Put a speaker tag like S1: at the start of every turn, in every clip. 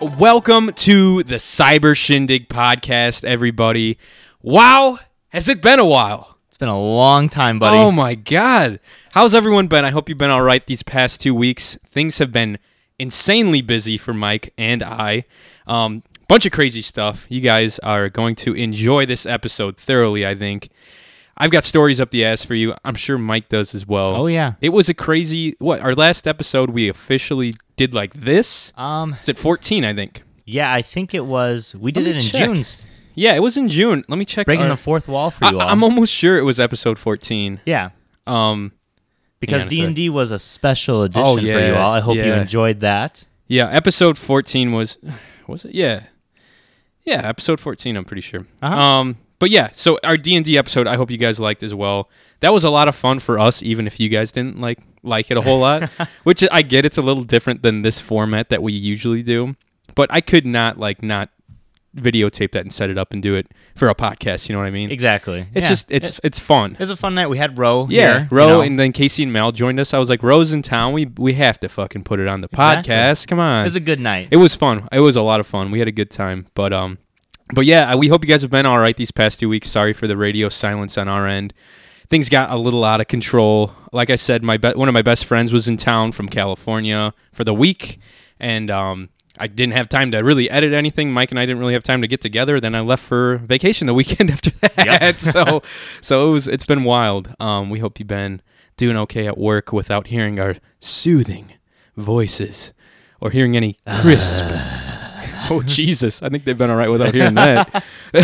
S1: Welcome to the Cyber Shindig podcast, everybody. Wow, has it been a while?
S2: It's been a long time, buddy.
S1: Oh my God. How's everyone been? I hope you've been all right these past two weeks. Things have been insanely busy for Mike and I. Um, bunch of crazy stuff. You guys are going to enjoy this episode thoroughly, I think. I've got stories up the ass for you. I'm sure Mike does as well.
S2: Oh, yeah.
S1: It was a crazy what? Our last episode we officially did like this.
S2: Um,
S1: It's at 14, I think.
S2: yeah, I think it was. We did
S1: me
S2: it in
S1: check.
S2: June. s-
S1: Yeah, it was in June. Let me check.
S2: Breaking
S1: our-
S2: the fourth wall for
S1: I,
S2: you all.
S1: I'm almost sure it was episode 14.
S2: yeah,
S1: Um,
S2: because
S1: on a
S2: D and D was a special edition
S1: Oh,
S2: for you
S1: yeah,
S2: all. I hope you
S1: yeah.
S2: enjoyed that.
S1: yeah, episode 14 was, was it? Yeah, yeah, episode 14. I'm pretty sure.
S2: Uh-huh.
S1: Um, but yeah, so our D and D episode. I hope you guys liked as well. That was a lot of fun for us, even if you guys didn't like like it a whole lot. which I get, it's a little different than this format that we usually do. But I could not like not videotape that and set it up and do it for a podcast. You know what I mean?
S2: Exactly.
S1: It's
S2: Yeah.
S1: just it's it's fun.
S2: it was a fun night. We had Roe.
S1: Yeah,
S2: here,
S1: Roe
S2: you know.
S1: and then Casey and Mal joined us. I was like, Roe's in town. We we have to fucking put it on the
S2: Exactly.
S1: podcast. Come on.
S2: it was a good night.
S1: It was fun. It was a lot of fun. We had a good time. But um, but yeah, I- we hope you guys have been all right these past two weeks. Sorry for the radio silence on our end. Things got a little out of control. Like I said, my be- one of my best friends was in town from California for the week, and um, I didn't have time to really edit anything. Mike and I didn't really have time to get together. Then I left for vacation the weekend after that.
S2: Yep.
S1: so so it was it's been wild. Um, we hope you've been doing okay at work without hearing our soothing voices or hearing any crisp. oh Jesus! I think they've been all right without hearing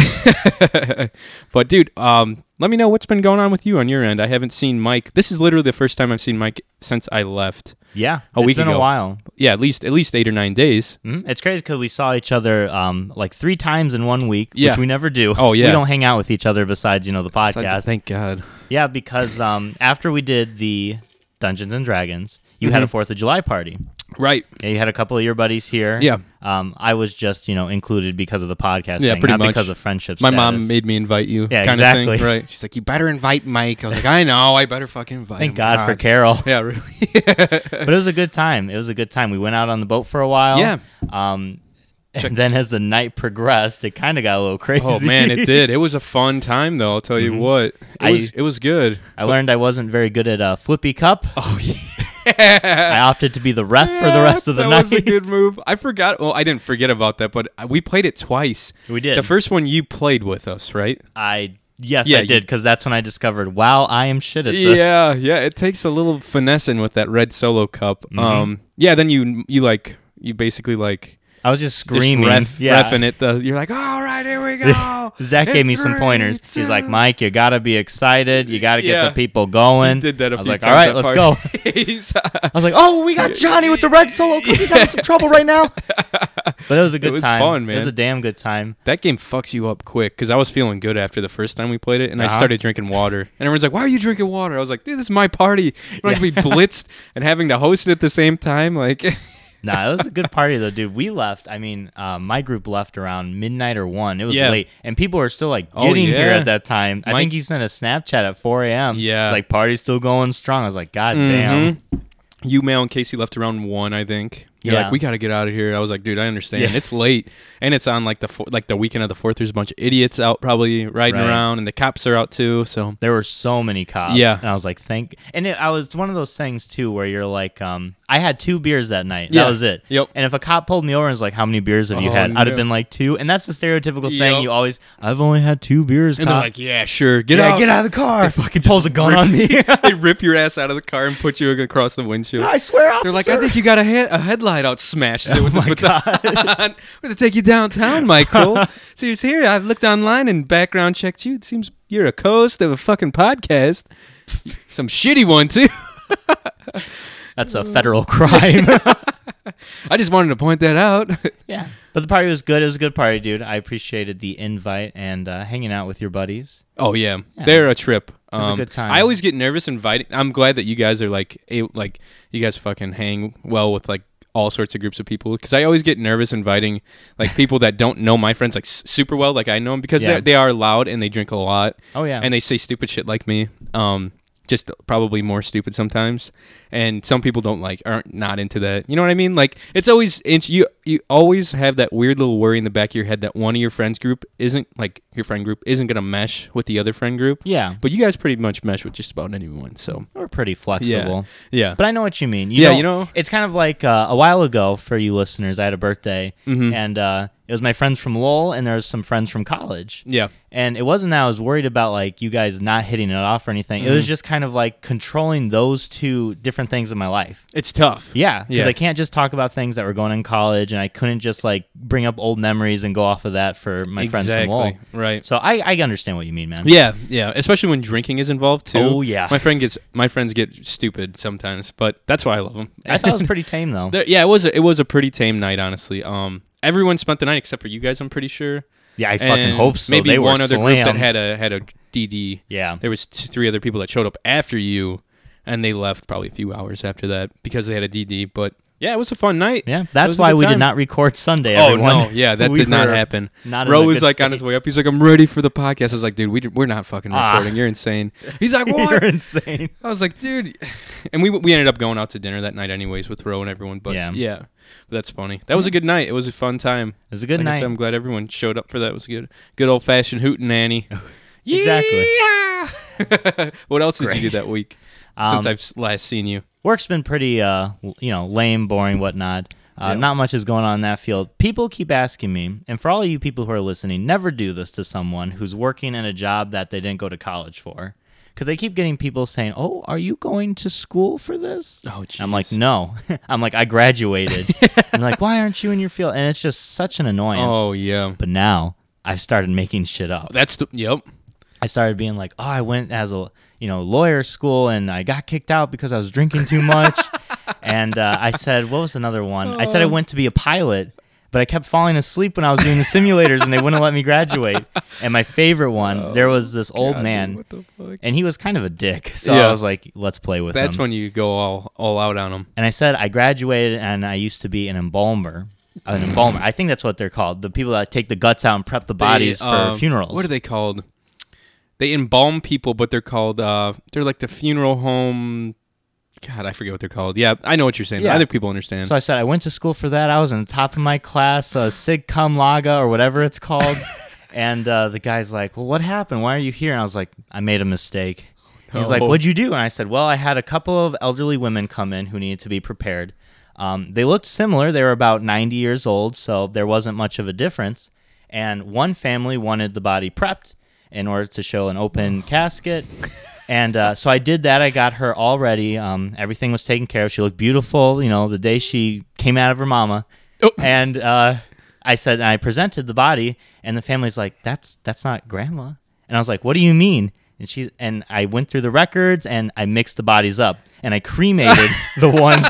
S1: that. but dude, um, let me know what's been going on with you on your end. I haven't seen Mike. This is literally the first time I've seen Mike since I left.
S2: yeah,
S1: A week
S2: it's been
S1: ago.
S2: a while.
S1: Yeah, at least at least eight or nine days.
S2: Mhm. It's crazy because we saw each other um, like three times in one week,
S1: Yeah.
S2: which we never do.
S1: Oh, yeah.
S2: we don't hang out with each other besides you know the podcast.
S1: Thank God.
S2: Yeah, because um, after we did the Dungeons and Dragons, you had a
S1: Mm-hmm.
S2: Fourth of July party.
S1: Right.
S2: Yeah, you had a couple of your buddies here.
S1: Yeah.
S2: Um, I was just you know included because of the podcast.
S1: Yeah,
S2: thing,
S1: pretty
S2: not
S1: much.
S2: because of friendship.
S1: My mom
S2: status.
S1: made me invite you.
S2: Yeah,
S1: kind Of thing,
S2: exactly.
S1: right.
S3: She's like, you better invite Mike. I was like, I know. I better fucking invite
S2: Thank
S3: him.
S2: God for Carol.
S1: Yeah. Really.
S2: but it was a good time. It was a good time. We went out on the boat for a while.
S1: Yeah.
S2: Um, and then as the night progressed, it kind of got a little crazy.
S1: Oh man, it did. It was a fun time though. I'll tell you what. It
S2: Mm-hmm. I-
S1: was it was good.
S2: I learned I wasn't very good at uh, flippy cup.
S1: Oh yeah.
S2: I opted to be the ref for the rest of the
S1: that
S2: night.
S1: was a good move. I forgot. Well, I didn't forget about that, but uh, we played it twice.
S2: We did.
S1: The first one you played with us, right?
S2: I yes,
S1: Yeah,
S2: I
S1: you-
S2: did because that's when I discovered. Wow, I am shit at this.
S1: Yeah, yeah. It takes a little finessing with that red solo cup. Um, yeah. Then you you like you basically like
S2: I was just
S1: just
S2: screaming.
S1: ref,
S2: yeah.
S1: refing it. The, you're like, all right, here we go.
S2: Zach
S1: In
S2: gave me some
S1: three,
S2: pointers.
S1: two."
S2: He's like, Mike, you gotta be excited. You gotta get
S1: Yeah.
S2: the people going.
S1: He did that uh, a
S2: I was
S1: few
S2: like,
S1: times
S2: all right,
S1: at
S2: let's go.
S1: parties.
S2: I was like, oh, we got Johnny with the red solo. cup. He's having some trouble right now. But it was a good
S1: was
S2: time.
S1: fun,
S2: It was
S1: man.
S2: a damn good time.
S1: that game fucks you up quick because I was feeling good after the first time we played it, and I
S2: Uh-huh.
S1: started drinking water. And everyone's like, "Why are you drinking water?" I was like, "Dude, this is my party. I'm not gonna be blitzed and having to host it at the same time." Like,
S2: Nah, it was a good party though, dude. We left. I mean, uh, my group left around midnight or one. It was
S1: Yeah.
S2: late, and people were still like
S1: Oh,
S2: getting here
S1: yeah.
S2: at that time. I
S1: Mike-
S2: think he sent a Snapchat at 4 a.m.
S1: Yeah. Mm-hmm.
S2: it's like party's still going strong. I was like, god damn.
S1: you, Mal, and Casey left around one, I think. You're
S2: Yeah.
S1: like, "We got to get out of here." I was like, "Dude, I understand.
S2: Yeah.
S1: It's late, and it's on like the four, like the weekend of the fourth. There's a bunch of idiots out probably riding
S2: Right.
S1: around, and the cops are out too. So
S2: There were so many cops.
S1: Yeah.
S2: And I was like, thank. And it, I was it's one of those things too where you're like, um, I had two beers that night.
S1: Yeah.
S2: That was it.
S1: Yep.
S2: And if a cop pulled me over and was like, how many beers have you
S1: Oh,
S2: had? I'd
S1: no.
S2: have been like two. And that's the stereotypical thing.
S1: Yep.
S2: You always, I've only had two beers.
S1: and
S2: cop.
S1: they're like, "Yeah, sure, get
S2: yeah,
S1: out,
S2: get out of the car. fucking pulls a gun on me.
S1: they rip your ass out of the car and put you across the windshield.
S2: I swear, officer.
S1: They're like, I think you got a, head, a headlight out smashed
S2: Oh
S1: it with this baton. We're going to take you downtown, Michael. so he was here. I looked online and background checked you. It seems you're a host of a fucking podcast. Some shitty one, too.
S2: that's a federal crime.
S1: I just wanted to point that out.
S2: yeah. But the party was good. It was a good party, dude. I appreciated the invite and uh, hanging out with your buddies.
S1: Oh, yeah.
S2: Yeah,
S1: They're a trip.
S2: was a
S1: Um,
S2: good time.
S1: I always get nervous inviting. I'm glad that you guys are like, a, like you guys fucking hang well with like all sorts of groups of people because I always get nervous inviting like people that don't know my friends like s- super well like I know them because
S2: Yeah.
S1: they're they are loud and they drink a lot.
S2: Oh yeah.
S1: and they say stupid shit like me. Um, just probably more stupid sometimes. And some people don't like aren't not into that. You know what I mean? Like it's always it's, you you always have that weird little worry in the back of your head that one of your friends group isn't like your friend group isn't gonna mesh with the other friend group.
S2: Yeah,
S1: But you guys pretty much mesh with just about anyone. So
S2: we're pretty flexible.
S1: yeah,
S2: But I know what you mean. You
S1: Yeah,
S2: don't-
S1: you know-
S2: it's kind of like uh, a while ago for you listeners. I had a birthday, and uh, it was my friends from Lowell, and there was some friends from college.
S1: yeah,
S2: And it wasn't that I was worried about like you guys not hitting it off or anything. It was just kind of like controlling those two different things in my life.
S1: it's tough.
S2: Yeah, because
S1: Yeah.
S2: I can't just talk about things that were going on in college, and I couldn't just like bring up old memories and go off of that for my friends from Lowell.
S1: exactly. Right.
S2: So I, I understand what you mean, man.
S1: Yeah, yeah, especially when drinking is involved too.
S2: Oh, yeah.
S1: my friend gets my friends get stupid sometimes, but that's why I love them.
S2: I thought it was pretty tame though.
S1: There- yeah, it was a, it was a pretty tame night, honestly. Um, everyone spent the night except for you guys. I'm pretty sure.
S2: Yeah, I fucking
S1: And
S2: hope so.
S1: Maybe
S2: they
S1: one
S2: were
S1: other group that
S2: slammed.
S1: had a had a DD.
S2: yeah.
S1: There was two, three other people that showed up after you, and they left probably a few hours after that because they had a DD. But yeah, it was a fun night.
S2: Yeah,
S1: It
S2: that's
S1: was a
S2: why
S1: good
S2: we did
S1: time.
S2: not record Sunday.
S1: Oh
S2: everyone.
S1: no! Yeah, that
S2: We
S1: did not
S2: were
S1: happen.
S2: not in a
S1: Roe
S2: good
S1: was like on
S2: state.
S1: his way up. He's like, "I'm ready for the podcast." I was like, "Dude, we, we're not fucking
S2: Ah.
S1: recording. You're insane." He's like, "What?"
S2: You're insane.
S1: I was like, dude, and we we ended up going out to dinner that night, anyways, with Roe and everyone. But
S2: Yeah.
S1: yeah, But that's funny. That was a good night. It was a fun time.
S2: It was a good
S1: Like I
S2: night.
S1: said, I'm glad everyone showed up for that. It was good, good old fashioned hootin' nanny.
S2: Exactly.
S1: Yeehaw! what else did you do
S2: Great.
S1: that week
S2: Um,
S1: since I've s- last seen you?
S2: Work's been pretty, uh, l- you know, lame, boring, whatnot. Uh,
S1: Yeah.
S2: Not much is going on in that field. People keep asking me, and for all you people who are listening, never do this to someone who's working in a job that they didn't go to college for, because they keep getting people saying, "Oh, are you going to school for this?"
S1: Oh,
S2: I'm like, no. I'm like, I graduated. I'm like, why aren't you in your field? And it's just such an annoyance.
S1: Oh yeah,
S2: But now I've started making shit up.
S1: that's the, yep.
S2: I started being like, oh, I went as a you know lawyer school and I got kicked out because I was drinking too much. and uh, I said, what was another one? I said I
S1: Oh.
S2: went to be a pilot, but I kept falling asleep when I was doing the simulators and they wouldn't let me graduate. And my favorite one, there was this old
S1: Oh, God,
S2: man.
S1: dude, what the fuck?
S2: and he was kind of a dick, so I
S1: Yeah.
S2: was like, "Let's play with
S1: That's
S2: him."
S1: when you go all all out on them.
S2: and I said I graduated and I used to be an embalmer. An embalmer. I think that's what they're called. The people that take the guts out and prep the bodies for funerals.
S1: uh, um, What are they called? They embalm people, but they're called uh, they're like the funeral home. God, I forget what they're called. Yeah, I know what you're saying.
S2: Yeah.
S1: I think people understand.
S2: So I said I went to school for that. I was in the top of my class, uh, Sig Cum Laga or whatever it's called. and uh, the guy's like, "Well, what happened? Why are you here?" And I was like, "I made a mistake." He's like,
S1: No.
S2: "What'd you do?" And I said, "Well, I had a couple of elderly women come in who needed to be prepared. Um, they looked similar. They were about 90 years old, so there wasn't much of a difference. And one family wanted the body prepped in order to show an open casket." And uh, so I did that. I got her all ready. Um, everything was taken care of. She looked beautiful, you know, the day she came out of her mama.
S1: Oh.
S2: And uh, I said, and I presented the body, and the family's like, "That's that's not grandma." And I was like, "What do you mean?" And she and I went through the records and I mixed the bodies up and I cremated the one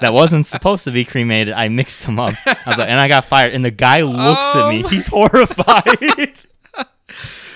S2: that wasn't supposed to be cremated. I mixed them up. I was like, and I got fired. And the guy looks at
S1: Oh
S2: me. He's horrified.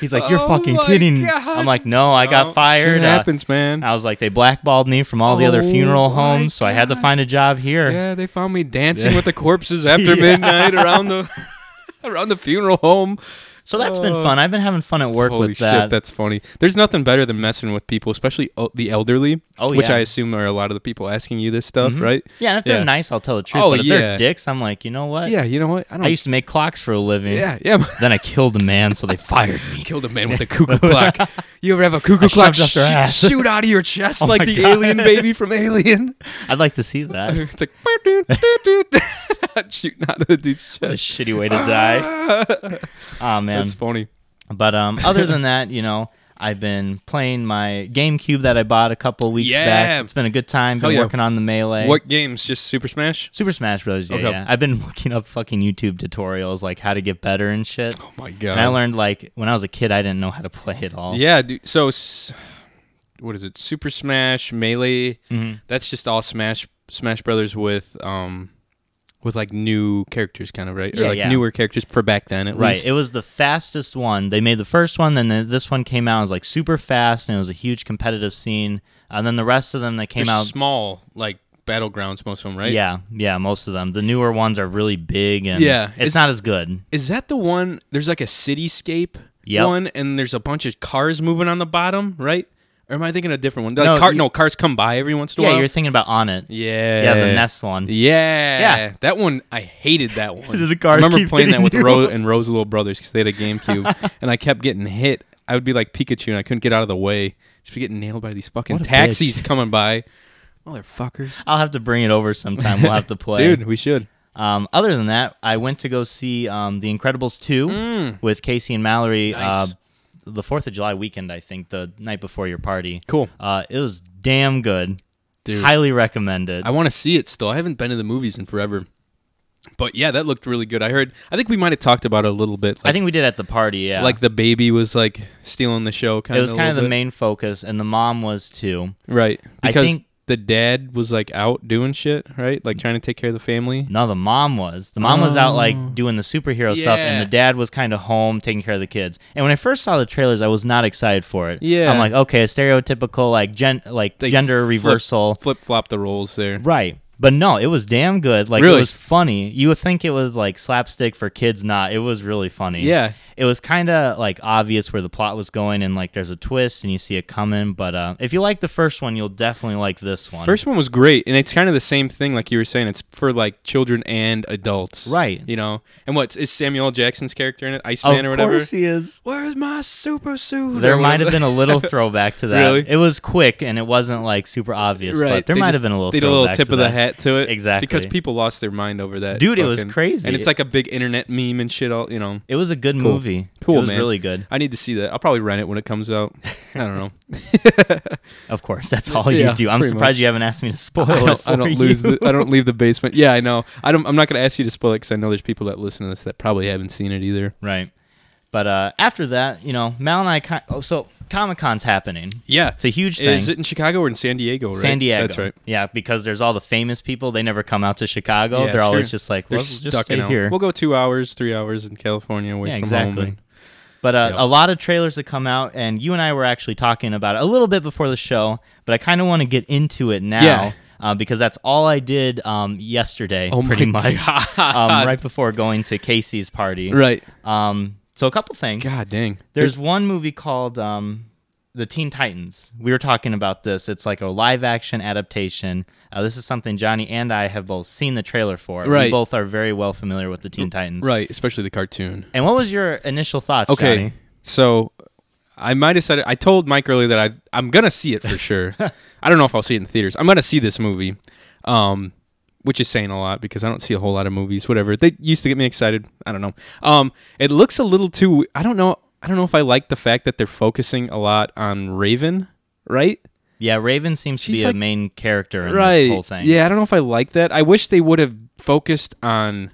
S2: He's like, "You're
S1: Oh
S2: fucking
S1: my
S2: kidding."
S1: God.
S2: I'm like, "No, I got fired."
S1: Shit
S2: Uh,
S1: happens, man.
S2: I was like, they blackballed me from all the other
S1: Oh
S2: funeral
S1: my
S2: homes, so I had to
S1: God.
S2: find a job here.
S1: yeah, they found me dancing with the corpses after midnight around the around the funeral home.
S2: So that's been fun. I've been having fun at work
S1: Oh. Holy
S2: with
S1: shit,
S2: that.
S1: that's funny. There's nothing better than messing with people, especially uh, the elderly.
S2: Oh,
S1: which
S2: yeah. Mm-hmm.
S1: I assume are a lot of the people asking you this stuff, right?
S2: yeah, and if they're
S1: Yeah.
S2: nice, I'll tell the truth.
S1: Oh,
S2: but if they're
S1: yeah.
S2: dicks, I'm like, you know what?
S1: Yeah, you know what? I don't.
S2: I used to make clocks for a living.
S1: yeah, yeah.
S2: Then I killed a man, so they fired me.
S1: killed a man with a cuckoo clock. You ever have a cuckoo
S2: I
S1: clock
S2: shoved up
S1: sh-
S2: their ass.
S1: shoot out of your chest
S2: Oh
S1: like
S2: my
S1: the
S2: God.
S1: alien baby from Alien?
S2: I'd like to see that.
S1: It's like "Ba-do-do-do-do." shooting out of the dude's
S2: What a
S1: chest.
S2: shitty way to die. Oh man.
S1: That's funny.
S2: But um, other than that, you know, I've been playing my GameCube that I bought a couple weeks
S1: Yeah.
S2: back. It's been a good time. Been
S1: Hell yeah.
S2: working on the melee.
S1: What games? Just Super Smash?
S2: Super Smash Bros. Yeah,
S1: Okay.
S2: yeah. I've been looking up fucking YouTube tutorials like how to get better and shit.
S1: Oh my god.
S2: and I learned like when I was a kid, I didn't know how to play at all.
S1: Yeah, dude. So, s- what is it? Super Smash Melee.
S2: Mm-hmm.
S1: That's just all Smash Smash Brothers with um with like new characters, kind of right?
S2: Yeah,
S1: or like
S2: yeah.
S1: newer characters for back then, at
S2: Right.
S1: least.
S2: It was the fastest one. They made the first one, then the, this one came out. It was like super fast, and it was a huge competitive scene. And then the rest of them that came
S1: They're
S2: out.
S1: small, like battlegrounds, most of them, right?
S2: Yeah, yeah, most of them. The newer ones are really big, and
S1: Yeah,
S2: it's,
S1: it's-
S2: not as good.
S1: Is that the one? There's like a cityscape
S2: Yep.
S1: one, and there's a bunch of cars moving on the bottom, right? Or am I thinking a different one? Like
S2: No,
S1: no, car,
S2: you-
S1: no, cars come by every once in a
S2: Yeah,
S1: while.
S2: you're thinking about on it.
S1: yeah,
S2: Yeah, the Nest one.
S1: Yeah,
S2: Yeah.
S1: That one I hated that one.
S2: The cars
S1: I remember
S2: keep
S1: playing that
S2: hitting
S1: with
S2: you.
S1: Rose and Rose Little Brothers because they had a GameCube, and I kept getting hit. I would be like Pikachu, and I couldn't get out of the way. Just be getting nailed by these fucking
S2: What a
S1: taxis coming by, motherfuckers.
S2: I'll have to bring it over sometime. We'll have to play.
S1: Dude, we should.
S2: Um, other than that, I went to go see um, The Incredibles 2
S1: Mm.
S2: with Casey and Mallory uh, the 4th of July weekend, I think, the night before your party.
S1: Cool.
S2: Uh, it was damn good.
S1: Dude.
S2: Highly recommend it.
S1: I want to see it still. I haven't been to the movies in forever. But yeah, that looked really good. I heard. I think we might have talked about it a little bit. Like,
S2: I think we did at the party, yeah.
S1: like the baby was like stealing the show. Kind
S2: it was
S1: a
S2: kind of the
S1: little bit.
S2: main focus, and the mom was too.
S1: right?
S2: I
S1: Because
S2: think-
S1: the dad was like out doing shit, right? Like trying to take care of the family.
S2: No, the mom was. The mom was out
S1: Oh.
S2: like doing the superhero stuff,
S1: Yeah.
S2: and the dad was kind of home taking care of the kids. And when I first saw the trailers, I was not excited for it.
S1: Yeah.
S2: I'm like, okay, a stereotypical like gen like
S1: They
S2: gender
S1: flip-
S2: reversal,
S1: flip flop the roles there.
S2: right? But no, it was damn good. Like it
S1: Really?
S2: was funny. You would think it was like slapstick for kids, not. It was really funny.
S1: Yeah.
S2: It was kind of like obvious where the plot was going, and like there's a twist, and you see it coming. But uh, if you like the first one, you'll definitely like this one.
S1: First one was great, and it's kind of the same thing, like you were saying. It's for like children and adults,
S2: Right.
S1: You know, and what is Samuel L. Jackson's character in it, Iceman
S2: of
S1: or whatever?
S2: course he is.
S1: Where's my super suit?
S2: There
S1: Or
S2: might have
S1: whatever.
S2: been a little throwback to that.
S1: Really?
S2: It was quick and it wasn't like super obvious, but there
S1: they
S2: might
S1: just-
S2: have been a little
S1: They did a
S2: throwback
S1: little tip
S2: to
S1: of the
S2: that.
S1: hat to it,
S2: Exactly.
S1: because people lost their mind over that.
S2: Dude, it was crazy.
S1: and it's like a big internet meme and shit. All you know,
S2: It was a good
S1: Cool.
S2: movie.
S1: Cool,
S2: It was
S1: man.
S2: really good.
S1: I need to see that. I'll probably rent it when it comes out. I don't know.
S2: Of course, that's all
S1: Yeah,
S2: you do. I'm
S1: pretty
S2: surprised
S1: much.
S2: you haven't asked me to spoil
S1: I
S2: it
S1: don't,
S2: for
S1: I don't lose.
S2: you.
S1: The, I don't leave the basement. Yeah, I know. I don't. I'm not going to ask you to spoil it because I know there's people that listen to this that probably haven't seen it either.
S2: Right. But uh, after that, you know, Mal and I. Kind oh, so Comic Con's happening.
S1: Yeah,
S2: It's a huge thing.
S1: Is it in Chicago or in San Diego? Right?
S2: San Diego.
S1: That's right.
S2: Yeah, because there's all the famous people. They never come out to Chicago.
S1: Yeah,
S2: They're
S1: it's
S2: always
S1: true.
S2: just like,
S1: They're
S2: well, let's just
S1: stuck in
S2: stay
S1: L-
S2: here.
S1: We'll go two hours, three hours in California away
S2: yeah,
S1: from
S2: exactly.
S1: home. and-
S2: But uh,
S1: Yep.
S2: a lot of trailers that come out, and you and I were actually talking about it a little bit before the show, but I kind of want to get into it now.
S1: Yeah.
S2: Uh, because that's all I did um, yesterday,
S1: Oh
S2: pretty
S1: my
S2: much, um, right before going to Casey's party.
S1: Right.
S2: Um, so a couple things.
S1: God dang.
S2: There's one movie called um, The Teen Titans. We were talking about this. It's like a live action adaptation. Uh, this is something Johnny and I have both seen the trailer for. We
S1: Right.
S2: both are very well familiar with the Teen Titans.
S1: right, especially the cartoon.
S2: And what was your initial thoughts,
S1: Okay.
S2: Johnny?
S1: So I might have said it. I told Mike earlier that I I'm gonna see it for sure. I don't know if I'll see it in theaters. I'm gonna see this movie, um, which is saying a lot because I don't see a whole lot of movies. Whatever they used to get me excited. I don't know. Um, it looks a little too. I don't know. I don't know if I like the fact that they're focusing a lot on Raven. Right.
S2: Yeah, Raven seems to be
S1: She's
S2: a
S1: like-
S2: main character in
S1: right.
S2: this whole thing.
S1: Yeah, I don't know if I like that. I wish they would have focused on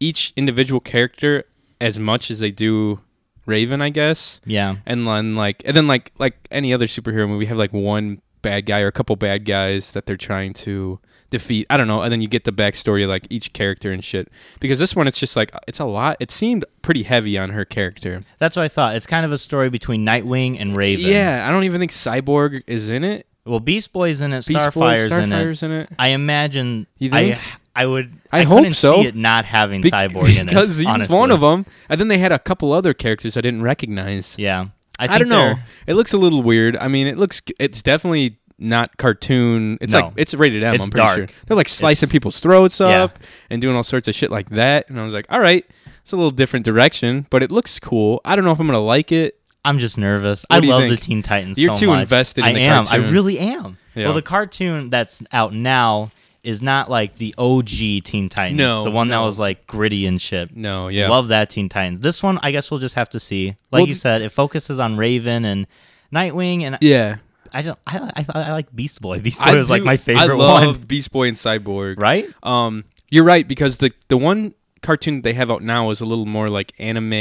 S1: each individual character as much as they do Raven, I guess.
S2: Yeah.
S1: And then like and then like like any other superhero movie have like one bad guy or a couple bad guys that they're trying to defeat. I don't know. And then you get the backstory of like each character and shit. Because this one it's just like it's a lot. It seemed pretty heavy on her character.
S2: That's what I thought. It's kind of a story between Nightwing and Raven.
S1: Yeah, I don't even think Cyborg is in it.
S2: Well, Beast Boy's in it,
S1: Beast Boy,
S2: Starfire's in it.
S1: Starfire's in it.
S2: I imagine
S1: You think?
S2: I I would
S1: I hope
S2: couldn't
S1: so.
S2: see it not having
S1: Be-
S2: Cyborg in it.
S1: because he's
S2: honestly.
S1: one of them. And then they had a couple other characters I didn't recognize.
S2: Yeah. I,
S1: I,
S2: think
S1: don't know.
S2: they're-
S1: It looks a little weird. I mean, it looks. It's definitely not cartoon. It's
S2: No.
S1: like it's rated M.
S2: It's
S1: am pretty
S2: dark.
S1: sure they're like slicing
S2: It's-
S1: people's throats
S2: Yeah.
S1: up and doing all sorts of shit like that. And I was like, all right, it's a little different direction, but it looks cool. I don't know if I'm gonna like it.
S2: I'm just nervous. I
S1: What do you
S2: love
S1: think?
S2: the Teen Titans.
S1: You're
S2: so
S1: too
S2: much.
S1: invested in
S2: I
S1: the
S2: am. I
S1: cartoon.
S2: really am.
S1: Yeah.
S2: Well, the cartoon that's out now is not like the OG Teen Titans.
S1: No,
S2: the one that
S1: no.
S2: was like gritty and shit.
S1: No, yeah,
S2: Love that Teen Titans. This one, I guess we'll just have to see. Like
S1: Well,
S2: you said, it focuses on Raven and Nightwing, and
S1: yeah.
S2: I don't. I, I, I like Beast Boy. Beast Boy is like
S1: do-
S2: my favorite
S1: I love
S2: one.
S1: Beast Boy and Cyborg.
S2: Right?
S1: Um, you're right because the the one cartoon that they have out now is a little more like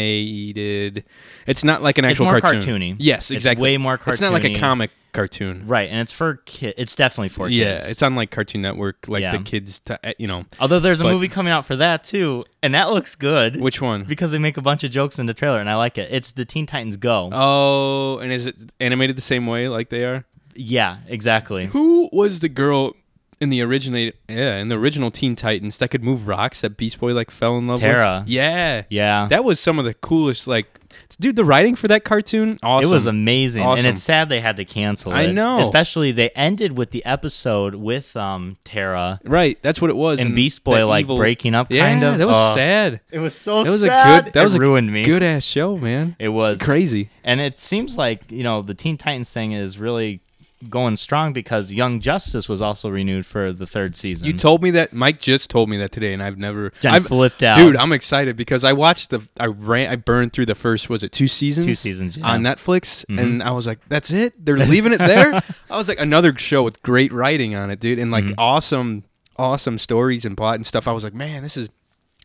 S1: animated. It's not like an actual
S2: more
S1: cartoon.
S2: cartoony.
S1: Yes,
S2: It's
S1: exactly.
S2: way more
S1: It's not like a
S2: cartoony.
S1: comic cartoon.
S2: Right, and it's for kid. It's definitely for
S1: Yeah,
S2: kids.
S1: it's on like Cartoon Network, like
S2: Yeah.
S1: the kids. T- eh, you know
S2: Although there's a
S1: but-
S2: movie coming out for that too, and that looks good.
S1: which one?
S2: because they make a bunch of jokes in the trailer, and I like it. It's the Teen Titans Go.
S1: Oh, and is it animated the same way like they are?
S2: yeah, exactly.
S1: Who was the girl in the originate yeah in the original Teen Titans that could move rocks that Beast Boy like fell in love
S2: Terra.
S1: with. Yeah,
S2: Yeah.
S1: that was some of the coolest. Like, dude, the writing for that cartoon, awesome.
S2: It was amazing,
S1: Awesome.
S2: and it's sad they had to cancel it.
S1: I know.
S2: Especially they ended with the episode with um Tara
S1: right. That's what it was.
S2: and Beast Boy
S1: the
S2: like
S1: evil-
S2: breaking up,
S1: Yeah,
S2: kind of.
S1: that was
S2: Ugh.
S1: sad.
S2: It was so
S1: That was
S2: sad.
S1: a good. That
S2: it
S1: was a
S2: ruined me.
S1: Good ass show, man.
S2: It was
S1: Crazy.
S2: and it seems like you know the Teen Titans thing is really going strong because Young Justice was also renewed for the third season.
S1: You told me that Mike just told me that today, and I've never.
S2: Jen
S1: I've,
S2: flipped out.
S1: dude. I'm excited because I watched the. I ran. I burned through the first. Was it two seasons?
S2: Two seasons, yeah. Mm-hmm.
S1: on Netflix, and I was like, "That's it. They're leaving it there." I was like, another show with great writing on it, dude, and
S2: Mm-hmm.
S1: like awesome, awesome stories and plot and stuff. I was like, man, this is.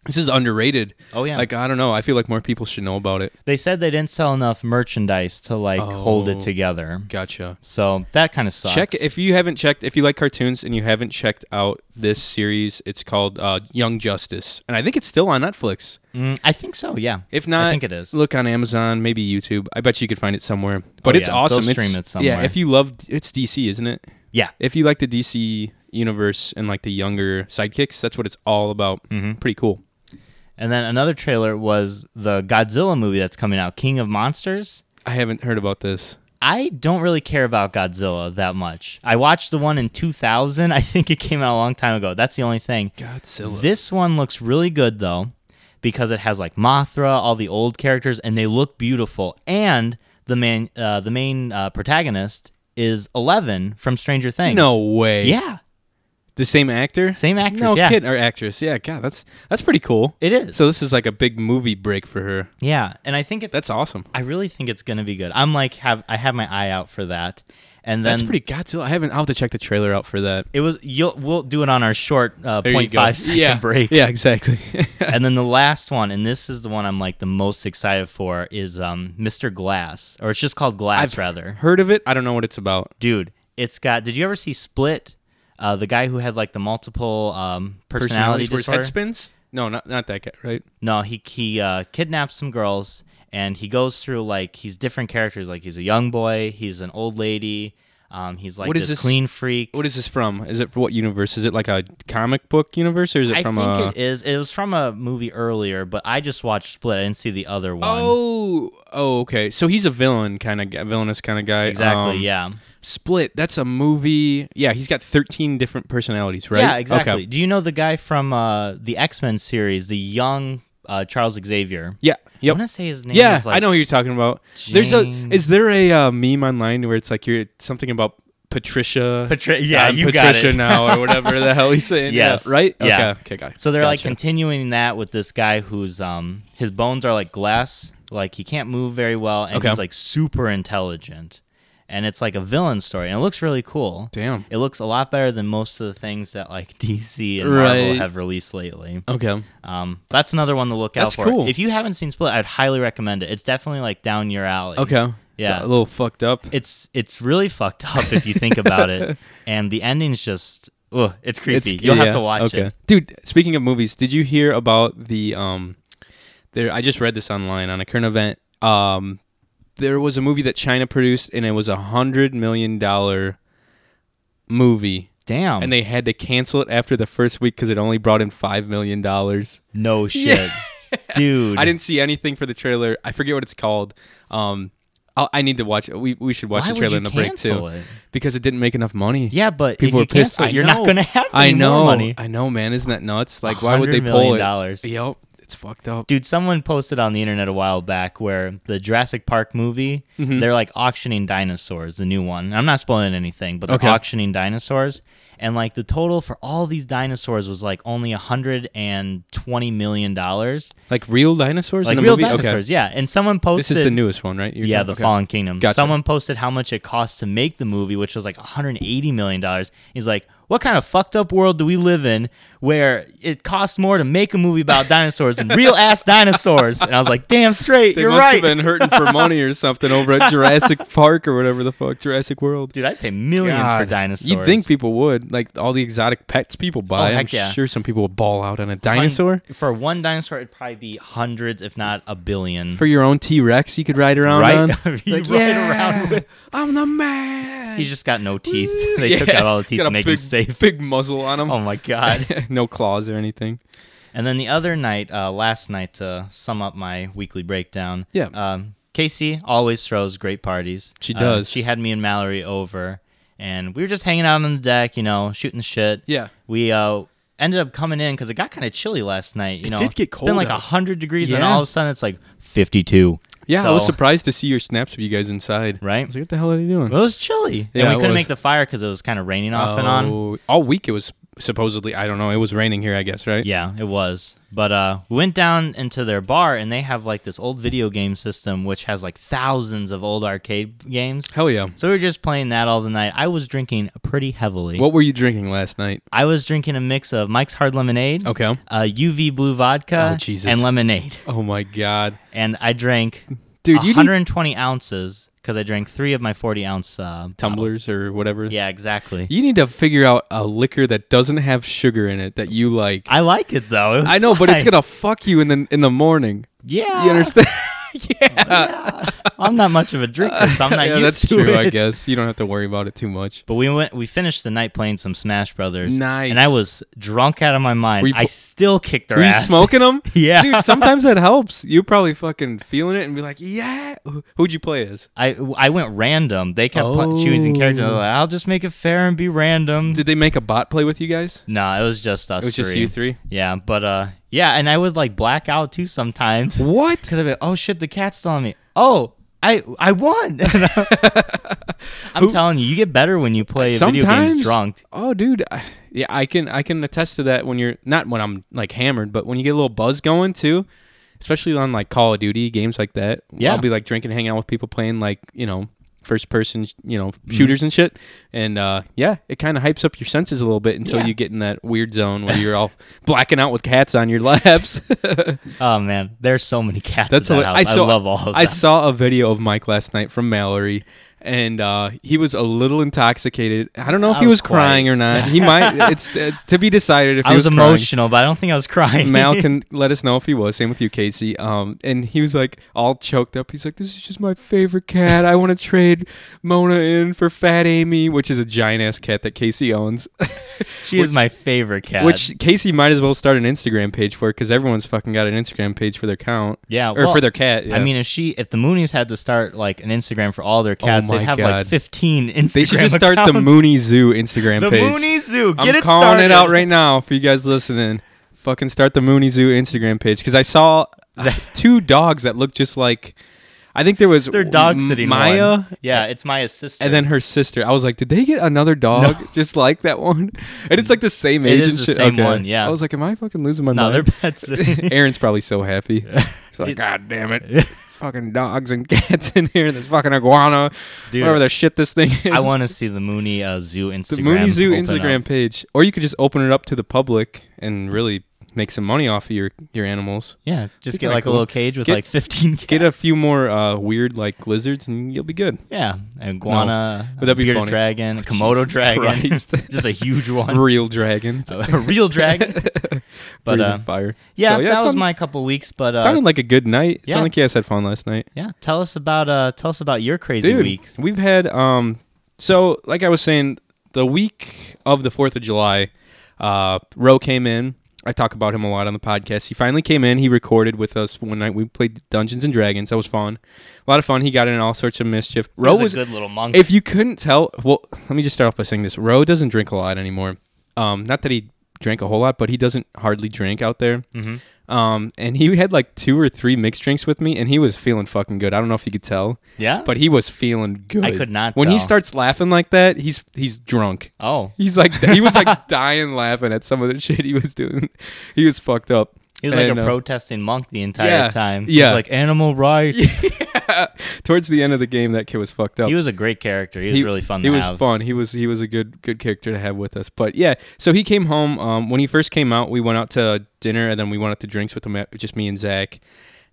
S1: This is underrated.
S2: Oh, yeah.
S1: Like I don't know. I feel like more people should know about it.
S2: they said they didn't sell enough merchandise to like hold it together.
S1: Gotcha.
S2: So that kind of sucks.
S1: Oh. Check if you haven't checked if you like cartoons and you haven't checked out this series. It's called uh, Young Justice, and I think it's still on Netflix.
S2: Mm, I think so. Yeah.
S1: If not,
S2: I think it is.
S1: Look on Amazon, maybe YouTube. I bet you could find it somewhere. But
S2: Oh,
S1: it's
S2: yeah.
S1: awesome.
S2: They'll
S1: it's,
S2: stream it
S1: Yeah,
S2: somewhere.
S1: if you love, it's DC, isn't it?
S2: yeah.
S1: If you like the DC universe and like the younger sidekicks, that's what it's all about.
S2: Mm-hmm.
S1: Pretty cool.
S2: And then another trailer was the Godzilla movie that's coming out, King of Monsters.
S1: I haven't heard about this.
S2: I don't really care about Godzilla that much. I watched the one in 2000. I think it came out a long time ago. That's the only thing.
S1: Godzilla.
S2: This one looks really good though, because it has like Mothra, all the old characters, and they look beautiful. And the man, uh, the main uh, protagonist is Eleven from Stranger Things.
S1: No way.
S2: yeah,
S1: The same actor.
S2: Same actress,
S1: No
S2: yeah.
S1: kid or actress. Yeah. God, that's that's pretty cool.
S2: it is.
S1: So this is like a big movie break for her.
S2: yeah, and I think it's.
S1: That's awesome.
S2: I really think it's gonna be good. I'm like have I have my eye out for that, and then
S1: That's pretty Godzilla. I haven't. I'll have to check the trailer out for that.
S2: It was you'll we'll do it on our short uh,
S1: There you go.
S2: 0.5 second
S1: yeah.
S2: break.
S1: Yeah. Exactly.
S2: and then the last one, and this is the one I'm like the most excited for, is um, Mr. Glass, or it's just called Glass rather.
S1: Heard of it? I don't know what it's about.
S2: Dude, it's got. Did you ever see Split? Uh, the guy who had like the multiple um, personality,
S1: where his
S2: disorder.
S1: Head spins? No, not not that guy, right?
S2: No, he he uh, kidnaps some girls, and he goes through like he's different characters. Like he's a young boy, he's an old lady. Um, he's like
S1: What is
S2: this,
S1: this-
S2: clean freak.
S1: What is this from? Is it for what universe? Is it like a comic book universe, or is it
S2: I
S1: from uh,
S2: think
S1: a?
S2: it is. It was from a movie earlier, but I just watched Split. I didn't see the other one.
S1: oh, oh, okay. So he's a villain kind of villainous kind of guy.
S2: exactly.
S1: Um,
S2: yeah.
S1: Split. That's a movie. Yeah, he's got thirteen different personalities, right?
S2: Yeah. Exactly.
S1: Okay.
S2: Do you know the guy from uh, the X Men series, the young uh, Charles Xavier?
S1: Yeah.
S2: I
S1: Yep.
S2: want to say his name.
S1: Yeah,
S2: is like,
S1: I know who you're talking about. There's a.
S2: James-
S1: Is there a uh, meme online where it's like you're something about Patricia?
S2: Patri- yeah,
S1: I'm
S2: you got
S1: Patricia
S2: it.
S1: now, or whatever the hell he's saying. Yeah,
S2: Yes.
S1: right.
S2: Yeah.
S1: Okay. Okay. Guy.
S2: So they're like continuing that with this guy who's um his bones are like glass, like he can't move very well, and
S1: Okay.
S2: he's like super intelligent, and it's like a villain story, and it looks really cool.
S1: Damn.
S2: It looks a lot better than most of the things that like DC and
S1: Right.
S2: Marvel have released lately.
S1: Okay.
S2: Um, that's another one to look
S1: That's
S2: out for.
S1: cool.
S2: If you haven't seen Split, I'd highly recommend it. It's definitely like down your alley.
S1: Okay.
S2: Yeah.
S1: It's a little fucked up.
S2: It's it's really fucked up if you think about it, and the ending's just ugh, it's creepy. You'll have
S1: yeah,
S2: to watch
S1: okay.
S2: it.
S1: Dude, speaking of movies, did you hear about the um there I just read this online on a current event. Um there was a movie that China produced and it was a hundred million dollar movie.
S2: Damn.
S1: And they had to cancel it after the first week because it only brought in five million dollars.
S2: no shit, dude.
S1: I didn't see anything for the trailer. I forget what it's called. Um, I'll, I need to watch it. We, we should watch
S2: Why
S1: the
S2: would
S1: trailer
S2: you
S1: in the break too
S2: cancel it?
S1: because it didn't make enough money.
S2: Yeah, but
S1: people
S2: if
S1: are
S2: you
S1: pissed.
S2: cancel,
S1: I
S2: it, you're
S1: know.
S2: not gonna have
S1: I
S2: any
S1: know.
S2: more money.
S1: I know, man. Isn't that nuts? Like, why would they
S2: $100
S1: pull
S2: million
S1: it?
S2: dollars.
S1: Yep, it's fucked up.
S2: Dude, someone posted on the internet a while back where the Jurassic Park movie,
S1: Mm-hmm.
S2: they're like auctioning dinosaurs, the new one. I'm not spoiling anything, but they're
S1: Okay.
S2: auctioning dinosaurs. And like the total for all these dinosaurs was like only $120 million. Like
S1: Like real dinosaurs in the
S2: real
S1: movie.
S2: dinosaurs,
S1: Okay.
S2: yeah. And someone posted.
S1: This is the newest one, right? You're
S2: Yeah,
S1: talking-
S2: The
S1: okay.
S2: Fallen Kingdom.
S1: Gotcha.
S2: Someone posted how much it cost to make the movie, which was like $180 million. He's like, what kind of fucked up world do we live in where it costs more to make a movie about dinosaurs than real ass dinosaurs? And I was like, damn straight,
S1: They
S2: you're
S1: must
S2: right.
S1: have been hurting for money or something over at Jurassic Park or whatever the fuck Jurassic World.
S2: Dude, I'd pay millions for dinosaurs. Oh,
S1: You'd think people would like all the exotic pets people buy. I'm
S2: heck yeah.
S1: sure some people would ball out on a dinosaur.
S2: For one dinosaur, it'd probably be hundreds, if not a billion.
S1: For your own T Rex, you could ride around
S2: Right?
S1: on.
S2: You ride around with-
S1: I'm the man.
S2: He's just got no teeth. They took out all the
S1: he's
S2: teeth
S1: got
S2: to
S1: a
S2: make him
S1: big,
S2: safe.
S1: Big muzzle on him.
S2: Oh my god.
S1: no claws or anything.
S2: And then the other night, uh, last night, to sum up my weekly breakdown.
S1: Yeah.
S2: Um, Casey always throws great parties.
S1: She
S2: Uh,
S1: does.
S2: she had me and Mallory over, and we were just hanging out on the deck, you know, shooting the shit.
S1: Yeah.
S2: We uh, ended up coming in because it got kind of chilly last night. You
S1: It
S2: know,
S1: did get
S2: It's been
S1: cold
S2: like
S1: out.
S2: hundred degrees, and
S1: Yeah.
S2: all of a sudden it's like fifty-two.
S1: Yeah, I
S2: So-
S1: was surprised to see your snaps of you guys inside.
S2: Right?
S1: I was like, what the hell are they doing?
S2: It was chilly,
S1: Yeah,
S2: and
S1: it
S2: we couldn't
S1: was.
S2: make the fire because it was kind of raining off and on.
S1: Oh, All week it was supposedly, I don't know, it was raining here, I guess, right?
S2: Yeah, it was. But uh, we went down into their bar, and they have like this old video game system, which has like thousands of old arcade games.
S1: Hell yeah.
S2: So we were just playing that all the night. I was drinking pretty heavily.
S1: What were you drinking last night?
S2: I was drinking a mix of Mike's Hard Lemonade,
S1: Okay.
S2: uh, UV Blue Vodka,
S1: Oh, Jesus.
S2: and lemonade.
S1: Oh my God.
S2: And I drank
S1: Dude, you need
S2: 120 ounces because I drank three of my 40 ounce. Uh,
S1: tumblers or whatever.
S2: yeah, exactly.
S1: You need to figure out a liquor that doesn't have sugar in it that you like.
S2: I like it though. It was
S1: I know, but it's
S2: like-
S1: gonna fuck you in the in the morning.
S2: Yeah,
S1: You understand?
S2: I'm not much of a drinker, so I'm not
S1: yeah,
S2: used
S1: that's
S2: to
S1: true.
S2: it.
S1: I guess you don't have to worry about it too much.
S2: But we went. We finished the night playing some Smash Brothers.
S1: Nice.
S2: And I was drunk out of my mind.
S1: Were you
S2: I
S1: pu-
S2: still kicked their
S1: Are you
S2: ass.
S1: smoking them?
S2: Yeah.
S1: dude. Sometimes that helps. You probably fucking feeling it and be like, yeah. Who- Who'd you play as?
S2: I I went random. They kept pl- choosing characters. I was
S1: Oh.
S2: like, I'll just make it fair and be random.
S1: Did they make a bot play with you guys?
S2: nah, it was just us.
S1: It was just you three.
S2: Yeah, but uh, yeah, and I would like black out too sometimes because
S1: What?
S2: I'd be like, oh shit, the cat's still on me. Oh. I, I won. I'm telling you, you get better when you play video games
S1: Sometimes.
S2: drunk.
S1: Oh, dude. I, yeah, I can I can attest to that when you're not when I'm like hammered, but when you get a little buzz going too, especially on like Call of Duty games like that.
S2: Yeah.
S1: I'll be like drinking, hanging out with people playing like you know first person you know shooters
S2: Mm-hmm.
S1: and shit, and uh, yeah, it kind of hypes up your senses a little bit until
S2: Yeah.
S1: you get in that weird zone where you're all blacking out with cats on your laps.
S2: Oh man, there's so many cats
S1: That's
S2: in
S1: what
S2: that house. I, love all of them.
S1: I saw a video of Mike last night from Mallory, and uh, he was a little intoxicated. I don't know if
S2: I
S1: he
S2: was
S1: was crying or not. He might. It's uh, to be decided if
S2: I
S1: he
S2: was,
S1: was crying.
S2: emotional, but I don't think I was crying.
S1: Mal can let us know if he was. Same with you, Casey. Um, and he was like all choked up. He's like, "This is just my favorite cat. I want to trade Mona in for Fat Amy, which is a giant ass cat that Casey owns."
S2: she is my favorite cat.
S1: Which Casey might as well start an Instagram page for because everyone's fucking got an Instagram page for their count. or
S2: yeah, Uh, well,
S1: for their cat. yeah.
S2: I mean, if she, if the Moonies had to start like an Instagram for all their cats,
S1: Oh my
S2: they'd have like
S1: God.
S2: 15 Instagram.
S1: They should just start
S2: accounts.
S1: the Mooney Zoo Instagram
S2: The
S1: page.
S2: Mooney Zoo. Get
S1: I'm
S2: it
S1: calling
S2: started.
S1: it out right now for you guys listening. Fucking start the Mooney Zoo Instagram page because I saw uh, two dogs that looked just like. I think there was
S2: They're dog
S1: M-
S2: sitting.
S1: Maya
S2: one. Yeah, it's Maya's sister.
S1: and then her sister. I was like, did they get another dog just like that one? And it's like the same
S2: It
S1: age
S2: is
S1: and
S2: the
S1: shit.
S2: same
S1: Okay.
S2: one, yeah.
S1: I was like, am I fucking losing my
S2: no,
S1: mind?
S2: they're pets.
S1: Aaron's probably so happy. He's like, God damn it. There's fucking dogs and cats in here. There's fucking iguana.
S2: Dude.
S1: whatever the shit this thing is.
S2: I want to see the Mooney uh, Zoo Instagram.
S1: the Mooney Zoo
S2: open
S1: Instagram
S2: up.
S1: page. Or you could just open it up to the public and really make some money off of your, your animals.
S2: Yeah, just get
S1: kinda
S2: like a
S1: cool.
S2: little cage with
S1: Get-
S2: like 15 cats.
S1: Get a few more uh, weird like lizards and you'll be good.
S2: Yeah, an iguana,
S1: Would that be
S2: a bearded
S1: funny?
S2: dragon, a Komodo
S1: Jesus
S2: dragon,
S1: Christ.
S2: just a huge one,
S1: Real dragon.
S2: a real dragon. But
S1: Breathing
S2: uh,
S1: fire.
S2: yeah,
S1: So,
S2: that
S1: it
S2: was
S1: sound-
S2: my couple weeks. But uh,
S1: sounded like a good night.
S2: yeah.
S1: Sounded like you guys had fun last night.
S2: yeah, tell us about uh, tell us about your crazy
S1: Dude,
S2: weeks.
S1: We've had um so like I was saying, the week of the fourth of July, uh Roe came in. I talk about him a lot on the podcast. He finally came in, he recorded with us one night. We played Dungeons and Dragons. That was fun. A lot of fun. He got in all sorts of mischief. Roe
S2: He's
S1: was
S2: a good little monk.
S1: if you couldn't tell well, let me just start off by saying this. Roe doesn't drink a lot anymore. Um not that he drank a whole lot, but he doesn't hardly drink out there.
S2: Mhm.
S1: Um, and he had like two or three mixed drinks with me, and he was feeling fucking good. I don't know if you could tell
S2: yeah,
S1: but he was feeling good.
S2: I could not
S1: When he
S2: tell.
S1: starts laughing like that, he's he's drunk.
S2: oh,
S1: He's like he was like dying laughing at some of the shit he was doing. He was fucked up.
S2: he was like
S1: And,
S2: a
S1: uh,
S2: protesting monk the entire
S1: yeah,
S2: time. He
S1: yeah.
S2: was like animal rights.
S1: towards the end of the game, that kid was fucked up.
S2: he was a great character. He was really fun.
S1: He
S2: to
S1: was
S2: have.
S1: fun. He was he was a good good character to have with us. But yeah, so he came home. Um, when he first came out, we went out to dinner and then we went out to drinks with him. at- Just me and Zach,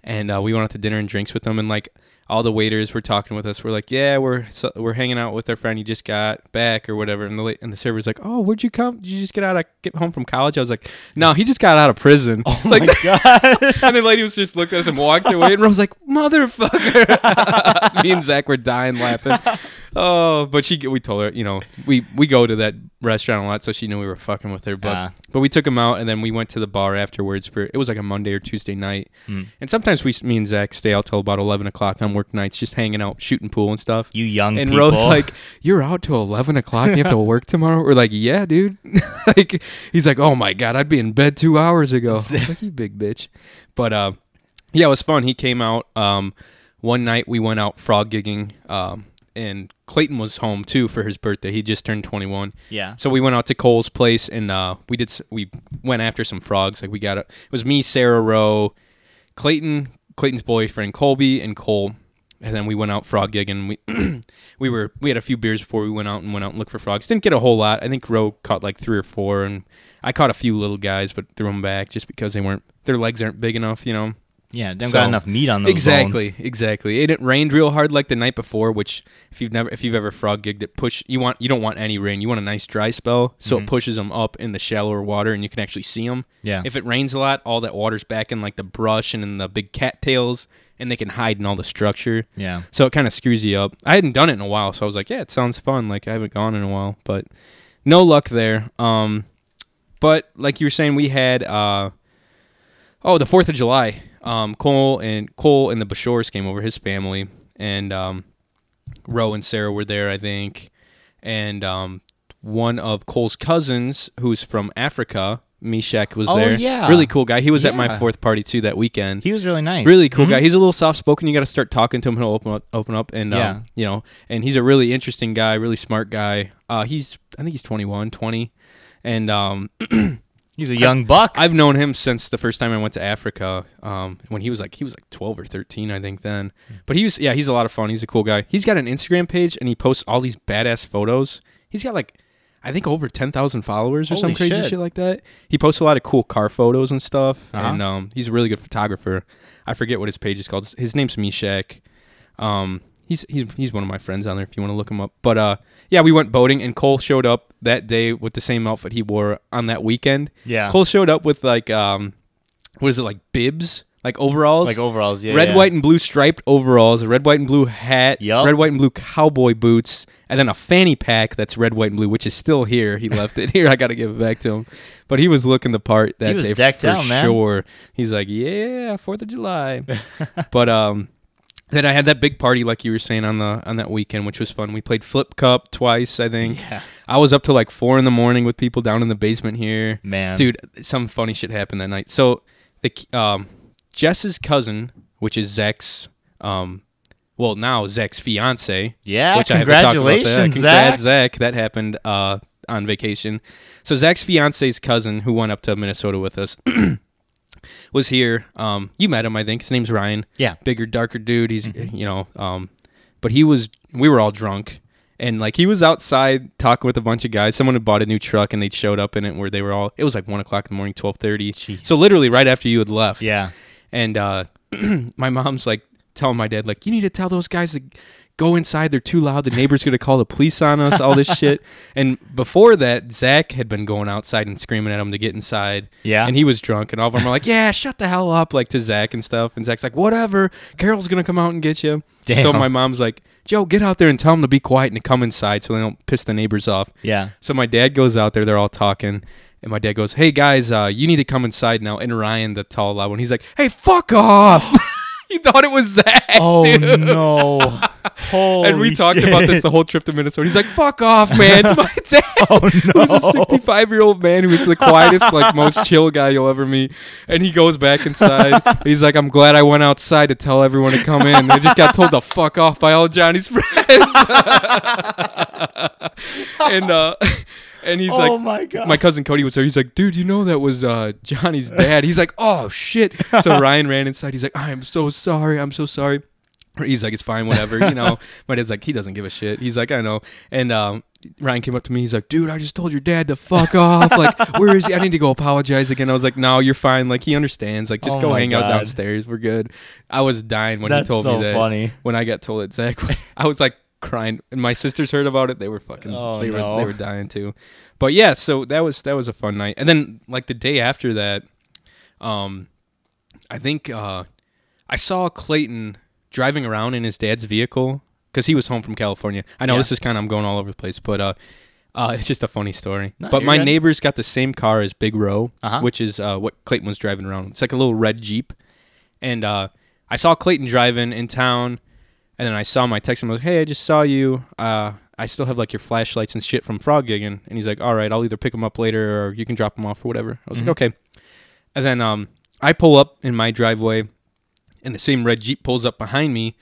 S1: and uh, we went out to dinner and drinks with him. And like all the waiters were talking with us. We're like, yeah, we're so, we're hanging out with our friend. He just got back or whatever. And the la- and the server's like, oh, where'd you come? Did you just get out of get home from college? I was like, no, he just got out of prison.
S2: Oh
S1: like, and the lady was just looked at us and walked away. And I was like, motherfucker. me and Zach were dying laughing. Oh, but she we told her, you know, we we go to that restaurant a lot, so she knew we were fucking with her. But
S2: Ah.
S1: but we took him out, and then we went to the bar afterwards for it was like a Monday or Tuesday night, and sometimes we me and Zach stay out till about eleven o'clock on work nights, just hanging out, shooting pool and stuff.
S2: You young
S1: and
S2: people.
S1: Rose like, you're out till eleven o'clock. and You have to work tomorrow. We're like, yeah, dude. like he's like, oh my god, I'd be in bed two hours ago. I was like you big bitch. But uh, yeah, it was fun. He came out. Um, one night we went out frog gigging. Um, and Clayton was home too for his birthday. He just turned twenty one.
S2: Yeah.
S1: So we went out to Cole's place and uh, we did. s- We went after some frogs. Like we got a, it was me, Sarah Rowe, Clayton, Clayton's boyfriend Colby, and Cole. And then we went out frog gigging. We we were we had a few beers before we went out and went out and looked for frogs. Didn't get a whole lot. I think Roe caught like three or four, and I caught a few little guys, but threw them back just because they weren't their legs aren't big enough, you know.
S2: yeah, don't
S1: So-
S2: got enough meat on those
S1: Exactly,
S2: bones.
S1: exactly. It, it rained real hard like the night before, which if you've never if you've ever frog gigged, it push you want you don't want any rain. You want a nice dry spell, so it pushes them up in the shallower water, and you can actually see them.
S2: Mm-hmm. Yeah.
S1: If it rains a lot, all that water's back in like the brush and in the big cattails, and they can hide in all the structure.
S2: Yeah.
S1: So it kind of screws you up. I hadn't done it in a while, so I was like, yeah, it sounds fun. Like I haven't gone in a while, but no luck there. Um, but like you were saying, we had uh, oh the Fourth of July. Um, Cole and Cole and the Bashores came over, his family, and um, Roe and Sarah were there, I think, and um, one of Cole's cousins who's from Africa, Meshach, was
S2: Oh,
S1: there.
S2: yeah.
S1: really cool guy. He was at my
S2: Yeah.
S1: fourth party too that weekend.
S2: He was really nice. Mm-hmm.
S1: Really cool guy. He's a little soft spoken. You got to start talking to him. He'll open up, open up, and um,
S2: Yeah.
S1: you know, and he's a really interesting guy, really smart guy. Uh, he's I think he's 21, 20. and um,
S2: He's a young buck.
S1: I've known him since the first time I went to Africa. Um, when he was like he was like twelve or thirteen, I think then.
S2: Hmm.
S1: But he was yeah, he's a lot of fun. He's a cool guy. He's got an Instagram page and he posts all these badass photos. He's got like I think over ten thousand followers or some
S2: Holy
S1: crazy
S2: shit.
S1: shit. like that. He posts a lot of cool car photos and stuff.
S2: Uh-huh.
S1: And um, he's a really good photographer. I forget what his page is called. His name's Meshach. Um, he's he's he's one of my friends on there if you want to look him up. But uh, yeah, we went boating and Cole showed up that day with the same outfit he wore on that weekend.
S2: Yeah.
S1: Cole showed up with like um, what is it like bibs, like overalls,
S2: like overalls. Yeah.
S1: red,
S2: yeah.
S1: white, and blue striped overalls, a red, white, and blue hat,
S2: Yup.
S1: red, white, and blue cowboy boots, and then a fanny pack that's red, white, and blue, which is still here. He left it here. I got to give it back to him. But he was looking the part that
S2: was
S1: day
S2: decked
S1: for
S2: out, man.
S1: sure. He's like, yeah, Fourth of July. but um, then I had that big party, like you were saying on the on that weekend, which was fun. We played flip cup twice, I think.
S2: Yeah.
S1: I was up till like four in the morning with people down in the basement here.
S2: Man.
S1: dude, some funny shit happened that night. So the um, Jess's cousin, which is Zach's, um, well now Zach's fiance.
S2: Yeah,
S1: which I have to talk about that.
S2: congratulations,
S1: Congrats,
S2: Zach.
S1: Zach. That happened uh, on vacation. So Zach's fiance's cousin, who went up to Minnesota with us, was here. Um, you met him, I think. His name's Ryan.
S2: Yeah. Mm-hmm.
S1: bigger, darker dude. He's you know, um, but he was. We were all drunk. And like he was outside talking with a bunch of guys. Someone had bought a new truck, and they showed up in it where they were all. It was like one o'clock in the morning, twelve thirty.
S2: Jeez.
S1: So literally right after you had left
S2: Yeah.
S1: and uh, my mom's like telling my dad like you need to tell those guys to go inside they're too loud the neighbor's gonna call the police on us all this shit and before that zach had been going outside and screaming at him to get inside
S2: Yeah.
S1: and he was drunk and all of them were like yeah shut the hell up like to zach and stuff and zach's like whatever carol's gonna come out and get you
S2: Damn.
S1: so my mom's like joe get out there and tell them to be quiet and to come inside so they don't piss the neighbors off
S2: Yeah.
S1: so my dad goes out there, they're all talking, and my dad goes, Hey guys, uh, you need to come inside now. And Ryan, the tall loud one, he's like, Hey, fuck off. he thought it was Zach.
S2: Oh
S1: dude.
S2: no. Holy
S1: And we talked about this
S2: shit. Oh,
S1: the whole trip to Minnesota. He's like, "Fuck off, man!" To my dad, who's a sixty-five-year-old man who is the quietest, like most chill guy you'll ever meet, and he goes back inside. and he's like, "I'm glad I went outside to tell everyone to come in. I just got told to fuck off by all Johnny's friends." and uh, and he's
S2: Oh
S1: like,
S2: my god.
S1: my cousin Cody was there. He's like, dude, you know that was uh, Johnny's dad. He's like, oh shit. So Ryan ran inside. He's like, I am so sorry. I'm so sorry. He's like, it's fine, whatever. You know, my dad's like, he doesn't give a shit. He's like, I know. And um, Ryan came up to me. He's like, dude, I just told your dad to fuck off. Like, where is he? I need to go apologize again. I was like, no, you're fine. Like, he understands. Like, just
S2: Oh
S1: go
S2: my
S1: hang out
S2: God.
S1: downstairs. We're good. I was dying when
S2: That's
S1: he told
S2: so
S1: me that.
S2: funny.
S1: When I got told it, Zach, I was like crying. And my sisters heard about it. They were fucking.
S2: Oh,
S1: they were
S2: no.
S1: they were dying too. But yeah, so that was that was a fun night. And then like the day after that, um, I think uh, I saw Clayton driving around in his dad's vehicle because he was home from California. I know
S2: Yeah.
S1: this is kind of I'm going all over the place, but uh, uh, it's just a funny story.
S2: No,
S1: but
S2: you're
S1: my
S2: good.
S1: neighbors got the same car as Big Row,
S2: Uh-huh.
S1: which is uh, what Clayton was driving around. It's like a little red Jeep, and uh, I saw Clayton driving in town, and then I saw him. I texted him, I was, "Hey, I just saw you. Uh, I still have like your flashlights and shit from Frog Giggin," and he's like, "All right, I'll either pick them up later or you can drop them off or whatever." I was
S2: Mm-hmm.
S1: like, "Okay." And then um, I pull up in my driveway, and the same red Jeep pulls up behind me,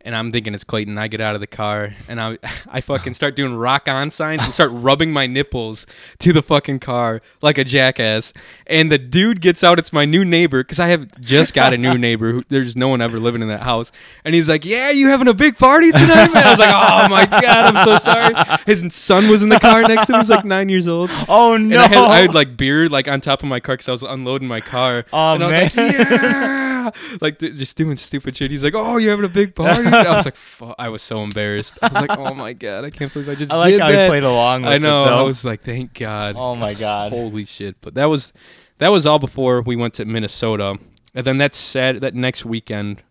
S1: and I'm thinking it's Clayton. I get out of the car, and I, I fucking start doing rock on signs and start rubbing my nipples to the fucking car like a jackass. And the dude gets out. It's my new neighbor, because I have just got a new neighbor. Who, there's no one ever living in that house. And he's like, Yeah, you having a big party tonight, man? I was like, Oh my God, I'm so sorry. His son was in the car next to him. He was like nine years old.
S2: Oh no!
S1: And I had, I had like beer like on top of my car because I was unloading my car.
S2: Oh,
S1: and I was like, yeah, like th- just doing stupid shit. He's like, oh, you're having a big party. And I was like, fuck. I was so embarrassed. I was like, oh my god, I can't believe I just.
S2: I like
S1: did
S2: how
S1: that.
S2: he played along. With
S1: I know.
S2: It, though.
S1: I was like, thank God.
S2: oh my god!
S1: Holy shit! But that was that was all before we went to Minnesota, and then that sat that next weekend.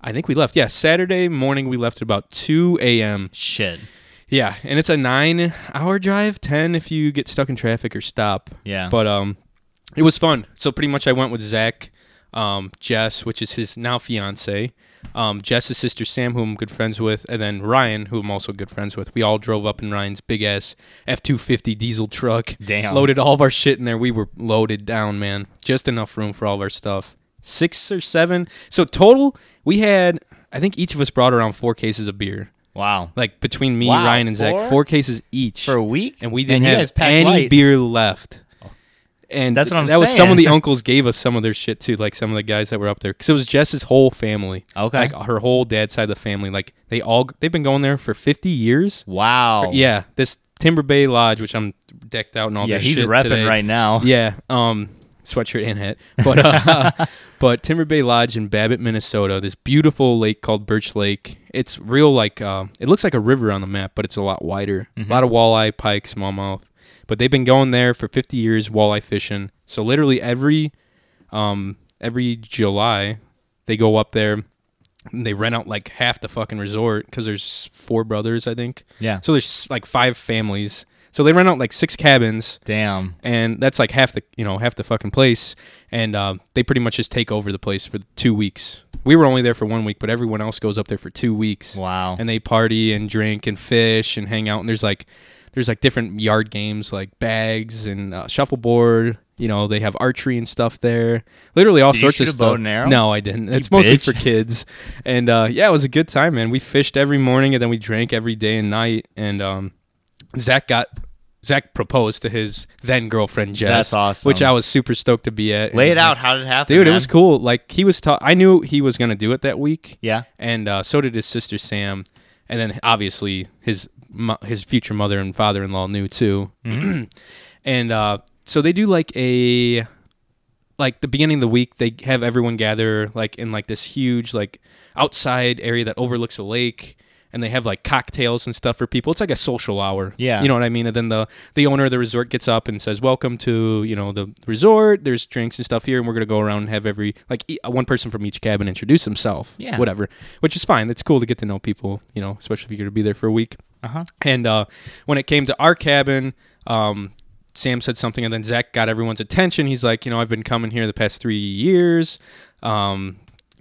S1: I think we left. Yeah, Saturday morning we left at about two a.m.
S2: Shit.
S1: Yeah, and it's a nine-hour drive, ten if you get stuck in traffic or stop.
S2: Yeah.
S1: But um, it was fun. So pretty much, I went with Zach, um, Jess, which is his now fiance, um, Jess's sister Sam, who I'm good friends with, and then Ryan, who I'm also good friends with. We all drove up in Ryan's big ass F two fifty diesel truck.
S2: Damn.
S1: Loaded all of our shit in there. We were loaded down, man. Just enough room for all of our stuff. Six or seven. So total, we had. I think each of us brought around four cases of beer.
S2: Wow.
S1: Like between me,
S2: Wow,
S1: Ryan, and Zach,
S2: four?
S1: four cases each
S2: For a week,
S1: and we didn't
S2: you
S1: have
S2: guys packed
S1: any
S2: light.
S1: beer left. And
S2: That's what I'm
S1: That was some of the
S2: saying.
S1: uncles gave us some of their shit too, like some of the guys that were up there, because it was Jess's whole family.
S2: Okay.
S1: like her whole dad's side of the family. Like they all they've been going there for 50 years.
S2: Wow.
S1: Yeah, this Timber Bay Lodge, which I'm decked out and all.
S2: Yeah.
S1: this
S2: He's
S1: shit
S2: repping
S1: today.
S2: right now.
S1: Yeah, um, sweatshirt and hat. But uh, but Timber Bay Lodge in Babbitt, Minnesota. This beautiful lake called Birch Lake. It's real like uh, it looks like a river on the map, but it's a lot wider. A lot of walleye, pike, smallmouth. But they've been going there for 50 years walleye fishing. So literally every um, every July they go up there. And they rent out like half the fucking resort because there's four brothers, I think.
S2: Yeah.
S1: So there's like five families. So they rent out like six cabins
S2: Damn.
S1: and that's like half the you know half the fucking place and um, they pretty much just take over the place for two weeks we were only there for one week but everyone else goes up there for two weeks
S2: Wow.
S1: and they party and drink and fish and hang out and there's like there's like different yard games like bags and uh, shuffleboard you know they have archery and stuff there literally all
S2: Did you
S1: sorts of
S2: shoot a
S1: stuff
S2: bow and arrow?
S1: no i didn't it's mostly
S2: bitch.
S1: for kids and uh, yeah it was a good time man we fished every morning and then we drank every day and night and um, Zach got Zach proposed to his then girlfriend Jess.
S2: That's awesome.
S1: Which I was super stoked to be at.
S2: Lay it
S1: And,
S2: out.
S1: like,
S2: How did it happen,
S1: dude. It
S2: man?
S1: was cool. Like he was. Ta- I knew he was gonna do it that week.
S2: Yeah.
S1: And uh, so did his sister Sam, and then obviously his mo- his future mother and father in law knew too. and uh, so they do like a like the beginning of the week they have everyone gather like in like this huge like outside area that overlooks a lake and they have like cocktails and stuff for people it's like a social hour
S2: Yeah.
S1: you know what i mean and then the the owner of the resort gets up and says welcome to you know the resort there's drinks and stuff here and we're gonna go around and have every like e- one person from each cabin introduce himself
S2: Yeah.
S1: whatever which is fine it's cool to get to know people you know especially if you're gonna be there for a week
S2: Uh-huh.
S1: and uh, when it came to our cabin, um, Sam said something, and then Zach got everyone's attention. He's like, you know, I've been coming here the past three years, um,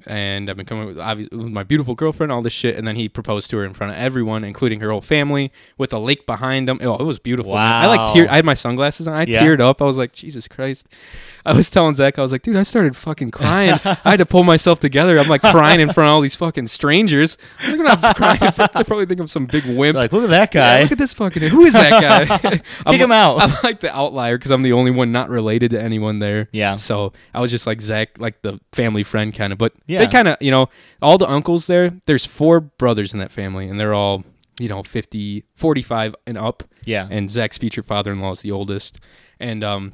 S1: and I've been coming with, obvi- with my beautiful girlfriend, all this shit. And then he proposed to her in front of everyone, including her whole family, with a lake behind them. Oh, it was beautiful. man. I like
S2: Wow.
S1: tear. I had my sunglasses on. I
S2: Yeah.
S1: teared up. I was like, Jesus Christ. I was telling Zach, I was like, dude, I started fucking crying. I had to pull myself together. I'm like crying in front of all these fucking strangers. I'm like, I'm not crying. in front- They probably think I'm some big wimp.
S2: Like, look at that
S1: Yeah,
S2: guy.
S1: look at this fucking. Who is that guy? Kick
S2: Kick him out.
S1: I'm like the outlier because I'm the only one not related to anyone there.
S2: Yeah.
S1: So I was just like Zach, like the family friend kind of. But
S2: Yeah.
S1: they kind of, you know, all the uncles there. There's four brothers in that family, and they're all, you know, 50, 45 and up.
S2: Yeah.
S1: And Zach's future father-in-law is the oldest, and um.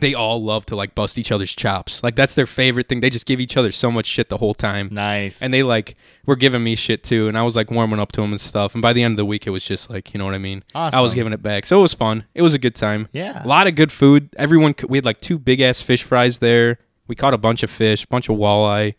S1: They all love to like bust each other's chops. Like that's their favorite thing. They just give each other so much shit the whole time.
S2: nice.
S1: And they like were giving me shit too, and I was like warming up to them and stuff. And by the end of the week, it was just like you know what I mean. I was
S2: Awesome.
S1: giving it back, so it was fun. It was a good time.
S2: Yeah.
S1: a lot of good food. Everyone c- we had like two big ass fish fries there. We caught a bunch of fish, bunch of walleye.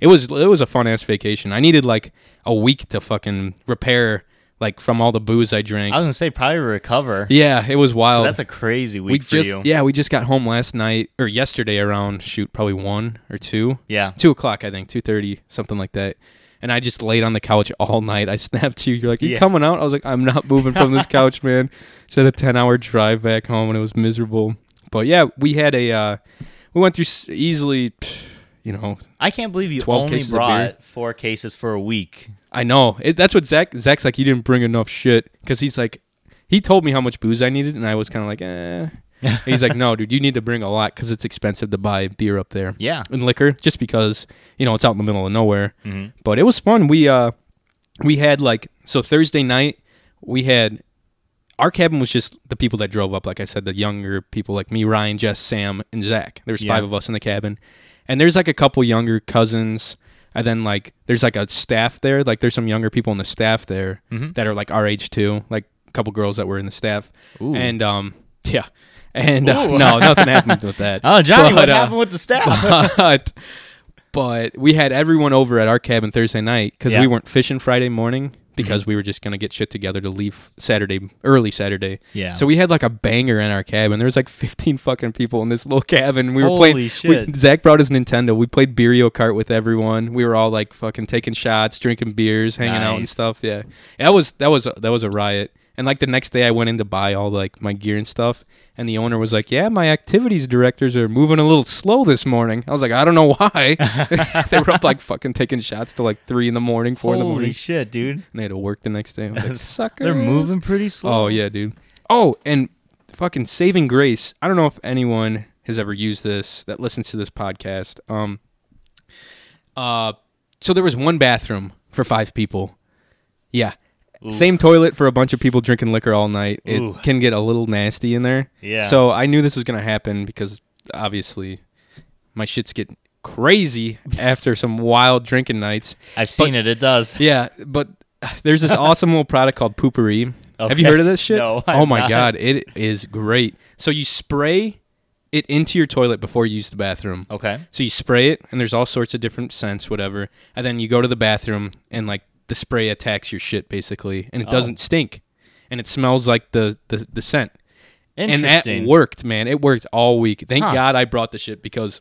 S1: It was it was a fun ass vacation. I needed like a week to fucking repair like from all the booze I drank.
S2: I was gonna say probably recover.
S1: yeah, it was wild.
S2: Uh, That's a crazy week
S1: we
S2: for
S1: just
S2: you.
S1: yeah we just got home last night or yesterday around shoot probably one or two
S2: Yeah.
S1: two o'clock I think two thirty something like that. And I just laid on the couch all night. I snapped you. You're like, "You
S2: Yeah.
S1: coming out?" I was like, "I'm not moving from this couch, man." Just had a ten hour drive back home, and it was miserable. But yeah, we had a uh, we went through s- easily, pff, you know,
S2: I can't believe you
S1: 12
S2: only
S1: cases of beer.
S2: brought four cases for a week.
S1: I know. It, that's what Zach. Zach's like, you didn't bring enough shit because he's like, he told me how much booze I needed, and I was kind of like, eh. And he's like, no, dude, you need to bring a lot because it's expensive to buy beer up there
S2: Yeah.
S1: and liquor, just because you know it's out in the middle of nowhere.
S2: Mm-hmm.
S1: But it was fun. We uh, we had like so Thursday night we had our cabin was just the people that drove up. Like I said, the younger people like me, Ryan, Jess, Sam, and Zach. There was
S2: Yeah.
S1: five of us in the cabin, and there's like a couple younger cousins, and then like there's like a staff there. Like there's some younger people in the staff there
S2: Mm-hmm.
S1: that are like our age too. Like a couple girls that were in the staff, and um yeah, and uh,
S2: Ooh.
S1: no nothing happened with that.
S2: Oh, Johnny, what
S1: But, uh,
S2: happened with the staff?
S1: but but we had everyone over at our cabin Thursday night because
S2: Yeah. Mm-hmm.
S1: we weren't fishing Friday morning because we were just gonna get shit together to leave Saturday early Saturday.
S2: Yeah.
S1: So we had like a banger in our cabin. There was like 15 fucking people in this little cabin. We were
S2: Holy
S1: playing. we-
S2: shit.
S1: Zach brought his Nintendo. We played Beerio Kart with everyone. We were all like fucking taking shots, drinking beers, hanging out and
S2: Nice.
S1: stuff. Yeah. That was that was that was a riot. And like the next day, I went in to buy all like my gear and stuff, and the owner was like, "Yeah, my activities directors are moving a little slow this morning." I was like, "I don't know why." they were up like fucking taking shots till like three in the morning, four in the
S2: Holy
S1: morning,
S2: shit, dude.
S1: and they had to work the next day. I was like, "Sucker!"
S2: They're moving pretty slow.
S1: Oh yeah, dude. Oh, and fucking saving grace. I don't know if anyone has ever used this that listens to this podcast. Um uh so there was one bathroom for 5 people. Yeah. Same toilet for a bunch of people drinking liquor all night. It
S2: Ooh.
S1: can get a little nasty in there.
S2: Yeah.
S1: So I knew this was going to happen because obviously my shit's getting crazy after some wild drinking nights.
S2: I've seen it. It does.
S1: Yeah, but there's this awesome little product called Poopery. Have you
S2: Okay.
S1: heard of this shit?
S2: No, I
S1: oh
S2: have
S1: my
S2: not.
S1: god, it is great. So you spray it into your toilet before you use the bathroom.
S2: Okay.
S1: So you spray it, and there's all sorts of different scents, whatever. And then you go to the bathroom, and like the spray attacks your shit basically,
S2: Oh.
S1: and it doesn't stink, and it smells like the the, the scent. And that
S2: Interesting.
S1: worked, man. It worked all week. Thank
S2: Huh.
S1: God I brought the shit because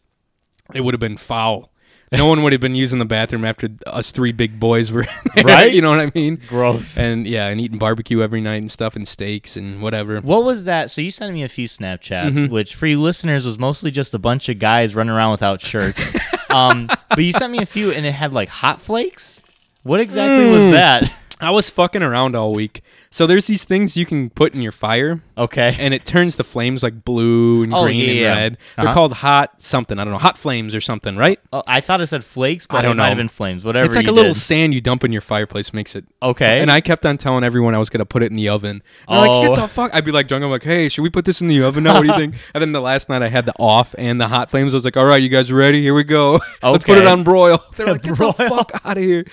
S1: it would have been foul. No one would have been using the bathroom after us three big boys were there,
S2: Right?
S1: You know what I mean?
S2: Gross.
S1: And yeah, and eating barbecue every night and stuff and steaks and whatever.
S2: What was that? So you sent me a few Snapchats,
S1: Mm-hmm.
S2: which for you listeners was mostly just a bunch of guys running around without shirts. um, but you sent me a few, and it had like hot flakes. What exactly
S1: Hmm.
S2: was that?
S1: I was fucking around all week. So there's these things you can put in your fire
S2: Okay.
S1: and it turns the flames like blue and
S2: Oh,
S1: green
S2: yeah, yeah.
S1: and red. They're
S2: Uh-huh.
S1: called hot something. I don't know. Hot flames or something, right?
S2: oh, I thought it said flakes, but
S1: I don't
S2: it might
S1: know.
S2: have been flames. Whatever.
S1: It's like
S2: you
S1: a little
S2: did.
S1: sand you dump in your fireplace makes it.
S2: Okay.
S1: And I kept on telling everyone I was gonna put it in the oven. And they're like,
S2: Oh.
S1: get the fuck. I'd be like drunk. I'm like, hey, should we put this in the oven now? What do you think? and then the last night I had the off and the hot flames. I was like, all right, you guys ready? Here we go. Let's put it
S2: Okay.
S1: on broil. They're like, get the
S2: Broil.
S1: fuck out of here.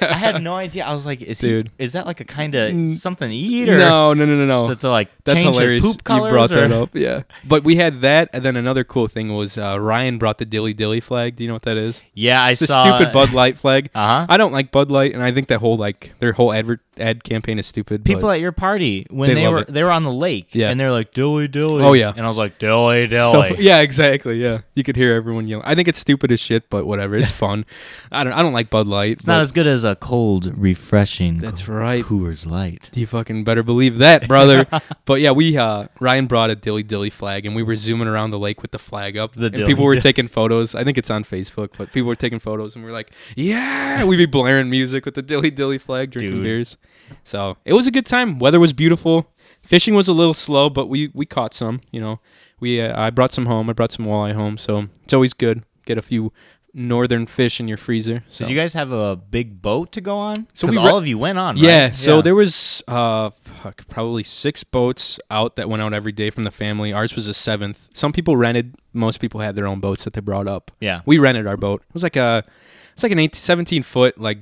S2: I had no idea. I was like, is
S1: Dude.
S2: he? Is that like a kind of something to eat or
S1: No, no, no, no, no.
S2: So it's like
S1: That's
S2: change
S1: hilarious.
S2: His poop colors
S1: you brought that
S2: or-
S1: up, yeah. But we had that, and then another cool thing was uh, Ryan brought the dilly dilly flag. Do you know what that is?
S2: Yeah, I
S1: It's a
S2: saw
S1: stupid Bud Light flag.
S2: Uh-huh.
S1: I don't like Bud Light, and I think that whole like their whole advert ad campaign is stupid. but-
S2: people at your party when
S1: They
S2: they,
S1: love
S2: were
S1: it.
S2: they were on the lake
S1: Yeah.
S2: and they're like dilly dilly.
S1: Oh, yeah.
S2: and I was like dilly
S1: So-
S2: dilly.
S1: yeah, exactly. Yeah, you could hear everyone yelling. I think it's stupid as shit, but whatever. It's fun. I don't. I don't like Bud Light.
S2: It's not as good as a cold, refreshing.
S1: That's
S2: Coo-
S1: right.
S2: Coors Light.
S1: You fucking better believe that, brother. but yeah, we uh, Ryan brought a dilly dilly flag, and we were zooming around the lake with the flag up.
S2: The
S1: and
S2: dilly
S1: people were
S2: dilly.
S1: taking photos. I think it's on Facebook, but people were taking photos, and we are like, "Yeah!" We'd be blaring music with the dilly dilly flag, drinking
S2: Dude.
S1: beers. So it was a good time. Weather was beautiful. Fishing was a little slow, but we we caught some. You know, we uh, I brought some home. I brought some walleye home, so it's always good. Get a few northern fish in your freezer. So.
S2: Did you guys have a big boat to go on?
S1: So
S2: So
S1: we
S2: all
S1: re-
S2: of you went on.
S1: Yeah,
S2: right?
S1: so there was uh fuck, probably six boats out that went out every day from the family. Ours was the seventh. Some people rented, most people had their own boats that they brought up.
S2: Yeah.
S1: We rented our boat. It was like a it's like an 18, 17 foot like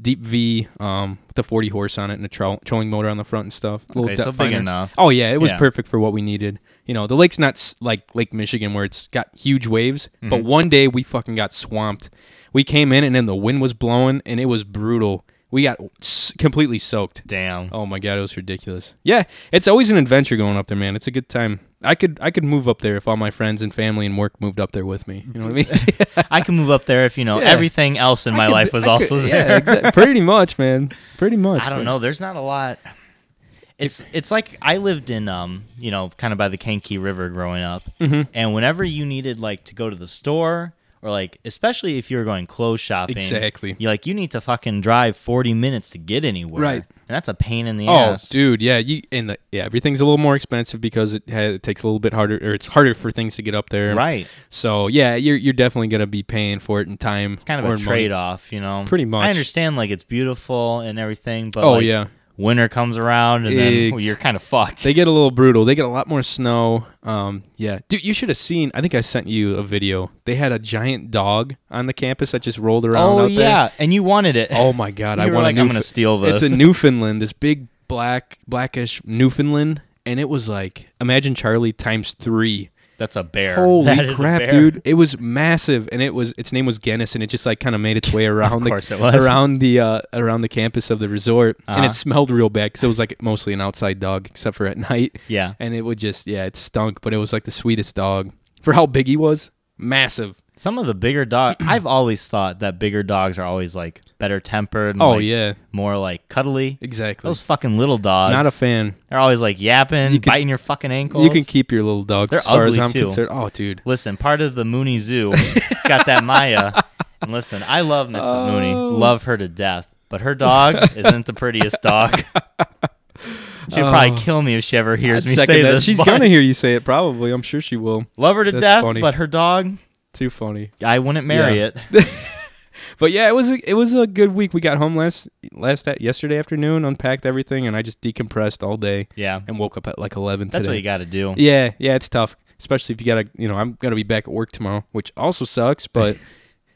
S1: deep V um with a 40 horse on it and a trow- trolling motor on the front and stuff. Little
S2: Okay, so
S1: depth
S2: big
S1: finder.
S2: enough.
S1: Oh yeah, it was
S2: Yeah.
S1: perfect for what we needed. You know, the lake's
S2: Mm-hmm.
S1: not s- like Lake Michigan where it's got huge waves, but one day we fucking got swamped. We We came in and then the wind was blowing and it was brutal. We got s- completely soaked.
S2: Damn.
S1: Oh my god, it was ridiculous. Yeah, it's always an adventure going up there, man. It's a good time. I could I could move up there if all my friends and family and work moved up there with me. You know what I mean?
S2: I can move up there if you know
S1: Oh. Yeah.
S2: everything else in my
S1: could-
S2: life was
S1: I
S2: also
S1: could-
S2: there.
S1: Yeah, exactly. pretty much, man. Pretty much.
S2: I
S1: but-
S2: don't know. There's not a lot. It's it's like I lived in um you know kind of by the Kankakee River growing up,
S1: Mm-hmm.
S2: and whenever you needed like to go to the store or like especially if you were going clothes shopping,
S1: Exactly.
S2: You like you need to fucking drive forty minutes to get anywhere,
S1: Right.
S2: And that's a pain in the
S1: Oh,
S2: ass.
S1: dude, yeah, you and the, yeah, everything's a little more expensive because it, ha- it takes a little bit harder, or it's harder for things to get up there,
S2: Right.
S1: So yeah, you're you're definitely gonna be paying for it in time.
S2: It's kind
S1: or
S2: of a
S1: in money.
S2: trade off, you know.
S1: Pretty much.
S2: I understand like it's beautiful and everything, but
S1: Oh,
S2: like,
S1: yeah.
S2: winter comes around and then
S1: Ex-
S2: you're kind of fucked.
S1: They get a little brutal. They get a lot more snow. Um, yeah, dude, you should have seen. I think I sent you a video. They had a giant dog on the campus that just rolled around
S2: oh
S1: out there.
S2: yeah, and you wanted it.
S1: Oh my god,
S2: You
S1: I
S2: were
S1: want
S2: like,
S1: a
S2: "I'm
S1: Newf-
S2: gonna steal this."
S1: It's a Newfoundland, this big black blackish Newfoundland, and it was like imagine Charlie times three.
S2: that's a bear.
S1: Holy
S2: That is a
S1: crap,
S2: bear.
S1: dude! It was massive, and it was its name was Guinness, and it just like kind of made its way around
S2: course
S1: the
S2: it was.
S1: around the uh, around the campus of the resort, and
S2: Uh-huh.
S1: it smelled real bad because it was like mostly an outside dog, except for at night.
S2: Yeah.
S1: and it would just yeah, it stunk, but it was like the sweetest dog for how big he was. Massive.
S2: Some of the bigger dog, I've always thought that bigger dogs are always like better tempered. and,
S1: Oh
S2: like,
S1: yeah,
S2: more like cuddly.
S1: exactly.
S2: Those fucking little dogs,
S1: Not a fan.
S2: they're always like yapping, biting your fucking ankles.
S1: You can keep your little dogs
S2: They're
S1: as far as
S2: ugly,
S1: I'm
S2: too.
S1: concerned. Oh, dude.
S2: listen. Part of the Mooney Zoo, it's got that Maya. And listen, I love Mrs. Mooney,
S1: Oh.
S2: love her to death, but her dog isn't the prettiest dog. She'd probably kill me if she ever hears me
S1: Oh. Second
S2: say
S1: that-
S2: this.
S1: She's
S2: but-
S1: gonna hear you say it probably. I'm sure she will.
S2: love her to
S1: That's
S2: death,
S1: funny.
S2: but her dog,
S1: Too funny.
S2: I wouldn't marry
S1: Yeah.
S2: it.
S1: But yeah, it was a, it was a good week. We got home last last at yesterday afternoon, unpacked everything, and I just decompressed all day
S2: Yeah,
S1: and woke up at like 11
S2: that's what you
S1: today.
S2: got to do.
S1: Yeah, yeah, it's tough, especially if you gotta. You know, I'm gonna be back at work tomorrow, which also sucks, but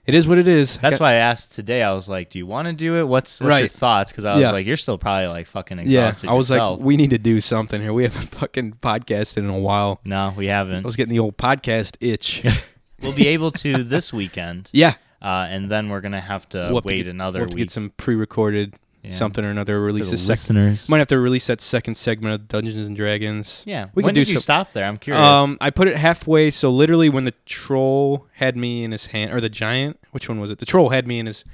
S1: it is what it is.
S2: That's
S1: Got-
S2: why I asked today. I was like, "Do you want to do it? What's, what's your
S1: Right.
S2: thoughts?" Because I was
S1: Yeah.
S2: like, "You're still probably like fucking
S1: Yeah,
S2: exhausted."
S1: I was
S2: yourself.
S1: like, we need to do something here. We haven't fucking podcasted in a while.
S2: "No, we
S1: I
S2: haven't.
S1: was getting the old podcast itch.
S2: we'll be able to this weekend,
S1: yeah,
S2: uh, and then we're gonna have to
S1: We'll have to
S2: Uh, wait
S1: get-
S2: another
S1: we'll have to
S2: week."
S1: get some pre-recorded
S2: Yeah.
S1: something or another. Release
S2: the
S1: a second.
S2: listeners.
S1: Might have to release that second segment of Dungeons and Dragons.
S2: yeah,
S1: we
S2: when
S1: can
S2: did
S1: do
S2: you
S1: some-
S2: stop there? I'm curious.
S1: Um, I put it halfway, so literally when the troll had me in his hand, or the giant, which one was it? The troll had me in his,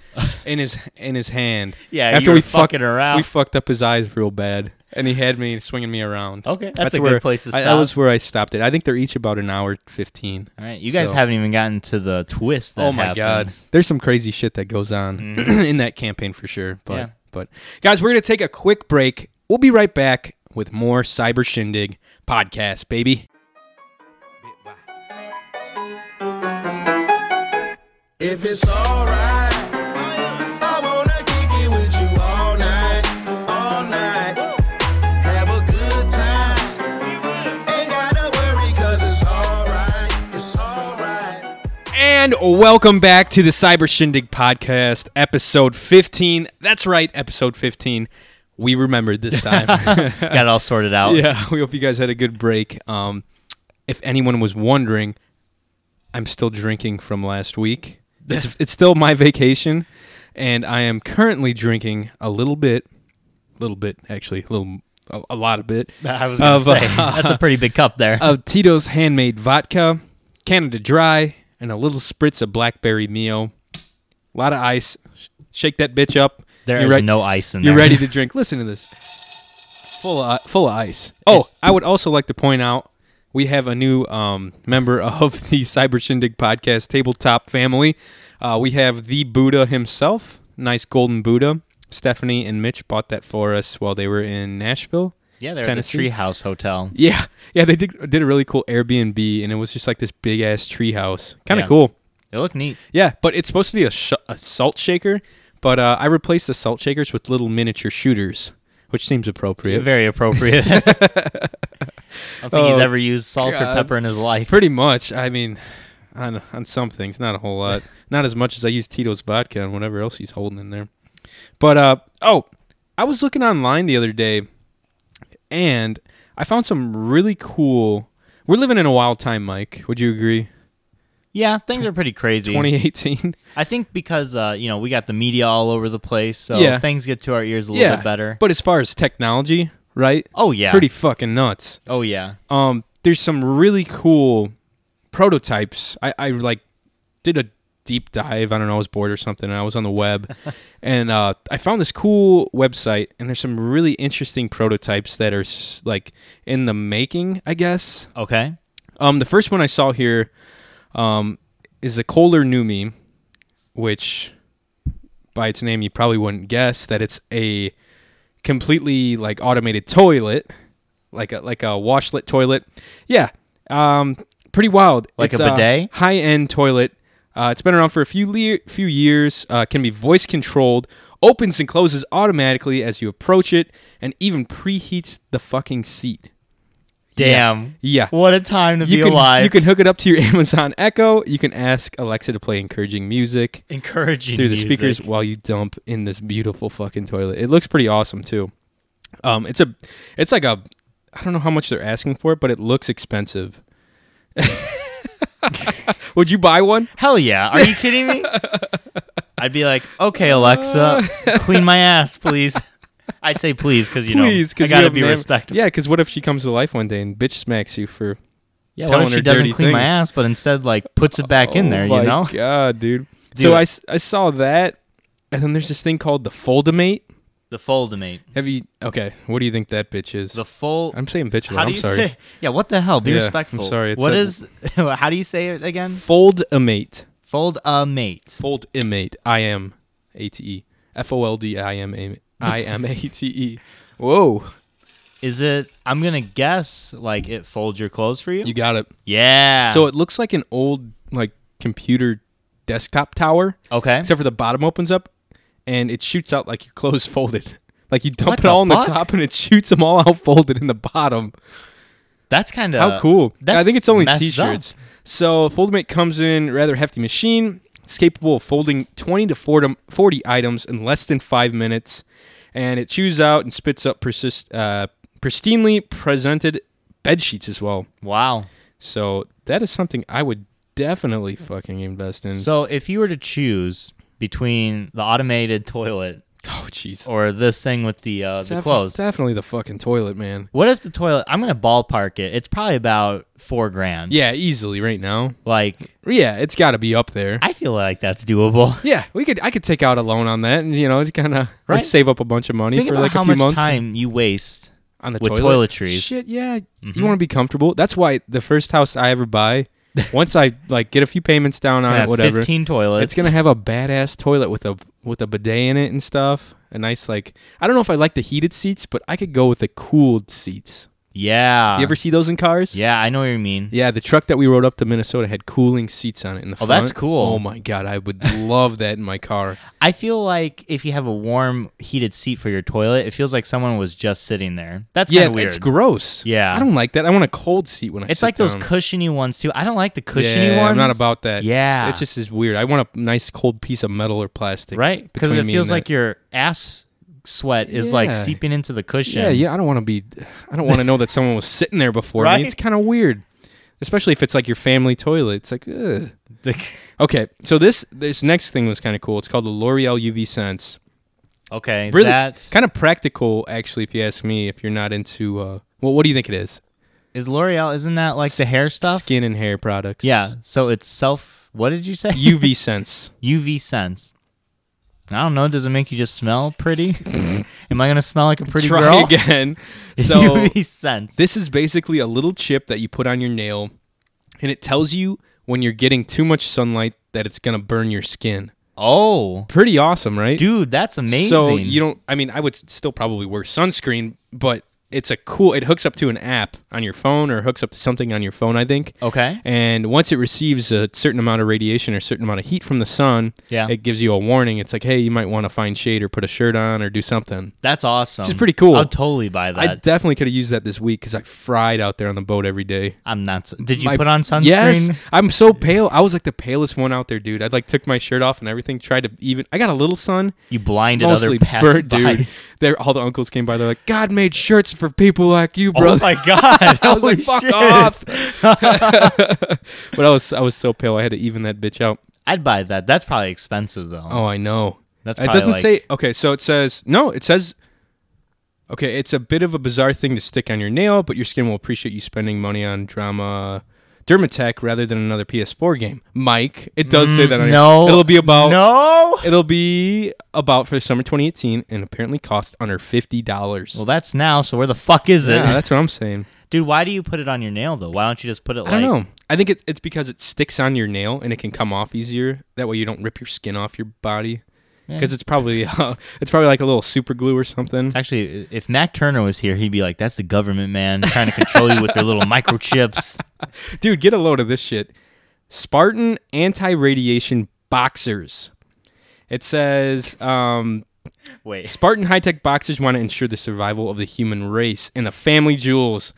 S1: in his, in his hand.
S2: Yeah, you were
S1: fuck-
S2: fucking around.
S1: we fucked up his eyes real bad, and he had me swinging me around.
S2: Okay, that's a good
S1: where,
S2: place to
S1: I- that
S2: stop.
S1: was where I stopped it. I think they're each about an hour fifteen.
S2: All right, you guys
S1: so-
S2: haven't even gotten to the twist. That
S1: oh my
S2: happens.
S1: god Mm-hmm. there's some crazy shit that goes on in that campaign for sure but
S2: Yeah.
S1: but guys we're gonna take a quick break we'll be right back with more cyber shindig podcast baby
S4: If it's alright, I wanna kick it with you all night, all night. Have a good time. Ain't gotta worry, cause it's alright, it's alright.
S1: and welcome back to the cyber shindig podcast episode 15 that's right episode 15 we remembered this time
S2: got it all sorted out.
S1: yeah we hope you guys had a good break um, if anyone was wondering i'm still drinking from last week it's, it's still my vacation and i am currently drinking a little bit little bit actually a little a, a lot of bit
S2: I was gonna
S1: Of,
S2: say
S1: uh,
S2: that's a pretty big cup there.
S1: of tito's handmade vodka canada dry and a little spritz of blackberry mio a lot of ice Sh- shake that bitch up
S2: there
S1: You're
S2: is
S1: right-
S2: no ice in there.
S1: you're ready to drink. Listen to this. Full of, full of ice. Oh, I would also like to point out we have a new um, member of the Cyber Shindig podcast tabletop family. Uh, we have the Buddha himself, nice golden Buddha. Stephanie and Mitch bought that for us while they were in Nashville.
S2: Yeah, they're
S1: Tennessee.
S2: at the Treehouse Hotel.
S1: Yeah, yeah, they did did a really cool Airbnb, and it was just like this big ass tree house. Kind of
S2: Yeah.
S1: cool.
S2: They look neat.
S1: Yeah, but it's supposed to be a, sh- a salt shaker, but uh, I replaced the salt shakers with little miniature shooters, which seems appropriate.
S2: Very appropriate. I don't think he's
S1: Oh,
S2: ever used salt or
S1: God.
S2: pepper in his life.
S1: Pretty much. I mean, on on some things, not a whole lot. not as much as I use Tito's vodka and whatever else he's holding in there. But uh oh, I was looking online the other day, and I found some really cool. We're living in a wild time, Mike. Would you agree?
S2: Yeah, things are pretty crazy.
S1: 2018.
S2: I think because uh, you know we got the media all over the place, so
S1: Yeah.
S2: things get to our ears a little
S1: yeah,
S2: bit better.
S1: But as far as technology, right?
S2: oh yeah,
S1: Pretty fucking nuts.
S2: Oh yeah,
S1: Um, there's some really cool prototypes. I, I like did a deep dive. I don't know, I was bored or something, and I was on the web, and uh, I found this cool website, and there's some really interesting prototypes that are s- like in the making, I guess.
S2: okay,
S1: Um, the first one I saw here um, is the Kohler new meme, which by its name you probably wouldn't guess that it's a completely like automated toilet, like a like a washlet toilet. Yeah, um, pretty wild.
S2: Like
S1: It's
S2: a bidet?
S1: high end toilet. Uh, it's been around for a few le- few years. Uh, can be voice controlled, opens and closes automatically as you approach it, and even preheats the fucking seat.
S2: damn,
S1: Yeah,
S2: what a time to be
S1: can,
S2: alive.
S1: You can hook it up to your Amazon Echo. You can ask Alexa to play encouraging music
S2: encouraging
S1: through the
S2: music.
S1: speakers while you dump in this beautiful fucking toilet. It looks pretty awesome too. Um, it's a, it's like a, I don't know how much they're asking for it, but it looks expensive. Would you buy one?
S2: Hell yeah! Are you kidding me? I'd be like, okay, Alexa, clean my ass, please. I'd say please because you
S1: Please,
S2: know I
S1: because
S2: gotta be respectful.
S1: Yeah, because what if she comes to life one day and bitch smacks you for
S2: Yeah, what
S1: telling
S2: if she
S1: her
S2: doesn't
S1: dirty
S2: clean my
S1: things.
S2: ass, but instead like puts it back in
S1: Oh
S2: there?
S1: my
S2: You know?
S1: God, dude.
S2: Dude.
S1: So I, s- I saw that, and then there's this thing called the Foldamate.
S2: The foldamate.
S1: Have you? Okay, what do you think that bitch is?
S2: The full.
S1: I'm saying bitch. a
S2: how
S1: lot,
S2: do
S1: I'm
S2: you
S1: sorry.
S2: say? Yeah, what the hell? Be
S1: Yeah, I'm
S2: respectful.
S1: sorry, it's
S2: What
S1: a-
S2: is? how do you say it again?
S1: Fold a mate.
S2: Fold a mate.
S1: Fold immate. I am A T E. F O L D I M A I M A T E. Whoa.
S2: Is it? I'm gonna guess like it folds your clothes for you.
S1: You got it.
S2: yeah.
S1: So it looks like an old like computer desktop tower,
S2: okay.
S1: except for the bottom opens up and it shoots out like your clothes folded. Like you dump
S2: What
S1: it all
S2: the
S1: in the
S2: fuck?
S1: top and it shoots them all out folded in the bottom.
S2: that's kind of
S1: How cool. I think it's only
S2: Uh, messed
S1: t shirts. So, Foldmate comes in rather hefty machine. It's capable of folding 20 to 40 40 items in less than five minutes. And it chews out and spits up persist, uh, pristinely presented bed sheets as well.
S2: up. Wow.
S1: So, that is something I would definitely fucking invest in.
S2: So if you were to choose between the automated toilet
S1: oh, jeez.
S2: or this thing with the uh, the
S1: Def-
S2: clothes,
S1: Definitely the fucking toilet, man.
S2: what if the toilet? I'm gonna ballpark it. It's probably about four grand.
S1: Yeah, easily right now.
S2: Like
S1: Yeah, it's got to be up there.
S2: I feel like that's doable.
S1: Yeah, we could. I could take out a loan on that, and you know, just kind of
S2: Right.
S1: save up a bunch of money
S2: Think
S1: for
S2: about
S1: like
S2: how
S1: a few
S2: much
S1: months
S2: time you waste.
S1: on the
S2: with
S1: toilet.
S2: toiletries. Mm-hmm.
S1: Shit, yeah. You want to be comfortable. That's why the first house I ever buy, once I like get a few payments down
S2: to
S1: on it,
S2: have
S1: whatever,
S2: Fifteen toilets.
S1: it's gonna have a badass toilet with a with a bidet in it and stuff. A nice like I don't know if I like the heated seats, but I could go with the cooled seats.
S2: Yeah.
S1: you ever see those in cars?
S2: Ah. yeah, I know what you mean.
S1: Yeah, the truck that we rode up to Minnesota had cooling seats on it in the
S2: Oh,
S1: front.
S2: that's cool.
S1: Oh my god, I would love that in my car.
S2: I feel like if you have a warm, heated seat for your toilet, it feels like someone was just sitting there. That's
S1: yeah,
S2: kind of weird.
S1: it's gross.
S2: Yeah.
S1: I don't like that. I want a cold seat when I.
S2: It's
S1: sit
S2: like those
S1: down.
S2: cushiony ones too. I don't like the cushiony
S1: um, yeah,
S2: ones.
S1: I'm not about that.
S2: Yeah,
S1: it just is weird. I want a nice cold piece of metal or plastic.
S2: right because
S1: between
S2: it
S1: me
S2: feels
S1: and
S2: like
S1: that.
S2: your ass sweat is like
S1: Yeah.
S2: seeping into the cushion.
S1: Yeah, yeah. I don't want to be. I don't want to know that someone was sitting there before
S2: Right?
S1: me. It's kind of weird, especially if it's like your family toilet. It's like. Ugh. Okay, so this this next thing was kind of cool. It's called the L'Oreal UV Sense.
S2: okay,
S1: Really,
S2: that
S1: kind of practical, actually. If you ask me, if you're not into, uh, well, what do you think it is?
S2: is L'Oreal. Isn't that like the hair stuff?
S1: Skin and hair products.
S2: Yeah. So it's self. What did you say?
S1: UV Sense.
S2: UV sense. I don't know. Does it make you just smell pretty? Am I gonna smell like a pretty
S1: Try
S2: girl?
S1: again. So
S2: UV sense.
S1: This is basically a little chip that you put on your nail, and it tells you when you're getting too much sunlight that it's gonna burn your skin.
S2: oh,
S1: Pretty awesome, right?
S2: dude, that's amazing.
S1: So you don't. I mean, I would still probably wear sunscreen, but it's a cool. It hooks up to an app on your phone, or hooks up to something on your phone. I think.
S2: okay?
S1: And once it receives a certain amount of radiation or certain amount of heat from the sun,
S2: Yeah.
S1: it gives you a warning. It's like, hey, you might want to find shade or put a shirt on or do something.
S2: That's awesome.
S1: Which is pretty cool.
S2: I'll totally buy
S1: I
S2: that.
S1: definitely could have used that this week because I fried out there on the boat every day.
S2: I, am not. Did you
S1: My-
S2: put on sunscreen?
S1: Yes, I'm so pale. I was like the palest one out there, dude. I like took my shirt off and everything. Tried to even. I got a little sun,
S2: You blinded
S1: mostly
S2: other
S1: burnt, dude.
S2: passerbys.
S1: There, all the uncles came by. They're like, "God made shirts for people like you,
S2: Oh
S1: brother.
S2: my god!
S1: I was like,
S2: Holy
S1: fuck
S2: shit.
S1: off. but I was I was so pale. I had to even that bitch out.
S2: I'd buy that. That's probably expensive though.
S1: Oh, I know.
S2: That's
S1: it
S2: probably
S1: doesn't
S2: like-
S1: say. Okay, so it says no. It says. Okay, it's a bit of a bizarre thing to stick on your nail, but your skin will appreciate you spending money on drama Dermatech rather than another PS4 game. Mike, it does say that on
S2: no.
S1: your, it'll be about
S2: No.
S1: it'll be about for summer 2018 and apparently cost under fifty dollars.
S2: Well, that's now. So where the fuck is it,
S1: yeah, that's what I'm saying.
S2: dude? Why do you put it on your nail though? Why don't you just put it like
S1: I don't know. I think it's it's because it sticks on your nail and it can come off easier. That way you don't rip your skin off your body. Because it's probably uh, it's probably like a little super glue or something.
S2: It's actually, if Mac Turner was here, he'd be like, "That's the government, man, trying to control you with their little microchips."
S1: Dude, get a load of this shit. Spartan anti-radiation boxers. It says um,
S2: Wait,
S1: Spartan high-tech boxers want to ensure the survival of the human race and the family jewels.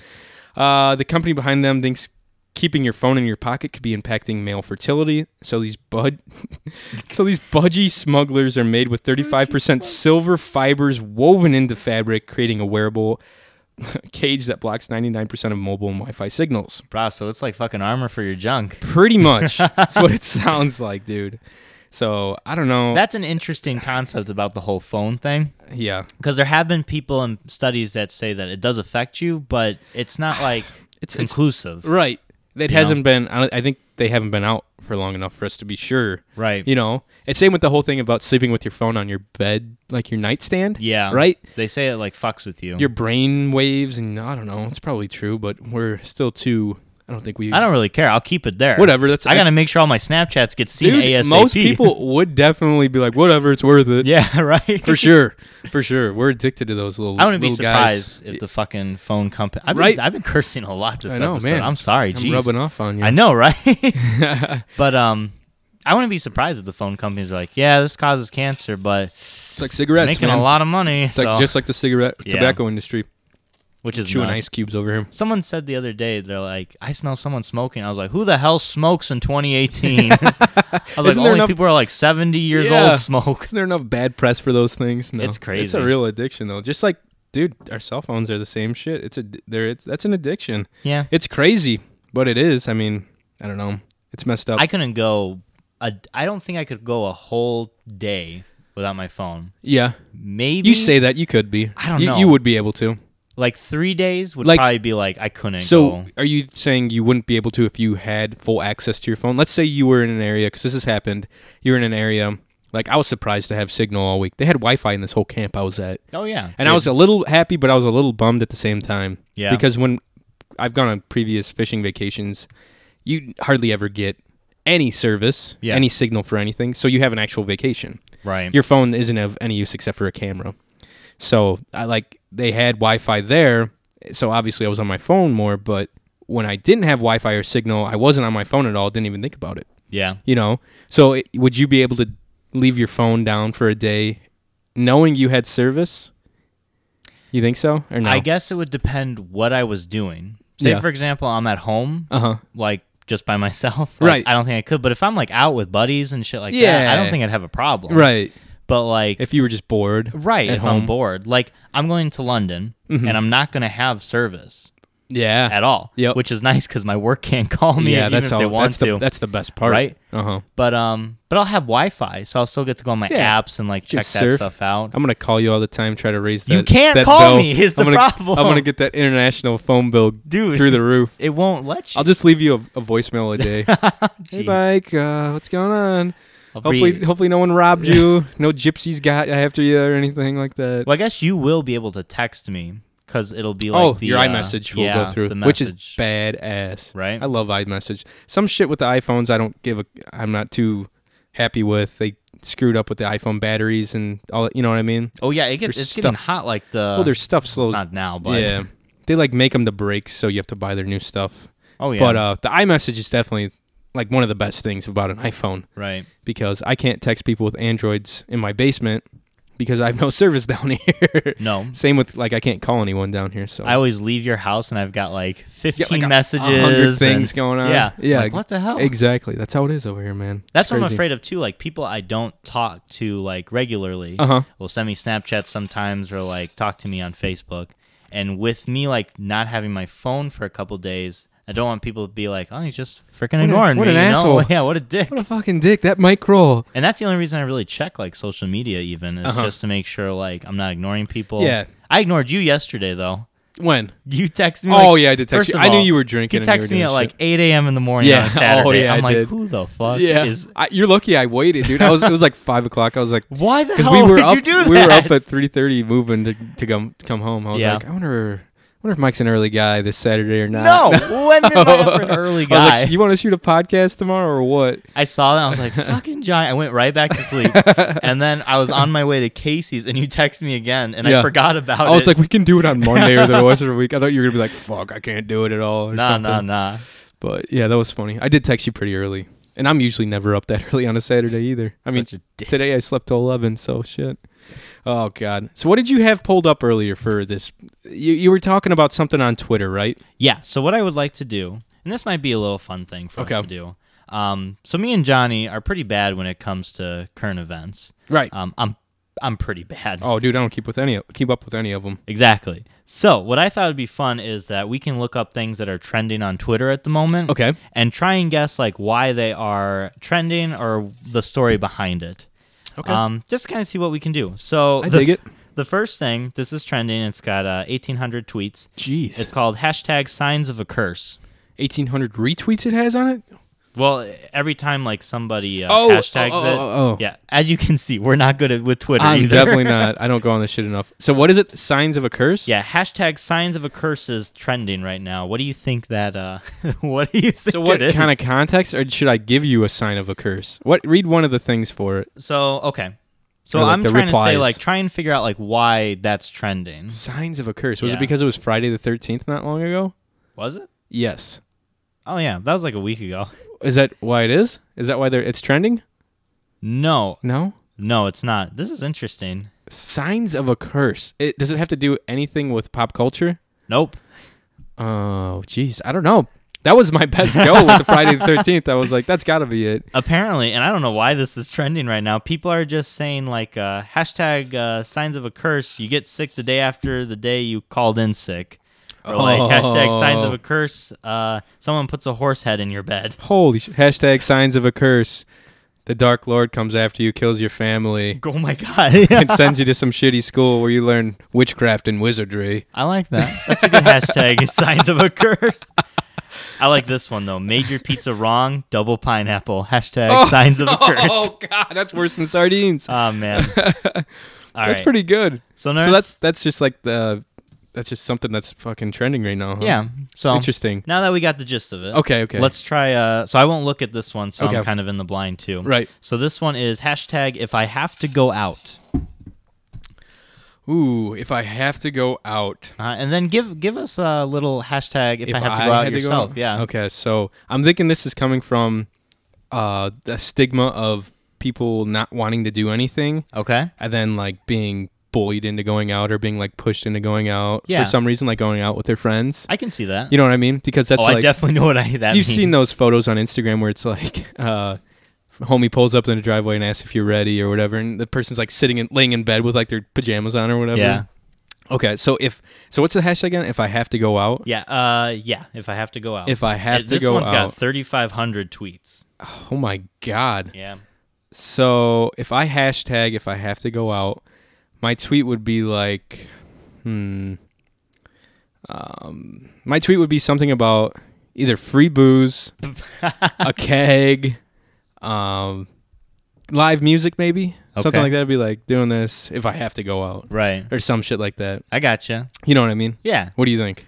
S1: Uh, the company behind them thinks keeping your phone in your pocket could be impacting male fertility. So these bud, so these budgie smugglers are made with 35% silver fibers woven into fabric, creating a wearable cage that blocks 99% of mobile and Wi-Fi signals.
S2: bro, so it's like fucking armor for your junk.
S1: Pretty much, that's what it sounds like, dude. So I don't know.
S2: That's an interesting concept about the whole phone thing,
S1: yeah,
S2: because there have been people and studies that say that it does affect you, but it's not like
S1: It's- it's-
S2: it's conclusive.
S1: Right. It
S2: You
S1: hasn't been. I I think they haven't been out for long enough for us to be sure.
S2: Right.
S1: You know. It's same with the whole thing about sleeping with your phone on your bed, like your nightstand.
S2: Yeah.
S1: Right.
S2: They say it like fucks with you.
S1: Your brain waves, and I don't know. It's probably true, but we're still too. I don't think we.
S2: I don't really care. I'll keep it there.
S1: Whatever, that's-
S2: I, gotta make sure all my Snapchats get seen
S1: Dude,
S2: ASAP.
S1: most people would definitely be like, whatever, it's worth it.
S2: yeah. Right.
S1: For sure. For sure. We're addicted to those little.
S2: I wouldn't be
S1: little guys.
S2: surprised if the fucking phone company. I've,
S1: Right.
S2: been, I've been cursing a lot this
S1: I know,
S2: episode.
S1: man.
S2: I'm sorry.
S1: I'm
S2: Jeez.
S1: rubbing off on you.
S2: I know, right? but um, I wouldn't be surprised if the phone companies are like, "Yeah, this causes cancer, but
S1: It's like cigarettes,
S2: making
S1: man.
S2: a lot of money."
S1: It's like
S2: so-
S1: just like the cigarette
S2: Yeah.
S1: tobacco industry.
S2: which is
S1: Chewing
S2: nuts.
S1: ice cubes over here.
S2: Someone said the other day, they're like, "I smell someone smoking." I was like, "Who the hell smokes in 2018?" I was like,
S1: Isn't there
S2: "Only
S1: enough-
S2: people who are like 70 years
S1: Yeah.
S2: old smoke."
S1: Isn't there enough bad press for those things? No.
S2: It's crazy.
S1: It's a real addiction though. Just like dude, our cell phones are the same shit. It's a there it's that's an addiction.
S2: Yeah,
S1: It's crazy, but it is. I mean, I don't know. It's messed up.
S2: I couldn't go. A, I don't think I could go a whole day without my phone.
S1: yeah.
S2: Maybe
S1: You say that you could be.
S2: Mm. I don't
S1: You-
S2: know.
S1: You would be able to.
S2: like three days would
S1: Like-
S2: probably be like I couldn't.
S1: So,
S2: go.
S1: are you saying you wouldn't be able to if you had full access to your phone? Let's say you were in an area cuz this has happened. You're in an area like I was surprised to have signal all week. They had Wi-Fi in this whole camp I was at.
S2: oh yeah,
S1: And I was a little happy, but I was a little bummed at the same time.
S2: Yeah.
S1: Because when I've gone on previous fishing vacations, you hardly ever get any service,
S2: Yeah.
S1: any signal for anything. So you have an actual vacation.
S2: right.
S1: Your phone isn't of any use except for a camera. So I like they had Wi Fi there. So obviously I was on my phone more, but when I didn't have Wi Fi or signal, I wasn't on my phone at all. Didn't even think about it.
S2: yeah,
S1: You know? So it, would you be able to leave your phone down for a day knowing you had service? You think so? Or no?
S2: I guess it would depend what I was doing. Say
S1: Yeah.
S2: for example, I'm at home,
S1: Uh-huh.
S2: like just by myself. like,
S1: Right.
S2: I don't think I could. But if I'm like out with buddies and shit like that, I
S1: Yeah.
S2: don't think I'd have a problem.
S1: Right.
S2: But like
S1: If you were just bored.
S2: right,
S1: At
S2: if
S1: home. Mm-hmm.
S2: I'm bored, like I'm going to London and I'm not going to have service
S1: Yeah.
S2: at all.
S1: Yep.
S2: Which is nice because my work can't call me.
S1: yeah,
S2: even
S1: that's
S2: if
S1: all.
S2: they want
S1: that's
S2: to.
S1: The, that's the best part.
S2: Right?
S1: Uh huh.
S2: but um, but I'll have Wi-Fi, so I'll still get to go on my
S1: Yeah.
S2: apps and like check
S1: Just
S2: that
S1: surf.
S2: stuff out.
S1: I'm gonna call you all the time. Try to raise that.
S2: You can't
S1: that
S2: call
S1: bill.
S2: me, is the
S1: I'm gonna,
S2: problem.
S1: I'm gonna get that international phone bill,
S2: Dude.
S1: through the roof.
S2: it won't let you.
S1: I'll just leave you a, a voicemail a day. hey,
S2: Jeez.
S1: Mike, uh, what's going on?
S2: I'll
S1: Hopefully,
S2: be-
S1: hopefully no one robbed you. no gypsies got after you or anything like that.
S2: Well, I guess you will be able to text me because it'll be like
S1: oh,
S2: the,
S1: your
S2: uh,
S1: iMessage will go
S2: yeah,
S1: through,
S2: the
S1: which is
S2: message.
S1: badass.
S2: Right?
S1: I love iMessage. Some shit with the iPhones, I don't give a. I'm not too happy with. They screwed up with the iPhone batteries and all. that, You know what I mean?
S2: Oh yeah, it gets
S1: There's
S2: it's getting
S1: stuff-
S2: hot like the.
S1: well, their stuff
S2: Uh, it's
S1: slows.
S2: not now, but
S1: yeah, they like make them the breaks, so you have to buy their new stuff.
S2: Oh yeah,
S1: But uh, the iMessage is definitely like one of the best things about an iPhone
S2: right.
S1: because I can't text people with Androids in my basement because I have no service down here.
S2: No.
S1: Same with like I can't call anyone down here. So
S2: I always leave your house and I've got like
S1: Yeah,
S2: fifteen
S1: like a- a
S2: messages,
S1: hundred things
S2: and-
S1: going on.
S2: Yeah, I'm
S1: yeah.
S2: like, what the hell?
S1: Exactly. That's how it is over here, man.
S2: That's
S1: It's
S2: what I'm
S1: crazy.
S2: afraid of too. Like people I don't talk to like regularly
S1: Uh-huh.
S2: will send me Snapchats sometimes or like talk to me on Facebook, And with me like not having my phone for a couple days, I don't want people to be like, "Oh, he's just freaking ignoring
S1: what
S2: me."
S1: an
S2: you know?
S1: asshole.
S2: Yeah, what a dick.
S1: What a fucking dick. That mic roll.
S2: and that's the only reason I really check like social media even is
S1: Uh-huh.
S2: just to make sure like I'm not ignoring people.
S1: Yeah.
S2: I ignored you yesterday though.
S1: When?
S2: You texted me.
S1: Oh,
S2: like-
S1: yeah, I did text
S2: first
S1: you.
S2: of
S1: I knew
S2: all,
S1: you were drinking and
S2: He
S1: you were
S2: texted
S1: doing
S2: me at like
S1: shit.
S2: 8 a.m. in the morning
S1: Yeah.
S2: on
S1: Oh,
S2: a Saturday.
S1: yeah,
S2: I'm
S1: I
S2: like,
S1: did.
S2: who the fuck
S1: Yeah.
S2: is?
S1: I, you're lucky I waited, dude. I was, it was like 5 o'clock. I was like,
S2: Why the
S1: Because
S2: hell
S1: we were
S2: did
S1: up,
S2: you do that?
S1: we were up at three thirty, moving to to come come home. I was
S2: Yeah.
S1: like, I wonder, wonder if Mike's an early guy this Saturday or not.
S2: no, when am I ever an early
S1: I was
S2: guy? I,
S1: like, Oh, you want to shoot a podcast tomorrow or what?
S2: saw that. I was like, fucking Johnny. I went right back to sleep. and then I was on my way to Casey's, and you text me again, and
S1: Yeah.
S2: I forgot about it.
S1: I was like, we can do it on Monday or the rest of the week. I thought you were gonna be like, fuck, I can't do it at all. Or
S2: nah,
S1: something.
S2: nah, nah.
S1: But yeah, that was funny. I did text you pretty early, and I'm usually never up that early on a Saturday either. I mean,
S2: Such a dick.
S1: today I slept till eleven, so shit. Oh god. So what did you have pulled up earlier for this? You you were talking about something on Twitter, right?
S2: Yeah. So what I would like to do, and this might be a little fun thing for
S1: Okay.
S2: us to do. Um, so me and Johnny are pretty bad when it comes to current events.
S1: Right.
S2: Um, I'm I'm pretty bad.
S1: Oh, dude, I don't keep with any keep up with any of them.
S2: Exactly. So what I thought would be fun is that we can look up things that are trending on Twitter at the moment.
S1: Okay.
S2: And try and guess like why they are trending or the story behind it.
S1: Okay.
S2: Um, just kind of see what we can do. So
S1: I
S2: the,
S1: dig it.
S2: The first thing, this is trending. It's got uh, 1,800 tweets.
S1: Jeez,
S2: It's called hashtag signs of a curse.
S1: eighteen hundred retweets it has on it.
S2: Well, every time like somebody uh,
S1: Oh,
S2: hashtags
S1: oh, oh,
S2: it,
S1: oh, oh.
S2: yeah. As you can see, we're not good at with Twitter
S1: I'm
S2: either.
S1: definitely not. I don't go on this shit enough. So what is it? Signs of a curse?
S2: Yeah, hashtag signs of a curse is trending right now. What do you think that? uh What do you think?
S1: So what
S2: it is?
S1: kind of context, or should I give you a sign of a curse? What? Read one of the things for it.
S2: So okay, so
S1: Or, like,
S2: I'm
S1: the
S2: trying to
S1: replies.
S2: say like try and figure out like why that's trending.
S1: Signs of a curse. Was it
S2: Yeah.
S1: because it was Friday the thirteenth not long ago?
S2: Was it?
S1: Yes.
S2: Oh yeah, that was like a week ago.
S1: Is that why it is? Is that why they're, it's trending?
S2: No,
S1: No.
S2: no, it's not. This is interesting.
S1: Signs of a curse. It, does it have to do anything with pop culture?
S2: Nope.
S1: Oh, jeez. I don't know. That was my best go with the Friday the 13th. I was like, that's got to be it.
S2: Apparently, and I don't know why this is trending right now. People are just saying like uh, hashtag uh, signs of a curse. You get sick the day after the day you called in sick. Or like hashtag signs
S1: Oh.
S2: of a curse. Uh, someone puts a horse head in your bed.
S1: Holy sh- Hashtag signs of a curse. The Dark Lord comes after you, kills your family,
S2: Oh my god!
S1: and sends you to some shitty school where you learn witchcraft and wizardry.
S2: I like that. That's a good hashtag. Signs of a curse. I like this one though. Made your pizza wrong. Double pineapple. Hashtag signs of a curse.
S1: Oh, God. That's worse than sardines.
S2: Oh man. All right.
S1: that's pretty good.
S2: So,
S1: So that's that's just like the. That's just something that's fucking trending right now. Huh?
S2: yeah. So
S1: Interesting.
S2: Now that we got the gist of it.
S1: Okay, okay.
S2: Let's try. Uh, so I won't look at this one. So
S1: Okay.
S2: I'm kind of in the blind too.
S1: Right.
S2: So this one is hashtag if I have to go out.
S1: Ooh, if I have to go out.
S2: Uh, and then give give us a little hashtag if, I have to go
S1: had
S2: out
S1: to go
S2: yourself.
S1: out-
S2: yeah.
S1: Okay, so I'm thinking this is coming from uh, the stigma of people not wanting to do anything,
S2: Okay.
S1: and then like being bullied into going out or being like pushed into going out
S2: Yeah.
S1: for some reason, like going out with their friends.
S2: I can see that.
S1: You know what I mean? Because that's
S2: oh,
S1: like
S2: I definitely know what I that.
S1: you've seen
S2: means.
S1: those photos on Instagram where it's like. Uh, Homie pulls up in the driveway and asks if you're ready or whatever, and the person's like sitting and laying in bed with like their pajamas on or whatever.
S2: Yeah.
S1: Okay, so if so, what's the hashtag again? If I have to go out,
S2: Yeah. Uh. Yeah. If I have to go out.
S1: If I have
S2: Uh,
S1: to
S2: this
S1: go
S2: one's
S1: out.
S2: got 3,500 tweets.
S1: oh my god,
S2: Yeah.
S1: So if I hashtag if I have to go out, my tweet would be like, hmm, um, my tweet would be something about either free booze, a keg, um, live music maybe something
S2: Okay.
S1: like that. Would be like doing this if I have to go out
S2: Right.
S1: or some shit like that.
S2: I gotcha.
S1: You know what I mean?
S2: Yeah.
S1: What do you think?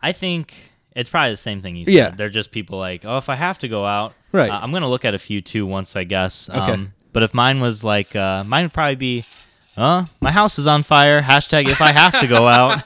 S2: I think it's probably the same thing you said.
S1: Yeah.
S2: They're just people like, oh, if I have to go out,
S1: Right.
S2: uh, I'm gonna look at a few too once I guess. Um,
S1: Okay.
S2: But if mine was like, uh, mine would probably be, uh, my house is on fire. Hashtag if I have to go out.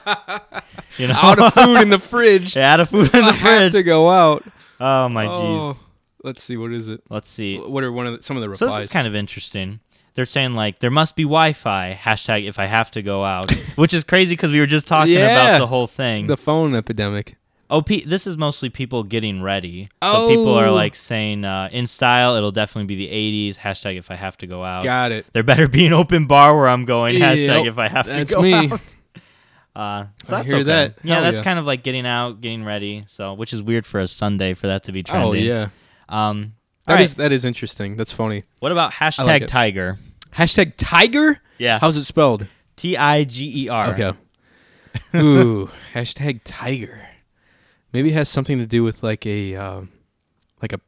S2: you know,
S1: Out of food in the fridge.
S2: yeah, out of food in
S1: I
S2: the
S1: have to
S2: fridge.
S1: go out.
S2: Oh my jeez.
S1: Oh, let's see. What is it?
S2: Let's see.
S1: What are one of the, some of the replies?
S2: So this is kind of interesting. They're saying like there must be Wi-Fi. Hashtag if I have to go out, which is crazy because we were just talking
S1: Yeah.
S2: about the whole thing.
S1: the phone epidemic.
S2: oh, pe- this is mostly people getting ready. So people are
S1: Oh.
S2: like saying uh, in style, it'll definitely be the '80s. Hashtag if I have to go out.
S1: Got it.
S2: There better be an open bar where I'm going. Oh.
S1: Yep,
S2: Hashtag if I have to
S1: that's
S2: go
S1: me. Oh,
S2: out. Uh, so
S1: I
S2: that's
S1: hear
S2: okay.
S1: that.
S2: Yeah,
S1: Hell
S2: that's
S1: yeah.
S2: kind of like getting out, getting ready. So, which is weird for a Sunday for that to be trendy.
S1: Oh yeah,
S2: Um,
S1: that
S2: all right.
S1: is that is interesting. That's funny.
S2: what about hashtag
S1: like it.
S2: Tiger?
S1: Hashtag Tiger.
S2: Yeah.
S1: How's it spelled?
S2: T I G E R.
S1: Okay. Ooh, hashtag Tiger. Maybe it has something to do with like a um, like a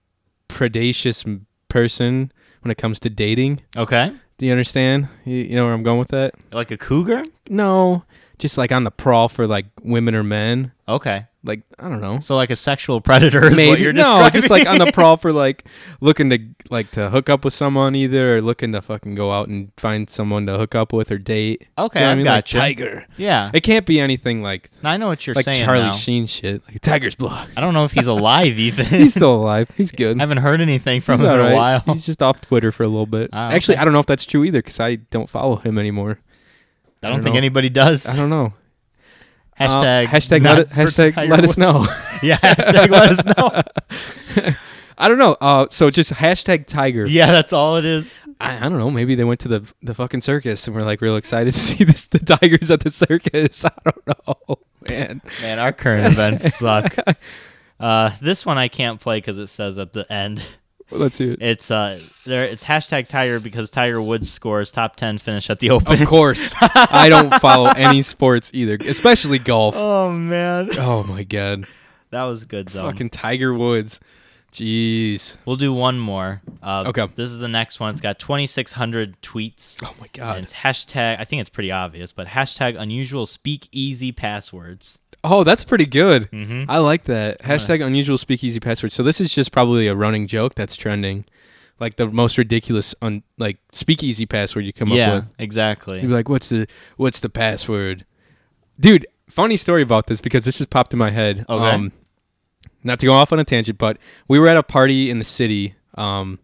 S1: predacious m- person when it comes to dating.
S2: Okay.
S1: Do you understand? You, you know where I'm going with that?
S2: Like a cougar.
S1: No, just like on the prowl for like women or men.
S2: Okay.
S1: Like I don't know.
S2: So like a sexual predator is what
S1: Maybe
S2: you're
S1: no,
S2: describing.
S1: just like on the prowl for like looking to like to hook up with someone either, or looking to fucking go out and find someone to hook up with or date.
S2: Okay,
S1: you know what
S2: I've
S1: I mean?
S2: got you.
S1: like, Tiger.
S2: yeah.
S1: It can't be anything like
S2: I know what you're
S1: like
S2: saying.
S1: Charlie
S2: now.
S1: Sheen shit, like Tiger's Block.
S2: I don't know if he's alive, Ethan.
S1: He's still alive. He's good.
S2: I haven't heard anything from
S1: He's
S2: him in
S1: alright.
S2: a while.
S1: He's just off Twitter for a little bit.
S2: Ah,
S1: Actually,
S2: okay.
S1: I don't know if that's true either because I don't follow him anymore.
S2: I
S1: I
S2: don't
S1: don't
S2: think
S1: know.
S2: anybody does.
S1: I don't know. Uh,
S2: Hashtag
S1: hashtag
S2: not
S1: let, it-
S2: for
S1: hashtag
S2: Tiger
S1: let
S2: Woods.
S1: us know.
S2: Yeah, hashtag let us know.
S1: I don't know. Uh, so just hashtag Tiger.
S2: Yeah, that's all it is.
S1: I, I don't know. Maybe they went to the the fucking circus and were like real excited to see this the tigers at the circus. I don't know, man.
S2: Man, our current events suck. Uh, this one I can't play because it says at the end.
S1: Well, let's hear it.
S2: It's uh, there. It's hashtag Tiger because Tiger Woods scores top ten finish at the Open.
S1: Of course, I don't follow any sports either, especially golf.
S2: Oh man,
S1: Oh my god,
S2: that was good though.
S1: fucking Tiger Woods. Jeez.
S2: We'll do one more. Uh,
S1: Okay.
S2: This is the next one. It's got twenty six hundred tweets.
S1: Oh my
S2: And
S1: god.
S2: it's hashtag. I think it's pretty obvious, but hashtag unusual speakeasy passwords.
S1: Oh, that's pretty good. I like that. Hashtag unusual speakeasy password. So this is just probably a running joke that's trending, like the most ridiculous un- like speakeasy password you come up
S2: yeah,
S1: with.
S2: exactly.
S1: You'd be like, "What's the what's the password?" Dude, funny story about this because this just popped in my head. Um,
S2: Okay.
S1: not to go off on a tangent, but we were at a party in the city. Um,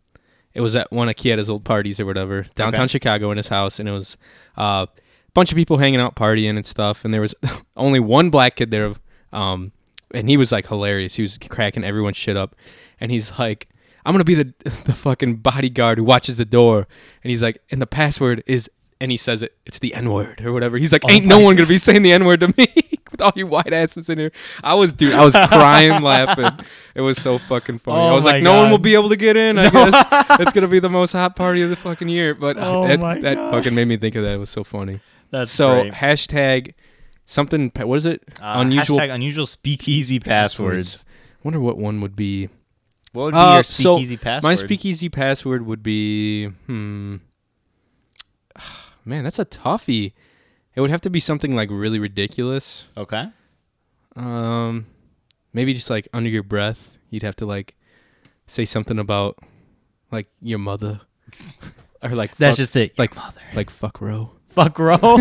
S1: it was at one of Kieta's old parties or whatever, downtown
S2: Okay.
S1: Chicago, in his house, and it was uh, a bunch of people hanging out, partying and stuff. And there was only one black kid there, um, and he was like hilarious. He was cracking everyone's shit up, and he's like. I'm gonna be the the fucking bodyguard who watches the door, and he's like, and the password is, and he says it, it's the N word or whatever. He's like,
S2: Oh
S1: ain't no one gonna be saying the N word to me with all you white asses in here. I was, dude, I was crying laughing. It was so fucking funny.
S2: Oh
S1: I was
S2: my
S1: like, no one
S2: God.
S1: will be able to get in. I guess it's gonna be the most hot party of the fucking year. But uh,
S2: Oh
S1: that,
S2: my
S1: that
S2: God.
S1: fucking made me think of that. It was so funny.
S2: That's
S1: so
S2: great.
S1: hashtag something. pa- What is it?
S2: Uh,
S1: Unusual
S2: hashtag unusual speakeasy passwords.
S1: Wonder what one would be.
S2: What would be
S1: Uh,
S2: your
S1: so
S2: speakeasy password?
S1: My speakeasy password would be hmm. Man, that's a toughie. It would have to be something like really ridiculous.
S2: Okay.
S1: Um, maybe just like under your breath, you'd have to like say something about like your mother, or like
S2: That's
S1: fuck,
S2: just it.
S1: like
S2: mother.
S1: like fuck row.
S2: Fuck row.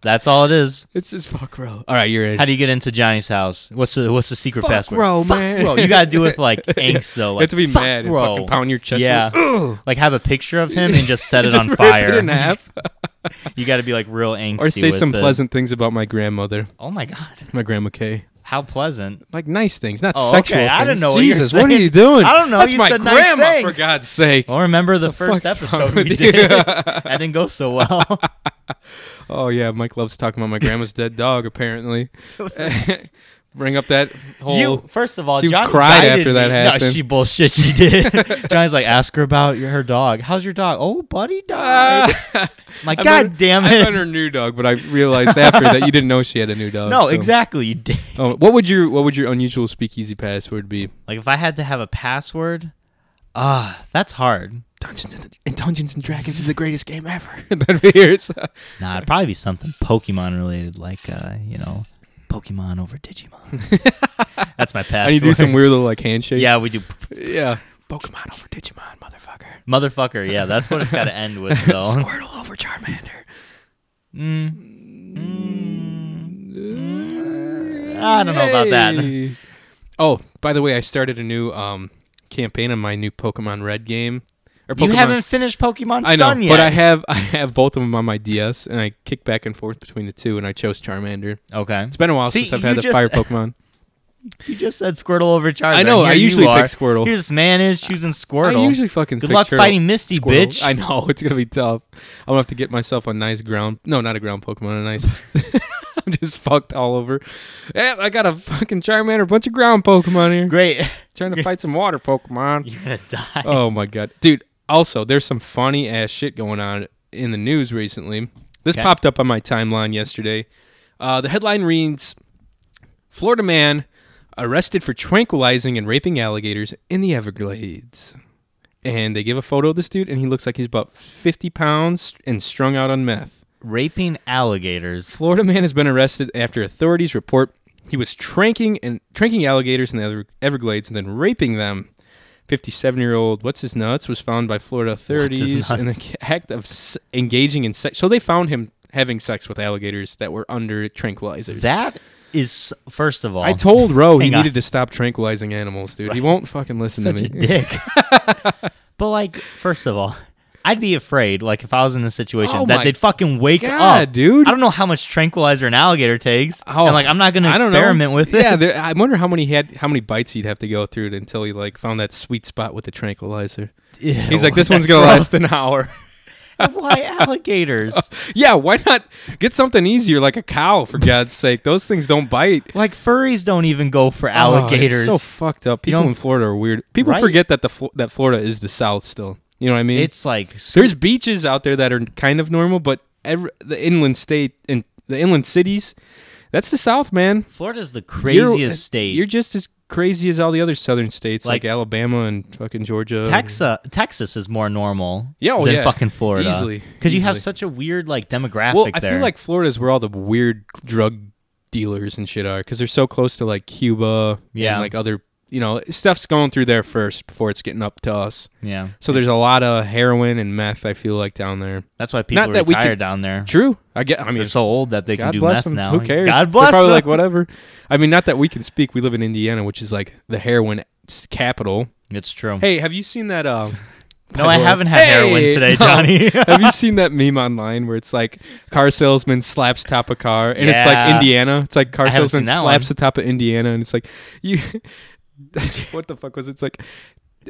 S2: That's all it is.
S1: It's just fuck row. All right, you're in.
S2: How do you get into Johnny's house? What's the what's the secret
S1: fuck
S2: password?
S1: row,
S2: Fuck
S1: man.
S2: row. You gotta do it with like angst though.
S1: you
S2: Like,
S1: have to be
S2: fuck
S1: mad and
S2: row.
S1: fucking pound your chest.
S2: Yeah. like have a picture of him and just set it on
S1: Rip
S2: fire.
S1: it in half,
S2: You gotta be like real angsty.
S1: or say
S2: with
S1: some
S2: it.
S1: pleasant things about my grandmother,
S2: Oh my god.
S1: my grandma Kay.
S2: How pleasant.
S1: like nice things, not
S2: Oh,
S1: sexual.
S2: okay. I
S1: things.
S2: didn't know what you were
S1: Jesus, what are
S2: saying.
S1: you doing?
S2: I don't know.
S1: That's
S2: You
S1: my
S2: said nice
S1: grandma,
S2: things.
S1: for God's sake.
S2: Well remember the, first
S1: fuck's wrong
S2: episode we
S1: with you?
S2: did. that didn't go so well.
S1: Oh yeah, Mike loves talking about my grandma's dead dog. Apparently, bring up that whole.
S2: You first of all,
S1: Oh. She
S2: Johnny
S1: cried
S2: guided
S1: after that
S2: me. No,
S1: happened.
S2: she bullshit. She did. Johnny's like, ask her about your, her dog. How's your dog? Oh, buddy died. I'm like,
S1: Ah, I
S2: God
S1: met-
S2: damn
S1: I met
S2: it!
S1: her new dog, but I realized after that you didn't know she had a new dog. so-
S2: No, exactly. You did.
S1: Oh, what would your What would your unusual speakeasy password be?
S2: Like, if I had to have a password, ah, that's hard.
S1: Dungeons and, and Dungeons and Dragons is the greatest game ever. That'd be yours.
S2: Nah, it'd probably be something Pokemon related, like uh, you know, Pokemon over Digimon. that's my password.
S1: And you do some weird little like handshake.
S2: Yeah, we do.
S1: yeah. Pokemon over Digimon, motherfucker.
S2: Motherfucker. Yeah, that's what it's got to end with, though.
S1: Squirtle over Charmander.
S2: Mm. Uh, I don't know about that.
S1: Hey. Oh, by the way, I started a new um, campaign on my new Pokemon Red game. Or
S2: You haven't finished Pokemon
S1: I know,
S2: Sun yet.
S1: but I have I have both of them on my DS, and I kick back and forth between the two, and I chose Charmander.
S2: Okay.
S1: It's been a while
S2: See,
S1: since I've
S2: you
S1: had the
S2: just-
S1: Fire Pokemon.
S2: You just said Squirtle over Charizard.
S1: I know,
S2: Here
S1: I
S2: you
S1: usually pick
S2: are.
S1: Squirtle.
S2: Here this man is choosing Squirtle.
S1: I usually fucking
S2: Good
S1: pick
S2: luck
S1: Turtle.
S2: fighting Misty,
S1: Squirtle.
S2: bitch.
S1: I know it's gonna be tough. I'm gonna have to get myself a nice ground. No, not a ground Pokemon. A nice. I'm just fucked all over. Yeah, I got a fucking Charmander, a bunch of ground Pokemon here.
S2: Great.
S1: Trying to fight some water Pokemon.
S2: You're gonna die.
S1: Oh my god, dude. Also, there's some funny ass shit going on in the news recently. This
S2: Okay.
S1: popped up on my timeline yesterday. Uh, the headline reads: Florida man arrested for tranquilizing and raping alligators in the Everglades. And they give a photo of this dude, and he looks like he's about 50 pounds and strung out on meth.
S2: Raping alligators.
S1: Florida man has been arrested after authorities report he was tranking and tranking alligators in the Ever- Everglades and then raping them. 57-year-old what's his nuts was found by Florida authorities in the act of s- engaging in sex. So they found him having sex with alligators that were under tranquilizers.
S2: That is first of all.
S1: I told Roe he
S2: Hang on.
S1: needed to stop tranquilizing animals, dude. He won't fucking listen
S2: such
S1: to me.
S2: a dick. but like, first of all, I'd be afraid, like if I was in this situation,
S1: Oh my
S2: that they'd fucking wake
S1: God,
S2: up,
S1: dude.
S2: I don't know how much tranquilizer an alligator takes,
S1: Oh,
S2: and like I'm not gonna
S1: I don't know.
S2: experiment with it.
S1: Yeah, there, I wonder how many he had how many bites he'd have to go through to, until he like found that sweet spot with the tranquilizer.
S2: Ew,
S1: He's like, this one's
S2: that's
S1: gonna
S2: gross.
S1: last an hour.
S2: Why alligators?
S1: Yeah, why not get something easier like a cow for God's sake? Those things don't bite.
S2: like furries don't even go for
S1: Oh, it's
S2: alligators.
S1: so fucked up.
S2: You
S1: People
S2: don't-
S1: in Florida are weird. People
S2: Right.
S1: forget that the Flo- that Florida is the South still. You know what I mean?
S2: it's like su-
S1: there's beaches out there that are kind of normal, but every, the inland state and the inland cities, that's the South, man.
S2: Florida's the
S1: You're- eh,
S2: craziest state.
S1: You're just as crazy as all the other southern states like,
S2: Like-
S1: Alabama and fucking Georgia.
S2: Texas, Texas is more normal
S1: Yeah, oh,
S2: than
S1: yeah.
S2: fucking Florida.
S1: Easily,
S2: Because you have
S1: easily.
S2: such a weird like demographic
S1: Well, I
S2: there.
S1: feel like Florida's where all the weird drug dealers and shit are because they're so close to like Cuba
S2: Yeah.
S1: and like other, you know, stuff's going through there first before it's getting up to us.
S2: yeah,
S1: So there's a lot of heroin and meth, I feel like, down there.
S2: that's why people
S1: Not that we
S2: retire
S1: could-
S2: down there.
S1: True. I get, I mean,
S2: They're so old that they
S1: God
S2: can do
S1: bless
S2: meth
S1: them.
S2: now.
S1: Who cares?
S2: God
S1: They're
S2: bless
S1: probably
S2: them.
S1: like, whatever. I mean, not that we can speak. We live in Indiana, which is like the heroin s- capital.
S2: It's true.
S1: Hey, have you seen that? Um,
S2: no, I
S1: Pandora?
S2: haven't had heroin
S1: Hey!
S2: today,
S1: No.
S2: Johnny.
S1: Have you seen that meme online where it's like car salesman slaps top of car and it's like
S2: Yeah.
S1: Indiana? It's like car
S2: I haven't
S1: salesman
S2: seen that
S1: slaps
S2: one.
S1: the top of Indiana and it's like you what the fuck was it? It's like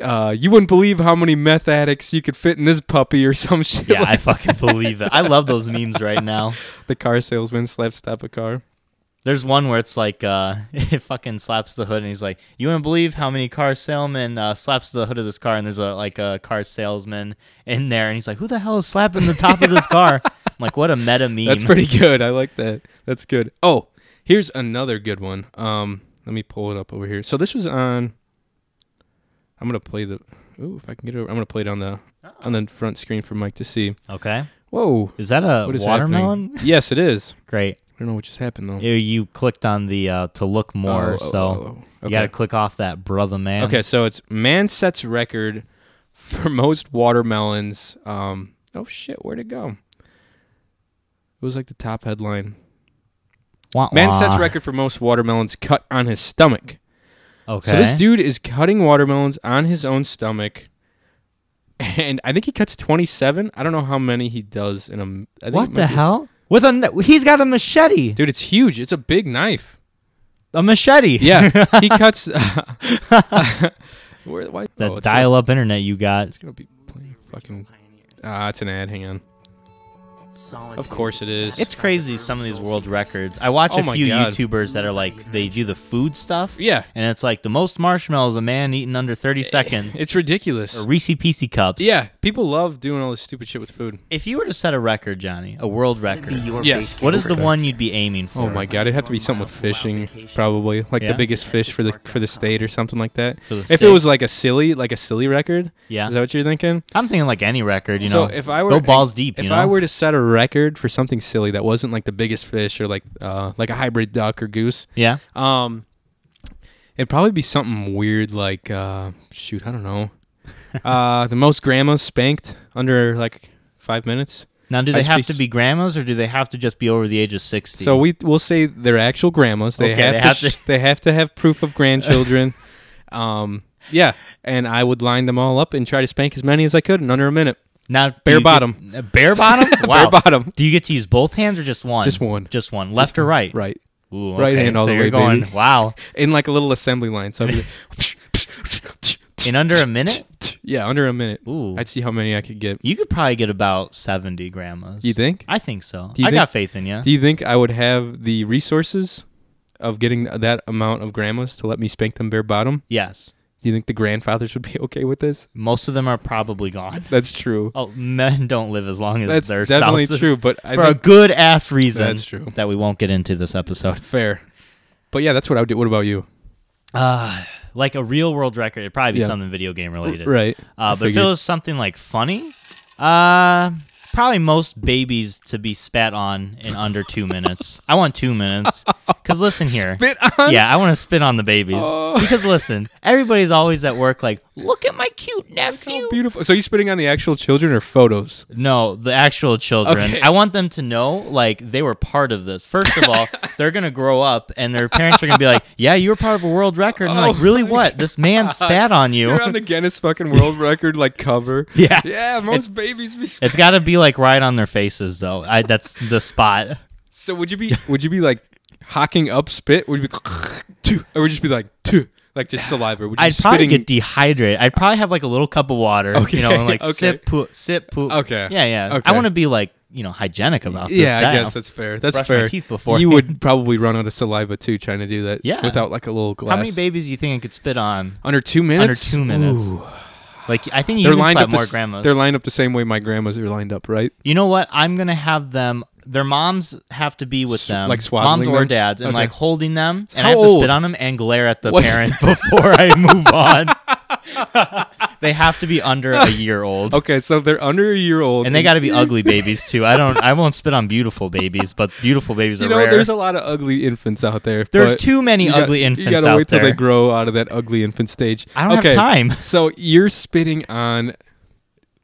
S1: uh, you wouldn't believe how many meth addicts you could fit in this puppy or some shit.
S2: yeah,
S1: like
S2: I fucking believe it. I love those memes right now.
S1: the car salesman slaps top of car.
S2: There's one where it's like uh, it fucking slaps the hood, and he's like, "You wouldn't believe how many car salesmen uh, slaps the hood of this car." And there's a like a car salesman in there, and he's like, "Who the hell is slapping the top of this car?" I'm like, "What a meta meme."
S1: That's pretty good. I like that. That's good. Oh, here's another good one. Um, let me pull it up over here. So this was on. I'm gonna play the. Ooh, if I can get it over, I'm gonna play it on the on the front screen for Mike to see.
S2: Okay,
S1: Whoa,
S2: is that a
S1: what is
S2: watermelon?
S1: happening? yes, it is.
S2: Great.
S1: I don't know what just happened though.
S2: You, you clicked on the uh, to look more,
S1: Oh, oh,
S2: so
S1: oh, oh.
S2: you got to
S1: Okay.
S2: click off that brother man.
S1: Okay, so it's man sets record for most watermelons. Um, oh shit, where'd it go? It was like the top headline.
S2: Wah,
S1: Man
S2: wah.
S1: sets record for most watermelons cut on his stomach.
S2: Okay,
S1: So this dude is cutting watermelons on his own stomach, and I think he cuts twenty-seven. I don't know how many he does in a. m- I think it
S2: what the
S1: might be-
S2: hell? With a kn- he's got a machete,
S1: dude? It's huge. It's a big knife.
S2: a machete.
S1: Yeah, Oh, he cuts. where, why?
S2: that
S1: oh, it's gonna-
S2: dial-up internet you got.
S1: It's gonna be playing fucking. Ah, it's an ad. Hang on. Of course it is.
S2: It's crazy some of these world records. I watch
S1: Oh
S2: a
S1: my
S2: few
S1: God.
S2: YouTubers that are like they do the food stuff.
S1: Yeah.
S2: And it's like the most marshmallows a man eaten under 30 seconds.
S1: It's ridiculous.
S2: or Reese Piecy cups.
S1: Yeah, people love doing all this stupid shit with food.
S2: If you were to set a record, Johnny, a world record,
S1: Yes.
S2: what is the one you'd be aiming for?
S1: Oh my god, it'd have to be something with fishing, probably like
S2: Yeah.
S1: the biggest fish for the for the state or something like that.
S2: For the
S1: if it
S2: state.
S1: was like a silly like a silly record,
S2: Yeah.
S1: is that what you're thinking?
S2: I'm thinking like any record, you
S1: so
S2: know.
S1: if I were
S2: go balls deep,
S1: if
S2: you know.
S1: I were to set a record for something silly that wasn't like the biggest fish or like uh, like a hybrid duck or goose,
S2: yeah.
S1: um, it'd probably be something weird like uh, shoot, I don't know, uh, the most grandma spanked under like five minutes.
S2: Now do
S1: I
S2: they
S1: just
S2: have
S1: be-
S2: to be grandmas or do they have to just be over the age of 60?
S1: So we we'll say they're actual grandmas. They
S2: Okay,
S1: have
S2: they
S1: to,
S2: have
S1: sh-
S2: to-
S1: they have to have proof of grandchildren. um, yeah, and I would line them all up and try to spank as many as I could in under a minute.
S2: now do
S1: bare
S2: you get-
S1: bottom.
S2: Uh, bare bottom? Wow.
S1: Bare bottom.
S2: Do you get to use both hands or just one?
S1: Just one.
S2: Just one. Left or right?
S1: Right.
S2: Ooh,
S1: Right
S2: okay,
S1: hand all
S2: so
S1: the
S2: you're
S1: way,
S2: going,
S1: baby.
S2: Wow.
S1: in like a little assembly line. So I'd be like,
S2: In under a minute,
S1: yeah, under a minute.
S2: Ooh.
S1: I'd see how many I could get.
S2: you could probably get about 70 grandmas.
S1: You think?
S2: I think so.
S1: Do you
S2: I
S1: think-
S2: got faith in you.
S1: Do you think I would have the resources of getting that amount of grandmas to let me spank them bare bottom?
S2: yes.
S1: Do you think the grandfathers would be okay with this?
S2: Most of them are probably gone.
S1: That's true.
S2: Oh, men don't live as long as
S1: That's
S2: their
S1: definitely
S2: spouses.
S1: true, but I
S2: for a
S1: think
S2: good ass reason.
S1: That's true.
S2: That we won't get into this episode.
S1: fair. But yeah, that's what I would do. What about you?
S2: Like a real world record, it'd probably be
S1: Yeah.
S2: something video game related,
S1: Right. I
S2: Uh, but if it
S1: figured.
S2: was something like funny, uh, probably most babies to be spat on in under two minutes. I want two minutes. Because listen here.
S1: Spit on? Oh.
S2: Yeah, I want to spit on the babies. Because listen, everybody's always at work like, look at my cute nephew.
S1: So beautiful. So you spitting on the actual children or photos?
S2: No, the actual children.
S1: Okay.
S2: I want them to know like they were part of this. First of all, they're gonna grow up and their parents are gonna be like, "Yeah, you were part of a world record." And they're
S1: Oh
S2: like, "Really? What? This man spat on you."
S1: You're on the Guinness fucking world record like cover.
S2: Yeah.
S1: Yeah, most babies be
S2: it's got to be like right on their faces though. I, that's the spot.
S1: So would you be would you be like hocking up spit? Would you be two or would you just be like two? Like just saliva? Would you
S2: I'd
S1: be
S2: probably
S1: spitting-
S2: get dehydrated. I'd probably have like a little cup of water,
S1: Okay,
S2: you know, and like
S1: okay.
S2: sip poop, sip poop.
S1: Okay,
S2: Yeah, yeah.
S1: okay.
S2: I want to be like, you know, hygienic about this.
S1: yeah, I
S2: dial.
S1: guess that's fair. That's
S2: Brush my
S1: fair.
S2: teeth before.
S1: You would probably run out of saliva too trying to do that.
S2: Yeah.
S1: Without like a little glass.
S2: How many babies do you think I could spit on
S1: Under two minutes.
S2: under two minutes?
S1: Ooh.
S2: Like I think you
S1: They're
S2: can
S1: lined
S2: slap
S1: up. the
S2: more
S1: s-
S2: grandmas.
S1: They're lined up the same way my grandmas are lined up, right?
S2: you know what? I'm gonna have them. Their moms have to be with
S1: S-
S2: them,
S1: like swaddling
S2: moms or
S1: them?
S2: dads, and
S1: Okay.
S2: like holding them, and
S1: How
S2: I have to
S1: old?
S2: spit on them and glare at the
S1: What-
S2: parent before I move on. they have to be under a year old,
S1: Okay, so they're under a year old,
S2: and they got to be ugly babies too. I don't, I won't spit on beautiful babies, but beautiful babies
S1: You
S2: are
S1: know,
S2: rare.
S1: there's a lot of ugly infants out there.
S2: There's
S1: but
S2: too many
S1: you got-
S2: ugly
S1: You
S2: infants
S1: gotta
S2: out
S1: wait till
S2: there.
S1: they grow out of that ugly infant stage.
S2: I don't have time.
S1: so you're spitting on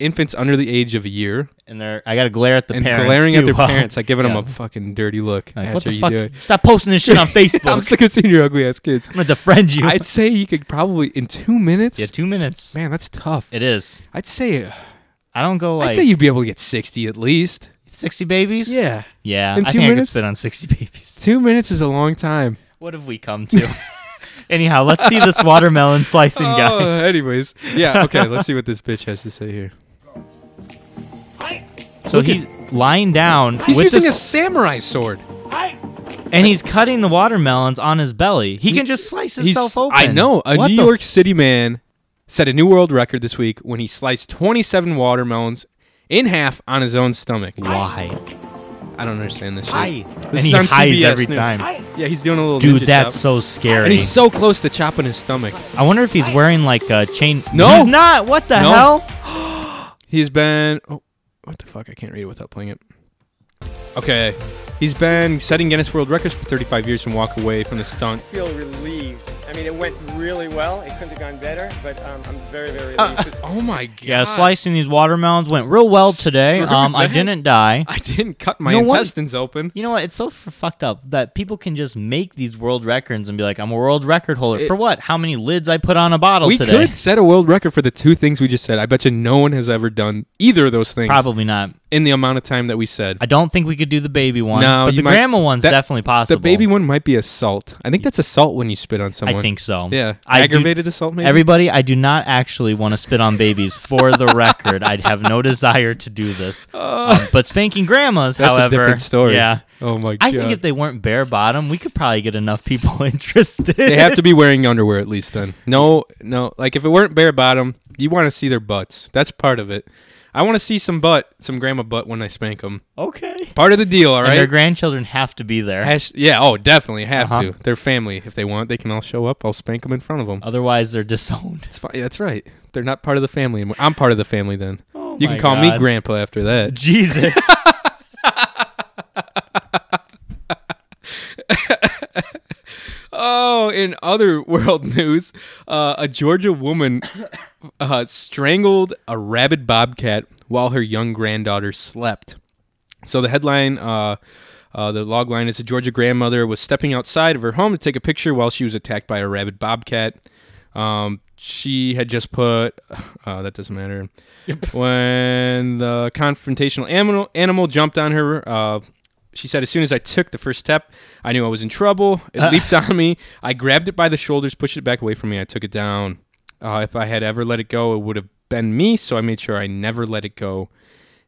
S1: infants under the age of a year
S2: and they're, I got to glare at the
S1: and
S2: parents,
S1: glaring at
S2: too
S1: their
S2: while-
S1: parents, like giving
S2: Yeah.
S1: them a fucking dirty look.
S2: Like,
S1: after
S2: what the
S1: you
S2: fuck?
S1: do it.
S2: Stop posting this shit on Facebook.
S1: I'm
S2: I'm
S1: sick of seeing your ugly ass kids.
S2: gonna defriend you.
S1: I'd say you could probably in two minutes.
S2: yeah, two minutes.
S1: man, that's tough.
S2: It is.
S1: I'd say uh,
S2: I don't go like
S1: I'd say you'd be able to get sixty at least.
S2: 60 babies?
S1: Yeah,
S2: Yeah.
S1: In
S2: I
S1: two
S2: think I could
S1: minutes?
S2: spit on 60 babies.
S1: two minutes is a long time.
S2: What have we come to? Anyhow, let's see this watermelon slicing guy.
S1: Oh, anyways, yeah, okay. let's see what this bitch has to say here.
S2: So
S1: look at-
S2: he's lying down
S1: He's
S2: with
S1: using a
S2: this,
S1: samurai sword.
S2: and he's cutting the watermelons on his belly. He, can just slice
S1: He's-
S2: himself open.
S1: I know. A
S2: What
S1: New
S2: the
S1: York
S2: f-
S1: City man set a new world record this week when he sliced 27 watermelons in half on his own stomach.
S2: why?
S1: I don't understand this shit.
S2: Hi.
S1: This
S2: and he
S1: is on
S2: hides
S1: CBS
S2: every
S1: News.
S2: time.
S1: Yeah, he's doing a little
S2: Dude,
S1: ninja
S2: that's
S1: chop.
S2: so scary.
S1: And he's so close to chopping his stomach.
S2: I wonder if he's wearing like a chain.
S1: No!
S2: he's not. What the
S1: No.
S2: hell?
S1: He's been. Oh, what the fuck? I can't read it without playing it. Okay. He's been setting Guinness World Records for 35 years and walk away from the stunt.
S5: feel relieved. I mean, it went really well. It couldn't have gone better, but um, I'm very, very relieved. This-
S1: Oh my god.
S2: Yeah, slicing these watermelons went real well today. Um, I
S1: that.
S2: didn't die.
S1: I didn't cut my
S2: No wonder-
S1: intestines open.
S2: You know what? It's so f- fucked up that people can just make these world records and be like, "I'm a world record holder for what? How many lids I put on a bottle
S1: We
S2: today?"
S1: could set a world record for the two things we just said. I bet you no one has ever done either of those things
S2: Probably not.
S1: in the amount of time that we said.
S2: I don't think we could do the baby one.
S1: No,
S2: but
S1: you
S2: the
S1: might-
S2: grandma one's
S1: that-
S2: definitely possible.
S1: The baby one might be assault. I think that's assault when you spit on someone.
S2: I think so.
S1: Yeah.
S2: I do-
S1: Aggravated assault, maybe?
S2: Everybody, I do not actually want to spit on babies. For the record, I'd have no desire to do this. Um, but spanking grandmas,
S1: Oh. that's
S2: however,
S1: a different story.
S2: Yeah,
S1: Oh my god.
S2: I think if they weren't bare bottom, we could probably get enough people interested.
S1: they have to be wearing underwear at least then. No, no. Like if it weren't bare bottom, you want to see their butts. That's part of it. I want to see some butt, some grandma butt when I spank them.
S2: okay.
S1: Part of the deal, all
S2: And their
S1: right?
S2: grandchildren have to be there.
S1: Hash- yeah, oh, definitely have
S2: Uh-huh.
S1: to. Their family, if they want, they can all show up. I'll spank them in front of them.
S2: Otherwise, they're disowned.
S1: It's fine. That's right. They're not part of the family anymore. I'm part of the family then. you can
S2: Oh my
S1: call me
S2: God.
S1: grandpa after that.
S2: Jesus.
S1: Oh, in other world news, uh, a Georgia woman uh, strangled a rabid bobcat while her young granddaughter slept. So the headline, uh, uh, the log line is a Georgia grandmother was stepping outside of her home to take a picture while she was attacked by a rabid bobcat. Um, she had just put, uh, that doesn't matter. when the confrontational animal, animal jumped on her, uh, She said, as soon as I took the first step, I knew I was in trouble. It leaped on me. I grabbed it by the shoulders, pushed it back away from me. I took it down. Uh, if I had ever let it go, it would have been me. So I made sure I never let it go.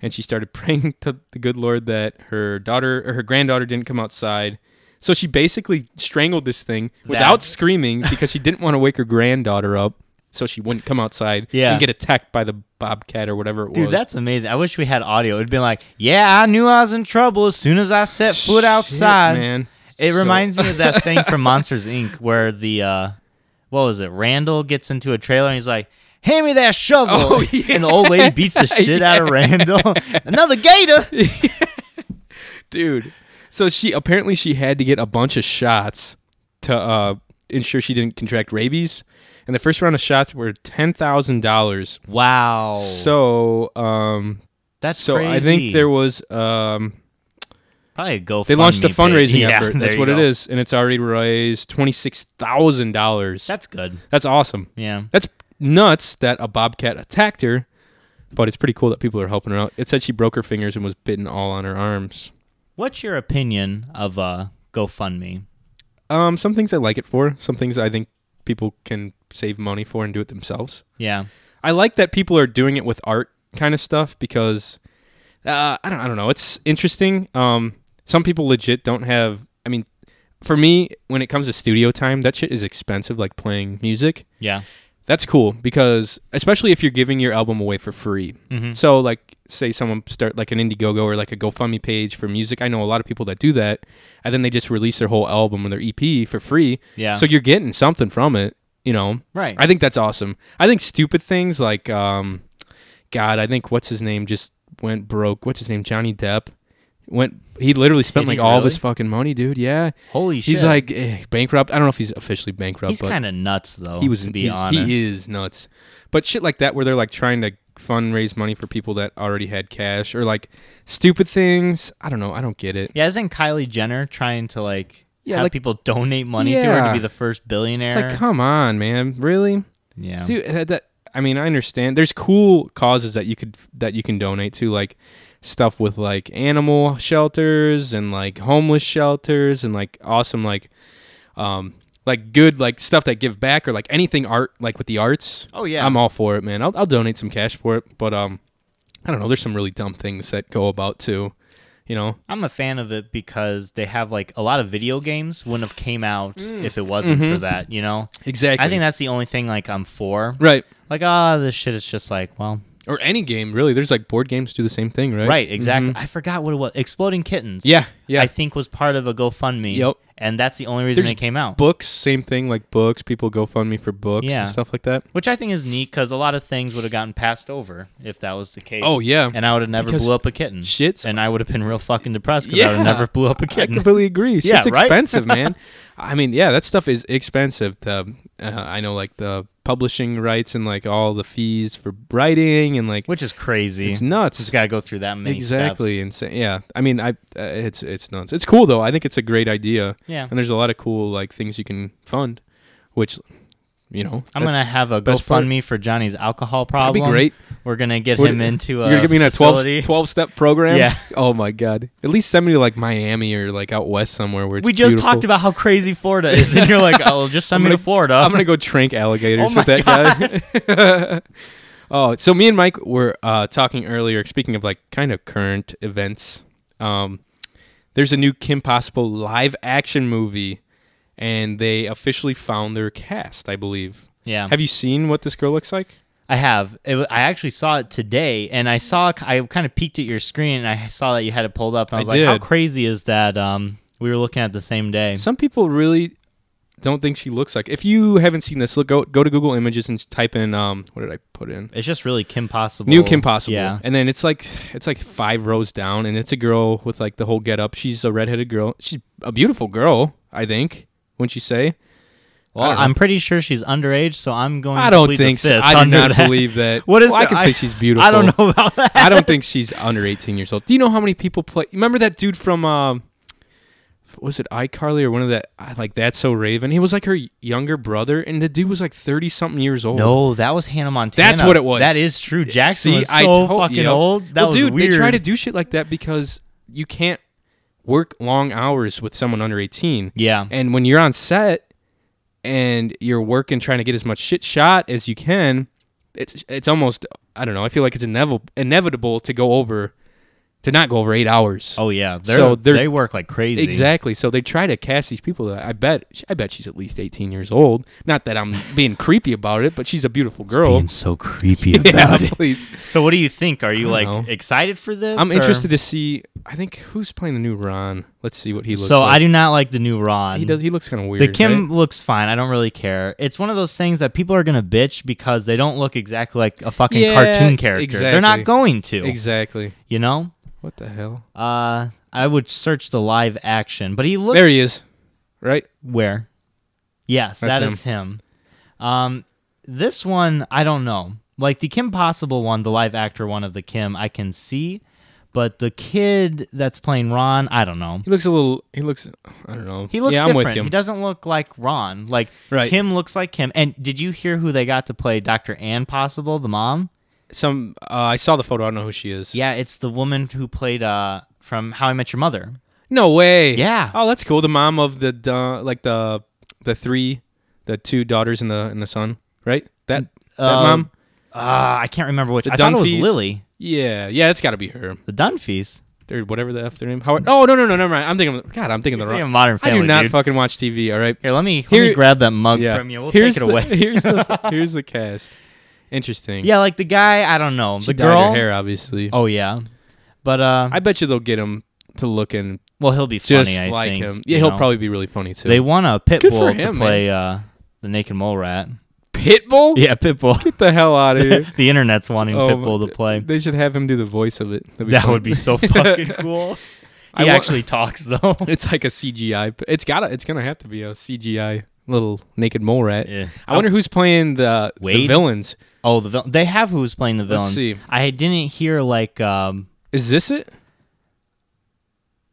S1: And she started praying to the good Lord that her daughter or her granddaughter didn't come outside. So she basically strangled this thing without screaming because she didn't want to wake her granddaughter up. So she wouldn't come outside
S2: Yeah.
S1: and get attacked by the bobcat or whatever it was.
S2: Dude, that's amazing. I wish we had audio. It'd be like, yeah, I knew I was in trouble as soon as I set foot outside.
S1: Shit, man.
S2: It
S1: So-
S2: reminds me of that thing from Monsters Inc. where the uh, what was it? Randall gets into a trailer and he's like, "Hand me that shovel!"
S1: Oh, yeah.
S2: And the old lady beats the shit out of Randall. Another gator.
S1: dude. So she apparently she had to get a bunch of shots to uh, ensure she didn't contract rabies, and the first round of shots were ten thousand dollars.
S2: Wow.
S1: So, um,
S2: that's
S1: so
S2: crazy.
S1: I think there was um,
S2: probably a GoFundMe.
S1: they launched a
S2: page.
S1: fundraising
S2: Yeah,
S1: effort.
S2: there
S1: That's
S2: you
S1: what it
S2: go.
S1: is, and it's already raised twenty six thousand dollars.
S2: That's good.
S1: that's awesome.
S2: Yeah.
S1: That's nuts that a bobcat attacked her, but it's pretty cool that people are helping her out. It said she broke her fingers and was bitten all on her arms.
S2: What's your opinion of uh, GoFundMe?
S1: Um, some things I like it for. Some things I think people can save money for and do it themselves.
S2: Yeah.
S1: I like that people are doing it with art kind of stuff because uh, I don't I don't know. It's interesting. Um, some people legit don't have. I mean, for me, when it comes to studio time, that shit is expensive. Like playing music,
S2: Yeah.
S1: that's cool because especially if you're giving your album away for free. So like say someone start like an Indiegogo or like a GoFundMe page for music. I know a lot of people that do that and then they just release their whole album or their EP for free.
S2: Yeah.
S1: So you're getting something from it, you know.
S2: Right.
S1: I think that's awesome. I think stupid things like um god, I think what's his name just went broke. What's his name? Johnny Depp went he literally spent
S2: Did he
S1: like all
S2: really?
S1: this fucking money, dude. Yeah.
S2: Holy shit.
S1: He's like eh, bankrupt. I don't know if he's officially bankrupt,
S2: He's
S1: but
S2: kind of nuts though.
S1: he was
S2: to be
S1: he's-
S2: honest.
S1: He is nuts. But shit like that where they're like trying to fundraise money for people that already had cash or like stupid things. I don't know. I don't get it.
S2: Yeah, isn't Kylie Jenner trying to like
S1: Yeah,
S2: have
S1: like-
S2: people donate money to her to
S1: Yeah.
S2: be the first billionaire?
S1: It's like, come on, man. Really?
S2: yeah,
S1: Dude, uh, that I mean, I understand. There's cool causes that you could that you can donate to like stuff with like animal shelters and like homeless shelters and like awesome like um like good like stuff that give back or like anything art like with the arts.
S2: Oh, yeah.
S1: I'm all for it, man. I'll I'll donate some cash for it, but um I don't know, there's some really dumb things that go about too, you know.
S2: I'm a fan of it because they have like a lot of video games wouldn't have came out if it wasn't for that. You know,
S1: Mm. Mm-hmm. Exactly.
S2: I think that's the only thing like I'm for.
S1: right.
S2: Like, ah, this shit is just like, well,
S1: Or any game, really. There's like board games do the same thing, right? Mm-hmm.
S2: right, exactly. I forgot what it was. Exploding Kittens.
S1: Yeah, yeah.
S2: I think was part of a GoFundMe.
S1: Yep.
S2: and that's the only reason
S1: There's
S2: it came out.
S1: Books, same thing like books. People go fund me for books
S2: Yeah.
S1: and stuff like that.
S2: which I think is neat because a lot of things would have gotten passed over if that was the case.
S1: Oh, yeah.
S2: and I would have never
S1: Because
S2: blew up a kitten.
S1: shit's-
S2: and I would have been real fucking depressed because I would
S1: Yeah.
S2: have never blew up a
S1: I
S2: kitten.
S1: completely agree. Shit's
S2: Yeah, right?
S1: expensive, man. I mean, yeah, that stuff is expensive. The, uh, I know, like the publishing rights and like all the fees for writing and like
S2: which is crazy.
S1: it's nuts.
S2: Just got to go through that many
S1: exactly
S2: steps.
S1: insane. Yeah, I mean, I uh, it's it's nuts. It's cool though. I think it's a great idea.
S2: Yeah.
S1: and there's a lot of cool like things you can fund, which you know
S2: I'm
S1: that's-
S2: gonna have a
S1: best part.
S2: GoFundMe for Johnny's alcohol problem.
S1: great.
S2: We're gonna get
S1: What-
S2: him into a
S1: You're gonna be in a 12,
S2: facility.
S1: 12 step program.
S2: Yeah.
S1: Oh my god. At least send me to like Miami or like out west somewhere where it's
S2: We just
S1: beautiful.
S2: talked about how crazy Florida is, and you're like, "Oh, just send me to
S1: gonna-
S2: Florida."
S1: I'm gonna go trank alligators
S2: Oh
S1: with that guy. oh, so me and Mike were uh, talking earlier. Speaking of like kind of current events, um, there's a new Kim Possible live action movie, and they officially found their cast. I believe.
S2: Yeah.
S1: Have you seen what this girl looks like?
S2: I have. It, wa- I actually saw it today, and I saw. I kind of peeked at your screen, and I saw that you had it pulled up. And I was like, "How
S1: did.
S2: crazy is that?" Um, we were looking at it the same day.
S1: Some people really don't think she looks like. If you haven't seen this, look go go to Google Images and type in um what did I put in?
S2: It's just really Kim Possible.
S1: New Kim Possible.
S2: Oh, Yeah.
S1: And then it's like it's like five rows down and it's a girl with like the whole get up. She's a redheaded girl. She's a beautiful girl, I think. Wouldn't you say?
S2: Well,
S1: I don't know.
S2: I'm pretty sure she's underage, so I'm going.
S1: I
S2: to
S1: don't
S2: plead the
S1: think so.
S2: fifth
S1: I do
S2: on
S1: not believe that.
S2: What is?
S1: Well, I
S2: it?
S1: can say she's beautiful.
S2: I don't know about that.
S1: I don't think she's under 18 years old. Do you know how many people play? Remember that dude from, um, was it iCarly or one of that, I like That's So Raven? He was like her younger brother, and the dude was like 30 something years old.
S2: No, that was Hannah Montana.
S1: That's what it was.
S2: That is true. Jackson
S1: See,
S2: was so
S1: I told-
S2: fucking
S1: yep.
S2: old. That
S1: well,
S2: was
S1: dude,
S2: weird.
S1: they try to do shit like that because you can't work long hours with someone under 18.
S2: Yeah.
S1: And when you're on set and you're working trying to get as much shit shot as you can, it's it's almost I don't know, I feel like it's inev- inevitable to go over to not go over 8 hours.
S2: Oh yeah. They're,
S1: So they're-
S2: they work like crazy.
S1: Exactly. So they try to cast these people. That I bet. I bet she's at least 18 years old. Not that I'm being creepy about it, but she's a beautiful girl.
S2: Being so creepy
S1: Yeah,
S2: about it.
S1: please.
S2: So what do you think? Are you like
S1: don't know.
S2: excited for this?
S1: I'm
S2: or-
S1: interested to see. I think who's playing the new Ron. Let's see what he looks
S2: So
S1: like.
S2: I do not like the new Ron.
S1: He does. He looks kind of weird.
S2: The Kim
S1: right?
S2: looks fine. I don't really care. It's one of those things that people are gonna bitch because they don't look exactly like a fucking
S1: Yeah,
S2: cartoon character. They're not
S1: exactly.
S2: going to.
S1: Exactly.
S2: you know.
S1: What the hell?
S2: Uh, I would search the live action, but he looks
S1: There he is. Right.
S2: Where? Yes,
S1: That's
S2: that is him. Um, this one I don't know. Like the Kim Possible one, the live actor one of the Kim, I can see, but the kid that's playing Ron, I don't know.
S1: He looks a little. He looks. I don't know.
S2: He looks
S1: yeah,
S2: different.
S1: I'm with him.
S2: He doesn't look like Ron. Like
S1: Right.
S2: Kim looks like Kim. And did you hear who they got to play Dr. Ann Possible, the mom?
S1: Some. Uh, I saw the photo. I don't know who she is.
S2: Yeah, it's the woman who played uh from How I Met Your Mother.
S1: No way.
S2: Yeah.
S1: Oh, that's cool. The mom of the da- like the the three, the two daughters and the and the son. Right. That that
S2: Uh,
S1: mom.
S2: Uh I can't remember which.
S1: The
S2: I thought it was
S1: Dunphys?
S2: Lily.
S1: Yeah. Yeah. It's got to be her.
S2: The Dunphys.
S1: They're whatever the f their name. Howard. Oh no no no never mind. I'm thinking. God, I'm thinking the
S2: You're
S1: wrong.
S2: thinking Modern
S1: I do
S2: Family,
S1: not
S2: dude.
S1: fucking watch TV. All right.
S2: Here, let me let
S1: Here-
S2: me grab that mug
S1: yeah.
S2: from you. We'll
S1: here's
S2: take it
S1: the-
S2: away.
S1: here's the here's the cast. Interesting.
S2: Yeah, like the guy, I don't know.
S1: She
S2: the
S1: dyed
S2: girl.
S1: her hair obviously.
S2: Oh yeah. But uh
S1: I bet you they'll get him to looking
S2: well he'll be funny,
S1: just
S2: I
S1: like
S2: think.
S1: him. Yeah,
S2: you
S1: he'll
S2: know.
S1: probably be really funny too.
S2: They want a
S1: Good for
S2: pitbull to
S1: him,
S2: play uh the naked mole rat.
S1: Pitbull?
S2: Yeah, pitbull.
S1: Get the hell out of here.
S2: the internet's wanting
S1: Oh,
S2: pitbull to play.
S1: They should have him do the voice of it. That'd
S2: that
S1: fun.
S2: would be so fucking cool.
S1: I
S2: He
S1: wa-
S2: actually talks though.
S1: It's like a CGI. p- It's got. to It's gonna have to be a CGI little naked mole rat.
S2: Yeah. Oh.
S1: I wonder who's playing the, the
S2: Wade?
S1: villains.
S2: Oh, the vil- they have who was playing the
S1: Let's
S2: villains.
S1: see.
S2: I didn't hear like um
S1: Is this it?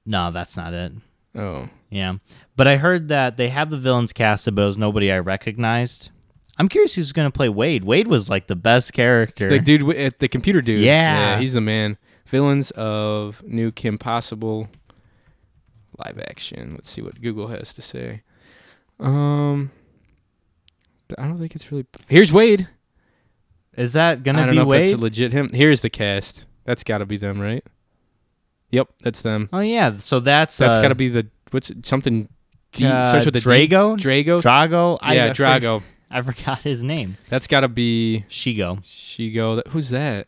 S2: no, that's not it.
S1: Oh,
S2: Yeah. But I heard that they had the villains casted, but it was nobody I recognized. I'm curious who's going to play Wade. Wade was like the best character.
S1: the dude, wi- at the computer dude.
S2: Yeah.
S1: he's the man. Villains of New Kim Possible live action. Let's see what Google has to say. Um, I don't think it's really. Here's Wade.
S2: Is that going
S1: I
S2: to
S1: don't
S2: be
S1: know if
S2: Wade?
S1: that's a legit him. Here's the cast. That's got to be them, right? Yep, that's them.
S2: oh, yeah. So that's.
S1: That's
S2: uh,
S1: got to be the what's it- something. D,
S2: uh,
S1: starts with a D.
S2: Drago?
S1: Drago.
S2: Drago?
S1: yeah,
S2: I, I, for-
S1: Drago.
S2: I forgot his name.
S1: That's got to be
S2: Shigo.
S1: Shigo. That- Who's that?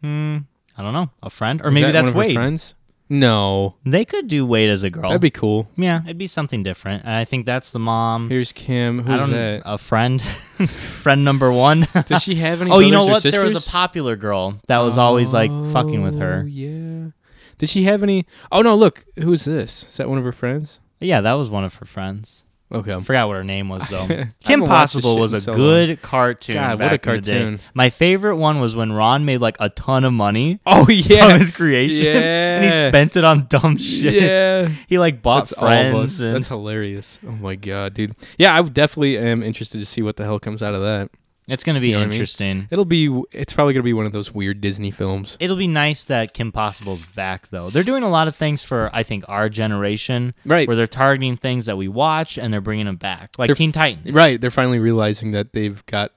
S2: Hmm. I don't know. A friend? Or
S1: Is
S2: maybe
S1: that
S2: that's
S1: one of her
S2: Wade.
S1: Friends? No,
S2: They could do Wade as a girl.
S1: that'd be cool.
S2: yeah, it'd be something different. And I think that's the mom.
S1: Here's Kim. Who's
S2: I don't
S1: that?
S2: A friend. friend number one.
S1: Does she have any?
S2: oh, you
S1: brothers
S2: know
S1: or
S2: what? There
S1: Sisters?
S2: was a popular girl that was always like fucking with
S1: Oh,
S2: her.
S1: Yeah. Did she have any? Oh no! Look, who's this? Is that one of her friends?
S2: Yeah, that was one of her friends.
S1: Okay.
S2: I forgot what her name was
S1: I
S2: though. Kim
S1: haven't watched
S2: Possible
S1: this
S2: was a
S1: shit in so
S2: good cartoon.
S1: God, what a
S2: back in the day.
S1: cartoon.
S2: My favorite one was when Ron made like a ton of money
S1: oh yeah.
S2: from his creation and he
S1: Yeah.
S2: spent it on dumb shit.
S1: Yeah.
S2: He like bought
S1: That's all of us.
S2: friends and
S1: That's hilarious. Oh my god, dude. Yeah, I definitely am interested to see what the hell comes out of that.
S2: it's gonna be
S1: know what I mean?
S2: interesting.
S1: It'll be. It's probably gonna be one of those weird Disney films.
S2: It'll be nice that Kim Possible's back though. They're doing a lot of things for I think our generation,
S1: Right.
S2: Where they're targeting things that we watch and they're bringing them back, like
S1: They're-
S2: Teen Titans,
S1: Right. They're finally realizing that they've got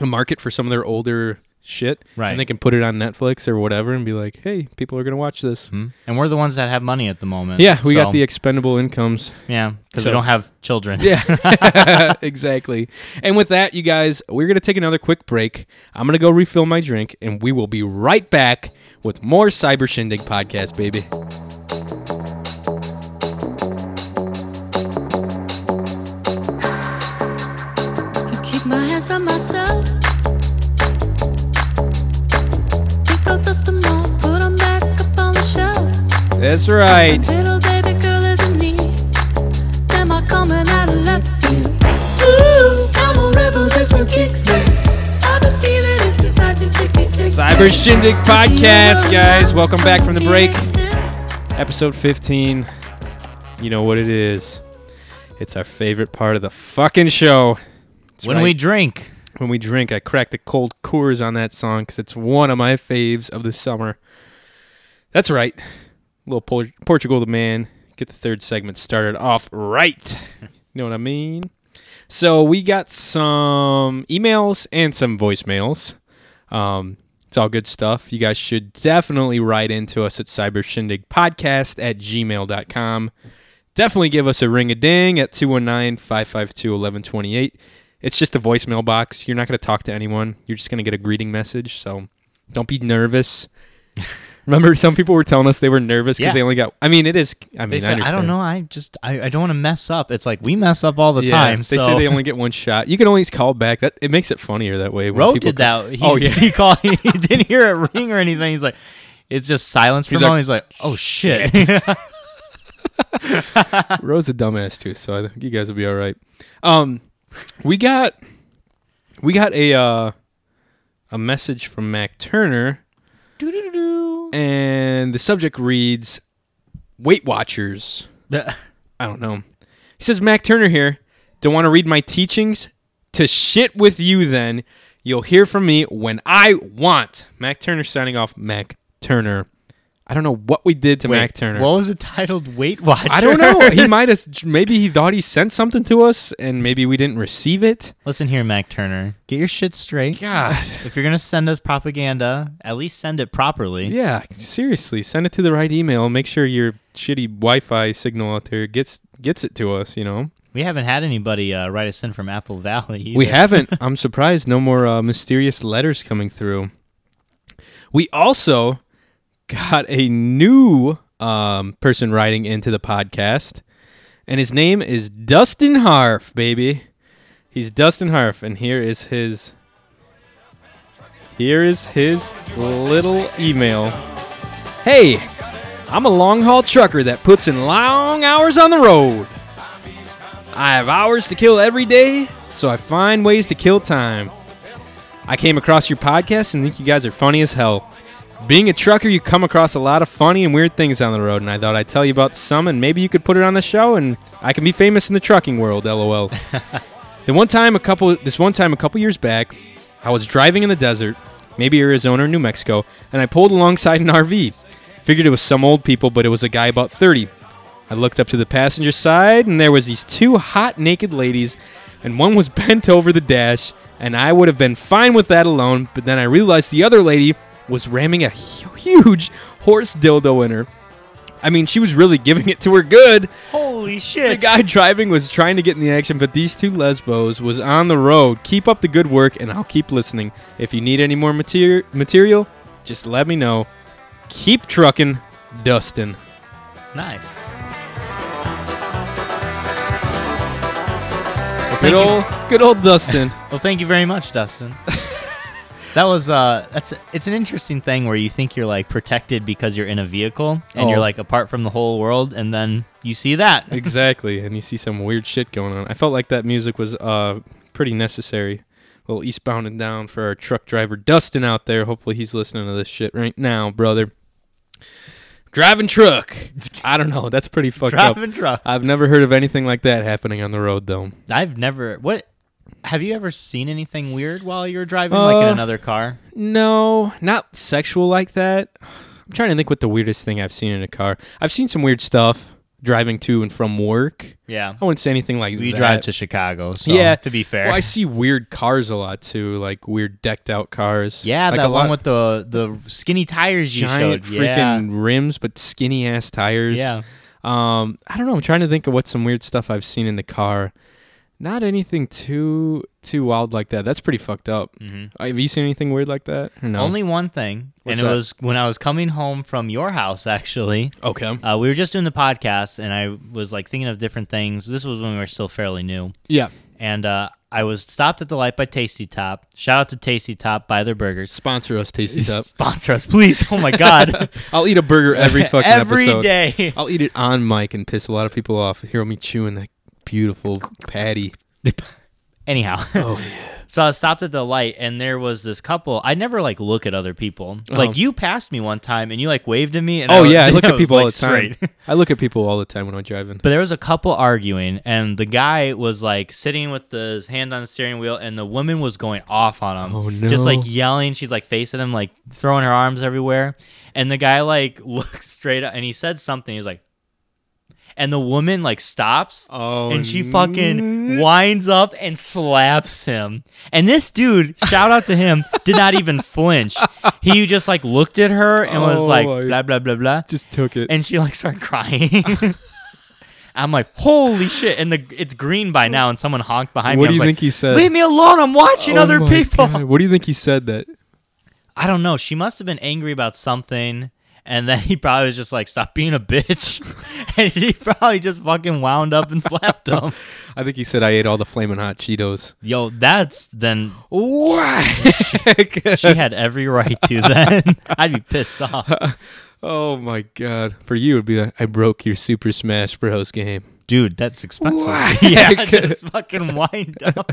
S1: a market for some of their older shit,
S2: Right.
S1: And they can put it on Netflix or whatever, and be like, "Hey, people are gonna watch this."
S2: Hmm? And we're the ones that have money at the moment.
S1: Yeah, we
S2: so-
S1: got the expendable incomes.
S2: Yeah, because
S1: So-
S2: we don't have children.
S1: Yeah, exactly. And with that, you guys, we're going to take another quick break. I'm going to go refill my drink, and we will be right back with more Cyber Shindig podcast, baby.
S6: Could keep my hands on myself. Pick up, dust them off, put 'em back up on the shelf.
S1: That's right.
S6: Little baby girl is in need. Am I coming out of left field? Ooh, I'm a rebel, this one kicks me. I've been feeling it since 1966.
S1: Cyber Shindig podcast, guys. Welcome back from the break. Episode 15. You know what it is. It's our favorite part of the fucking show. That's
S2: when
S1: right.
S2: we drink.
S1: when we drink, I crack the cold Coors on that song because it's one of my faves of the summer. That's right. little Por- Portugal the man. Get the third segment started off right. You know what I mean? So we got some emails and some voicemails. Um, it's all good stuff. You guys should definitely write into us at cybershindigpodcast at gmail.com. Definitely give us a ring a ding at 219 552 1128. It's just a voicemail box. You're not going to talk to anyone, you're just going to get a greeting message. So don't be nervous. Remember, some people were telling us they were nervous because
S2: Yeah.
S1: they only got. I mean, it is. I mean,
S2: They
S1: I,
S2: said, I,
S1: understand.
S2: don't know. I just, I, I don't want to mess up. It's like we mess up all the
S1: Yeah,
S2: time.
S1: They
S2: so.
S1: say they only get one shot. You can only call back. That it makes it funnier that way. when
S2: Roe
S1: people
S2: did
S1: call-
S2: that. He,
S1: oh yeah.
S2: he called. He didn't hear a ring or anything. He's like, it's just silence for
S1: He's
S2: a
S1: like,
S2: moment. He's like, oh shit.
S1: Roe's a dumbass too, so I think you guys will be all right. Um, we got we got a uh, a message from Mac Turner, and the subject reads Weight Watchers. I don't know. He says, Mac Turner here. Don't want to read my teachings? To shit with you then. You'll hear from me when I want. Mac Turner signing off. Mac Turner. I don't know what we did to
S2: Wait,
S1: Mac Turner.
S2: What was it titled? Weight Watchers.
S1: I don't know. He might have. Maybe he thought he sent something to us, and maybe we didn't receive it.
S2: Listen here, Mac Turner. Get your shit straight.
S1: God.
S2: If you're gonna send us propaganda, at least send it properly.
S1: Yeah. Seriously, send it to the right email. Make sure your shitty Wi-Fi signal out there gets gets it to us. You know.
S2: We haven't had anybody uh, write us in from Apple Valley.
S1: We
S2: either.
S1: haven't. I'm surprised. No more uh, mysterious letters coming through. We also got a new um, person writing into the podcast, and his name is Dustin Harf, baby. He's Dustin Harf, and here is his. Here is his little email. Hey, I'm a long haul trucker that puts in long hours on the road. I have hours to kill every day, so I find ways to kill time. I came across your podcast and think you guys are funny as hell. Being a trucker, you come across a lot of funny and weird things on the road, and I thought I'd tell you about some, and maybe you could put it on the show, and I can be famous in the trucking world. LOL. the one time, a couple, this one time, a couple years back, I was driving in the desert, maybe Arizona or New Mexico, and I pulled alongside an RV. Figured it was some old people, but it was a guy about 30. I looked up to the passenger side, and there was these two hot naked ladies, and one was bent over the dash, and I would have been fine with that alone. But then I realized the other lady was ramming a hu- huge horse dildo in her. I mean, she was really giving it to her good.
S2: Holy
S1: The
S2: shit.
S1: guy driving was trying to get in the action, but these two lesbos was on the road. Keep up the good work, and I'll keep listening. If you need any more materi- material, just let me know. Keep trucking, Dustin.
S2: nice.
S1: Good
S2: you.
S1: old, good old Dustin.
S2: Well, thank you very much, Dustin. that was uh, that's it's an interesting thing where you think you're like protected because you're in a vehicle and you're
S1: Oh.
S2: like apart from the whole world, and then you see that.
S1: exactly and you see some weird shit going on i felt like that music was uh pretty necessary a little eastbound and down for our truck driver dustin out there hopefully he's listening to this shit right now brother driving truck i don't know that's pretty fucked
S2: Driving
S1: up
S2: truck.
S1: i've never heard of anything like that happening on the road though
S2: I've never what. Have you ever seen anything weird while you were driving, like in
S1: Uh,
S2: another car?
S1: no not sexual like that i'm trying to think what the weirdest thing i've seen in a car i've seen some weird stuff driving to and from work
S2: Yeah,
S1: i wouldn't say anything like
S2: we
S1: that.
S2: drive to Chicago. So,
S1: yeah,
S2: to be fair,
S1: Well, I see weird cars a lot too, like weird decked out cars.
S2: yeah,
S1: like
S2: that
S1: a
S2: one
S1: lot-
S2: with the the skinny tires you
S1: giant
S2: showed.
S1: freaking rims, but skinny ass tires.
S2: yeah, yeah.
S1: Um, I don't know. I'm trying to think of what some weird stuff I've seen in the car. Not anything too too wild like that. That's pretty fucked up. Uh, Have you seen anything weird like that? Or No.
S2: Mm-hmm. Only one thing,
S1: What's
S2: and it
S1: that?
S2: was when I was coming home from your house actually.
S1: okay.
S2: Uh, we were just doing the podcast, and I was like thinking of different things. This was when we were still fairly new,
S1: Yeah.
S2: and uh, I was stopped at the light by Tasty Top. Shout out to Tasty Top, buy their burgers.
S1: Sponsor us, Tasty Top.
S2: Sponsor us, please. Oh my god,
S1: I'll eat a burger every fucking
S2: every
S1: episode.
S2: day.
S1: I'll eat it on mic and piss a lot of people off. Hear me chewing that beautiful patty.
S2: Anyhow,
S1: Oh,
S2: so I stopped at the light, and there was this couple. I never like look at other people. Like you passed me one time, and you like waved at me. And
S1: Oh
S2: was-
S1: yeah, I look at
S2: was,
S1: people all
S2: like,
S1: the time.
S2: straight.
S1: I look at people all the time when I'm driving.
S2: But there was a couple arguing, and the guy was like sitting with his hand on the steering wheel, and the woman was going off on him.
S1: Oh, no.
S2: Just like yelling. She's like facing him, like throwing her arms everywhere. And the guy like looks straight up and he said something. He was like, and the woman like stops
S1: Oh,
S2: and she fucking winds up and slaps him. And this dude, shout out to him, did not even flinch. He just like looked at her and was
S1: Oh,
S2: like,
S1: my-
S2: blah, blah, blah, blah
S1: just took it.
S2: and she like started crying. I'm like, holy shit! And the it's green by now, and someone honked behind
S1: What
S2: me. I
S1: do
S2: was
S1: you
S2: like,
S1: think he said?
S2: Leave me alone! I'm watching
S1: Oh
S2: other
S1: my
S2: people.
S1: God, What do you think he said that?
S2: I don't know. She must have been angry about something, and then he probably was just like, "Stop being a bitch," and she probably just fucking wound up and slapped him.
S1: I think he said I ate all the flaming hot Cheetos.
S2: Yo, that's then
S1: What?
S2: she had every right to. Then I'd be pissed off,
S1: oh my god! For you, it'd be like I broke your Super Smash Bros. game.
S2: dude. That's expensive. Yeah, just fucking wind up.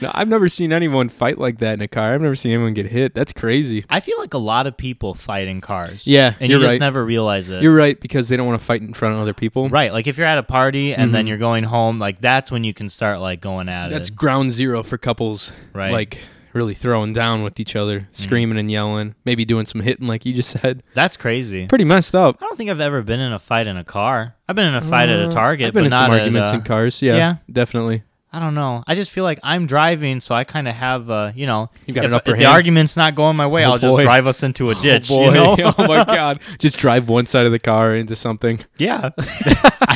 S1: No, I've never seen anyone fight like that in a car. I've never seen anyone get hit. That's crazy.
S2: I feel like a lot of people fight in cars.
S1: Yeah,
S2: and
S1: you're
S2: you just
S1: right.
S2: never realize it.
S1: You're right because they don't want to fight in front of other people.
S2: right. Like if you're at a party and then you're going home, like that's when you can start like going at
S1: Mm-hmm. That's
S2: it.
S1: ground zero for couples.
S2: Right. Mm-hmm.
S1: Like really throwing down with each other, screaming and yelling, maybe doing some hitting, like you just said.
S2: That's crazy.
S1: Pretty messed up.
S2: I don't think I've ever been in a fight in a car. I've been in a fight at a Target,
S1: Uh, I've been
S2: but
S1: in
S2: not
S1: some
S2: at,
S1: arguments
S2: uh,
S1: in cars. Yeah,
S2: yeah.
S1: definitely.
S2: I don't know. I just feel like I'm driving, so I kind of have, uh, you know,
S1: You've got
S2: if,
S1: an upper
S2: if the
S1: hand.
S2: argument's not going my way,
S1: Oh,
S2: I'll just
S1: boy.
S2: drive us into a ditch.
S1: Boy,
S2: You know?
S1: oh my god! Just drive one side of the car into something.
S2: yeah.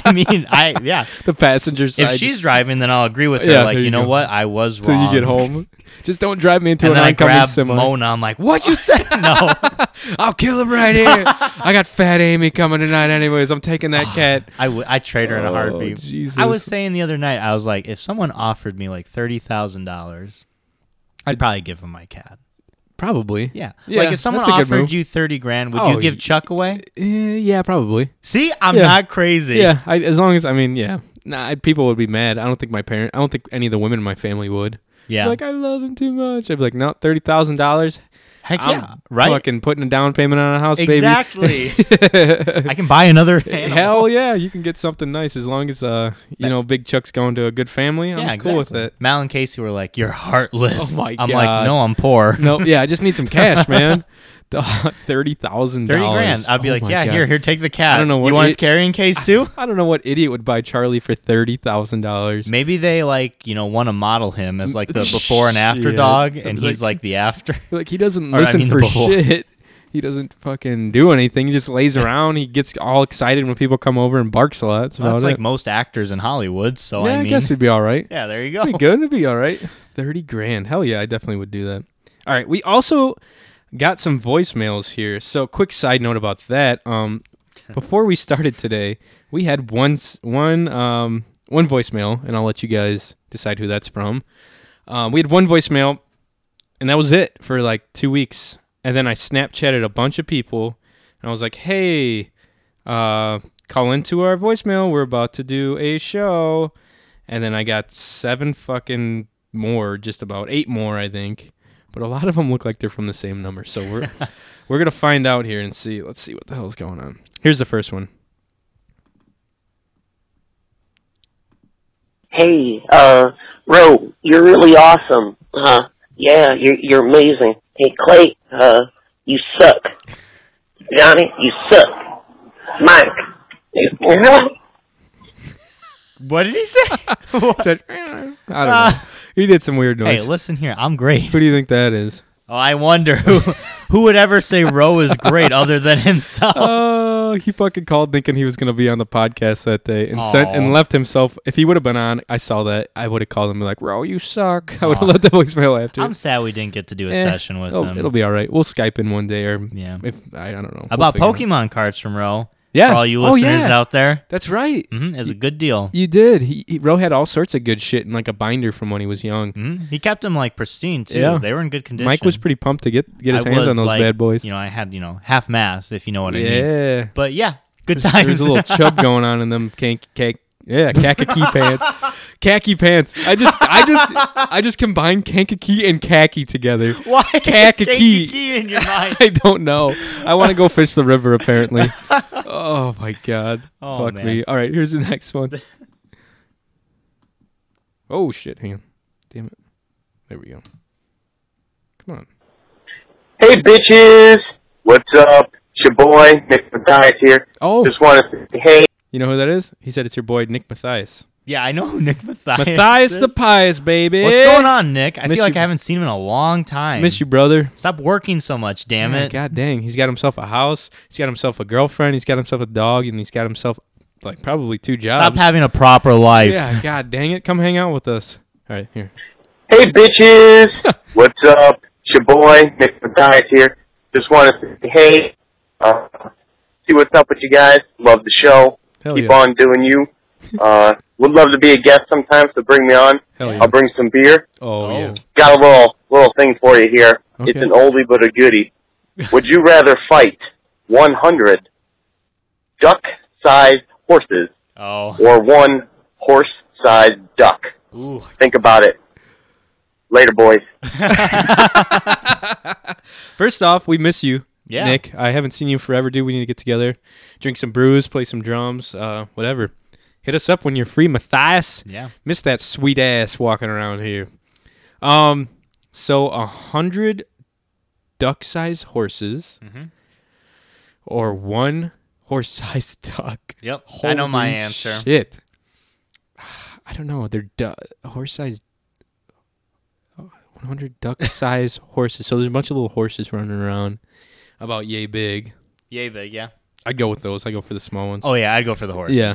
S2: I mean, I yeah.
S1: The passenger side.
S2: If she's driving, then I'll agree with her.
S1: Yeah,
S2: like,
S1: there
S2: you
S1: you
S2: know
S1: go.
S2: what? I was
S1: till
S2: wrong.
S1: you get home. Just don't drive me into
S2: And
S1: an
S2: then I
S1: oncoming
S2: grab
S1: semi.
S2: Mona. I'm like, what you said? no.
S1: I'll kill him right here. I got Fat Amy coming tonight, anyways. I'm taking that cat.
S2: I, w- I trade her in a
S1: Oh,
S2: heartbeat.
S1: Jesus.
S2: I was saying the other night, I was like, if someone offered me like thirty thousand dollars, I'd probably give him my cat.
S1: Probably.
S2: Yeah.
S1: Yeah,
S2: like if someone
S1: that's a good
S2: offered
S1: move.
S2: you thirty grand, would
S1: Oh,
S2: you give
S1: y-
S2: Chuck away?
S1: Eh, yeah, probably.
S2: See, I'm
S1: yeah.
S2: not crazy.
S1: Yeah, I, as long as I mean, yeah. Nah, I, people would be mad. I don't think my parent. I don't think any of the women in my family would.
S2: Yeah.
S1: Like I love him too much. I'd be like, no, thirty thousand dollars.
S2: Heck
S1: I'm
S2: yeah. Right.
S1: Fucking putting a down payment on a house, baby.
S2: exactly. I can buy another animal.
S1: Hell yeah, you can get something nice as long as uh you know Big Chuck's going to a good family. I'm
S2: yeah,
S1: cool with
S2: exactly.
S1: it.
S2: Mal and Casey were like, "You're heartless."
S1: Oh my
S2: I'm
S1: God.
S2: like, "No, I'm poor."
S1: No, yeah, I just need some cash, man. Thirty thousand
S2: Thirty
S1: dollars. Oh
S2: grand. I'd be like, "Yeah, here, here, take the cat."
S1: I don't know what
S2: you want
S1: it-
S2: its carrying case too.
S1: I don't know what idiot would buy Charlie for thirty thousand dollars.
S2: Maybe they like you know want to model him as like the before and after
S1: Yeah.
S2: dog, and he's like the after.
S1: Like he doesn't
S2: Or, I
S1: listen
S2: mean, the
S1: for
S2: bubble.
S1: shit. He doesn't fucking do anything. He just lays around. he gets all excited when people come over and barks a lot. That's
S2: Well,
S1: about
S2: that's
S1: it.
S2: like most actors in Hollywood. So
S1: yeah,
S2: I
S1: I,
S2: mean,
S1: guess it'd be all right.
S2: yeah, there you
S1: It'd be
S2: go.
S1: good. It'd be all right. Thirty grand. Hell yeah, I definitely would do that. All right. We also got some voicemails here. So quick side note about that. Um, before we started today, we had one s- one um one voicemail, and I'll let you guys decide who that's from. Um, we had one voicemail, and that was it for like two weeks. And then I Snapchatted a bunch of people, and I was like, "Hey, uh, call into our voicemail. We're about to do a show." And then I got seven fucking more, just about eight more, I think. But a lot of them look like they're from the same number, so we're we're gonna find out here and see. Let's see what the hell's going on. Here's the first one.
S7: hey, uh, Ro, you're really awesome. Huh? Yeah, you're, you're amazing. Hey, Clay, uh, you suck. Johnny, you suck. Mike, you,
S2: What did he say?
S1: Said, "Eh, I don't know. He did some weird noise.
S2: hey, listen here, I'm great.
S1: Who do you think that is?
S2: Oh, I wonder who who would ever say Roe is great other than himself.
S1: Oh, he fucking called thinking he was gonna be on the podcast that day and sent
S2: Aw.
S1: and left himself. If he would have been on, I saw that I would have called him and be like, "Ro, you suck." I would have left the voicemail after.
S2: I'm sad we didn't get to do a
S1: Eh,
S2: session with
S1: it'll,
S2: him.
S1: It'll be all right. We'll Skype in one day or
S2: Yeah.
S1: If I, I don't know We'll
S2: about
S1: figure it out.
S2: Pokemon cards from Roe.
S1: Yeah.
S2: for all you
S1: Oh,
S2: listeners
S1: yeah.
S2: out there,
S1: That's right.
S2: mm, is a good deal.
S1: You did. He, he Ro had all sorts of good shit in like a binder from when he was young.
S2: Mm, he kept them like pristine too.
S1: Yeah.
S2: They were in good condition.
S1: Mike was pretty pumped to get get his
S2: I
S1: hands
S2: was,
S1: on those
S2: like,
S1: bad boys.
S2: You know, I had you know half mass if you know what I mean.
S1: yeah.
S2: But yeah, good
S1: There was
S2: times.
S1: a little chub going on in them kank, kank, yeah, khaki pants. khaki pants. I just, I just, I just combined kankakee and khaki together.
S2: Why is
S1: Kankakee.
S2: Kankakee in your mind?
S1: I don't know. I want to go fish the river. Apparently. oh my god.
S2: Oh,
S1: Fuck
S2: man.
S1: me. All right, here's the next one. Oh shit! Hang on. Damn it. There we go. Come on.
S7: Hey, bitches. What's up? It's your boy, Nick Matthias here.
S1: Oh.
S7: Just want to say, hey,
S1: You know who that is? He said it's your boy Nick Matthias.
S2: Yeah, I know who Nick Matthias.
S1: Matthias
S2: is.
S1: the Pious, baby.
S2: What's going on, Nick? I
S1: Miss
S2: feel like
S1: you.
S2: I haven't seen him in a long time.
S1: Miss you, brother.
S2: Stop working so much, damn
S1: Man,
S2: it.
S1: God dang, he's got himself a house. He's got himself a girlfriend. He's got himself a dog, and he's got himself like probably two
S2: Stop
S1: jobs.
S2: having a proper life.
S1: yeah, God dang it, come hang out with us. All right, here.
S7: hey, bitches. What's up? It's your boy, Nick Matthias here. Just want to say, hey, uh, see what's up with you guys. Love the show.
S1: Hell
S7: Keep
S1: yeah.
S7: on doing you. Uh, would love to be a guest sometime, so bring me on.
S1: Hell yeah.
S7: I'll bring some beer.
S1: Oh, yeah.
S7: Got a little little thing for you here. It's
S1: Okay.
S7: an oldie but a goodie. Would you rather fight 100 duck-sized horses
S2: Oh.
S7: or one horse-sized duck?
S2: Ooh.
S7: Think about it. Later, boys.
S1: First off, we miss you,
S2: Yeah.
S1: Nick. I haven't seen you forever, dude. We need to get together, drink some brews, play some drums, uh, whatever. Hit us up when you're free, Matthias.
S2: Yeah.
S1: miss that sweet ass walking around here. Um, so a hundred duck-sized horses,
S2: Mm-hmm.
S1: or one horse-sized duck.
S2: Yep. I know my
S1: Holy
S2: answer.
S1: Shit. I don't know. They're du- oh, horse-sized. 100 duck-sized horses. So there's a bunch of little horses running around, about yay big.
S2: Yay big, yeah.
S1: I'd go with those. I go for the small ones.
S2: Oh yeah, I'd go for the horses.
S1: Yeah.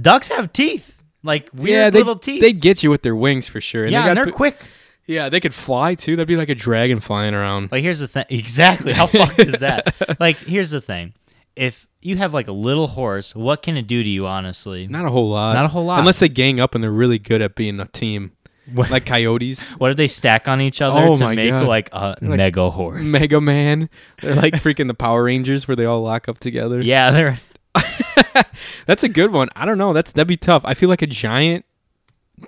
S2: Ducks have teeth. Like weird
S1: yeah, they,
S2: little teeth.
S1: They'd get you with their wings for sure. And
S2: yeah,
S1: they got
S2: and they're
S1: pi-
S2: quick.
S1: Yeah, they could fly too. That'd be like a dragon flying around.
S2: Like here's the thing. Exactly. How fucked is that? Like here's the thing. If you have like a little horse, what can it do to you honestly?
S1: Not a whole lot.
S2: Not a whole lot.
S1: Unless they gang up and they're really good at being a team,
S2: What-
S1: like coyotes.
S2: What if they stack on each other
S1: Oh, my
S2: to make
S1: God.
S2: like a
S1: like,
S2: mega horse?
S1: Mega Man. They're like freaking the Power Rangers where they all lock up together.
S2: yeah, they're
S1: That's a good one. I don't know. That's that'd be tough. I feel like a giant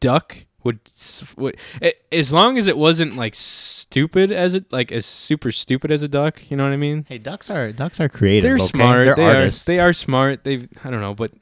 S1: duck would, s- would a- as long as it wasn't like stupid as it like as super stupid as a duck, you know what I mean?
S2: Hey, ducks are ducks are creative.
S1: They're
S2: okay?
S1: smart.
S2: They're
S1: they
S2: artists.
S1: are they are smart. They've I don't know, but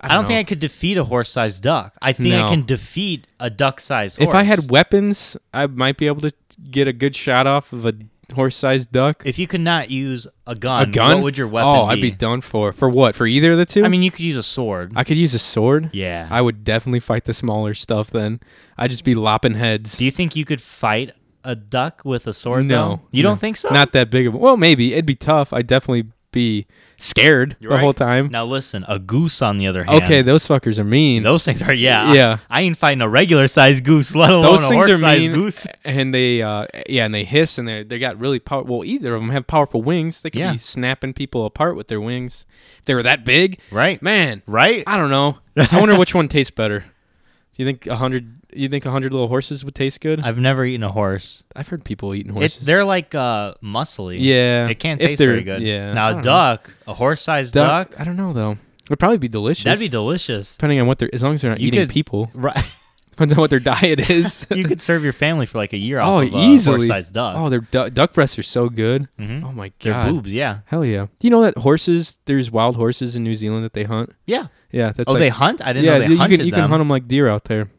S1: I
S2: I
S1: don't,
S2: don't
S1: know.
S2: think I could defeat a horse-sized duck. I think
S1: No.
S2: I can defeat a duck-sized horse.
S1: If I had weapons, I might be able to get a good shot off of a horse-sized duck.
S2: if you could not use a
S1: a
S2: gun,
S1: gun?
S2: what would your weapon
S1: Oh,
S2: be?
S1: I'd be done for. For what? For either of the two?
S2: I mean, you could use a sword.
S1: I could use a sword.
S2: yeah.
S1: I would definitely fight the smaller stuff then. I'd just be lopping heads.
S2: Do you think you could fight a duck with a sword?
S1: no.
S2: though? you
S1: no.
S2: don't think so.
S1: Not that big of a. Well, maybe. It'd be tough. I'd definitely be scared the
S2: Right.
S1: whole time.
S2: Now listen, a goose on the other hand.
S1: okay, those fuckers are mean.
S2: those things are yeah.
S1: Yeah.
S2: I, ain't fighting a regular sized goose, let alone
S1: Those
S2: a
S1: things
S2: horse
S1: are
S2: sized
S1: mean,
S2: goose.
S1: and they, uh, yeah, and they hiss, and they they got really powerful. Well, either of them have powerful wings. They could
S2: Yeah.
S1: be snapping people apart with their wings. If they were that big,
S2: Right.
S1: Man,
S2: Right?
S1: I don't know. I wonder which one tastes better. Do you think a hundred? You think a hundred little horses would taste good? I've,
S2: I've never eaten a horse.
S1: heard people eating
S2: It,
S1: horses.
S2: they're like uh, muscly.
S1: Yeah.
S2: It can't
S1: If
S2: taste
S1: they're-
S2: very good.
S1: yeah. I
S2: Now
S1: don't
S2: a
S1: know.
S2: duck, a horse-sized duck,
S1: I don't know though. It'd probably be delicious.
S2: that'd be delicious.
S1: depending on what they're. As long as they're not
S2: You
S1: eating
S2: could-
S1: people,
S2: Right.
S1: depends on what their diet is.
S2: you could serve your family for like a year
S1: oh,
S2: off of a
S1: easily.
S2: horse-sized duck. Mm-hmm.
S1: Oh, their du- duck breasts are so good. Oh my god.
S2: Their boobs, yeah.
S1: Hell yeah. Do you know that horses? There's wild horses in New Zealand that they hunt.
S2: Yeah.
S1: Yeah, that's
S2: oh,
S1: like,
S2: they hunt? I didn't
S1: yeah,
S2: know they
S1: you
S2: hunted
S1: can you
S2: them.
S1: can hunt them like deer out there.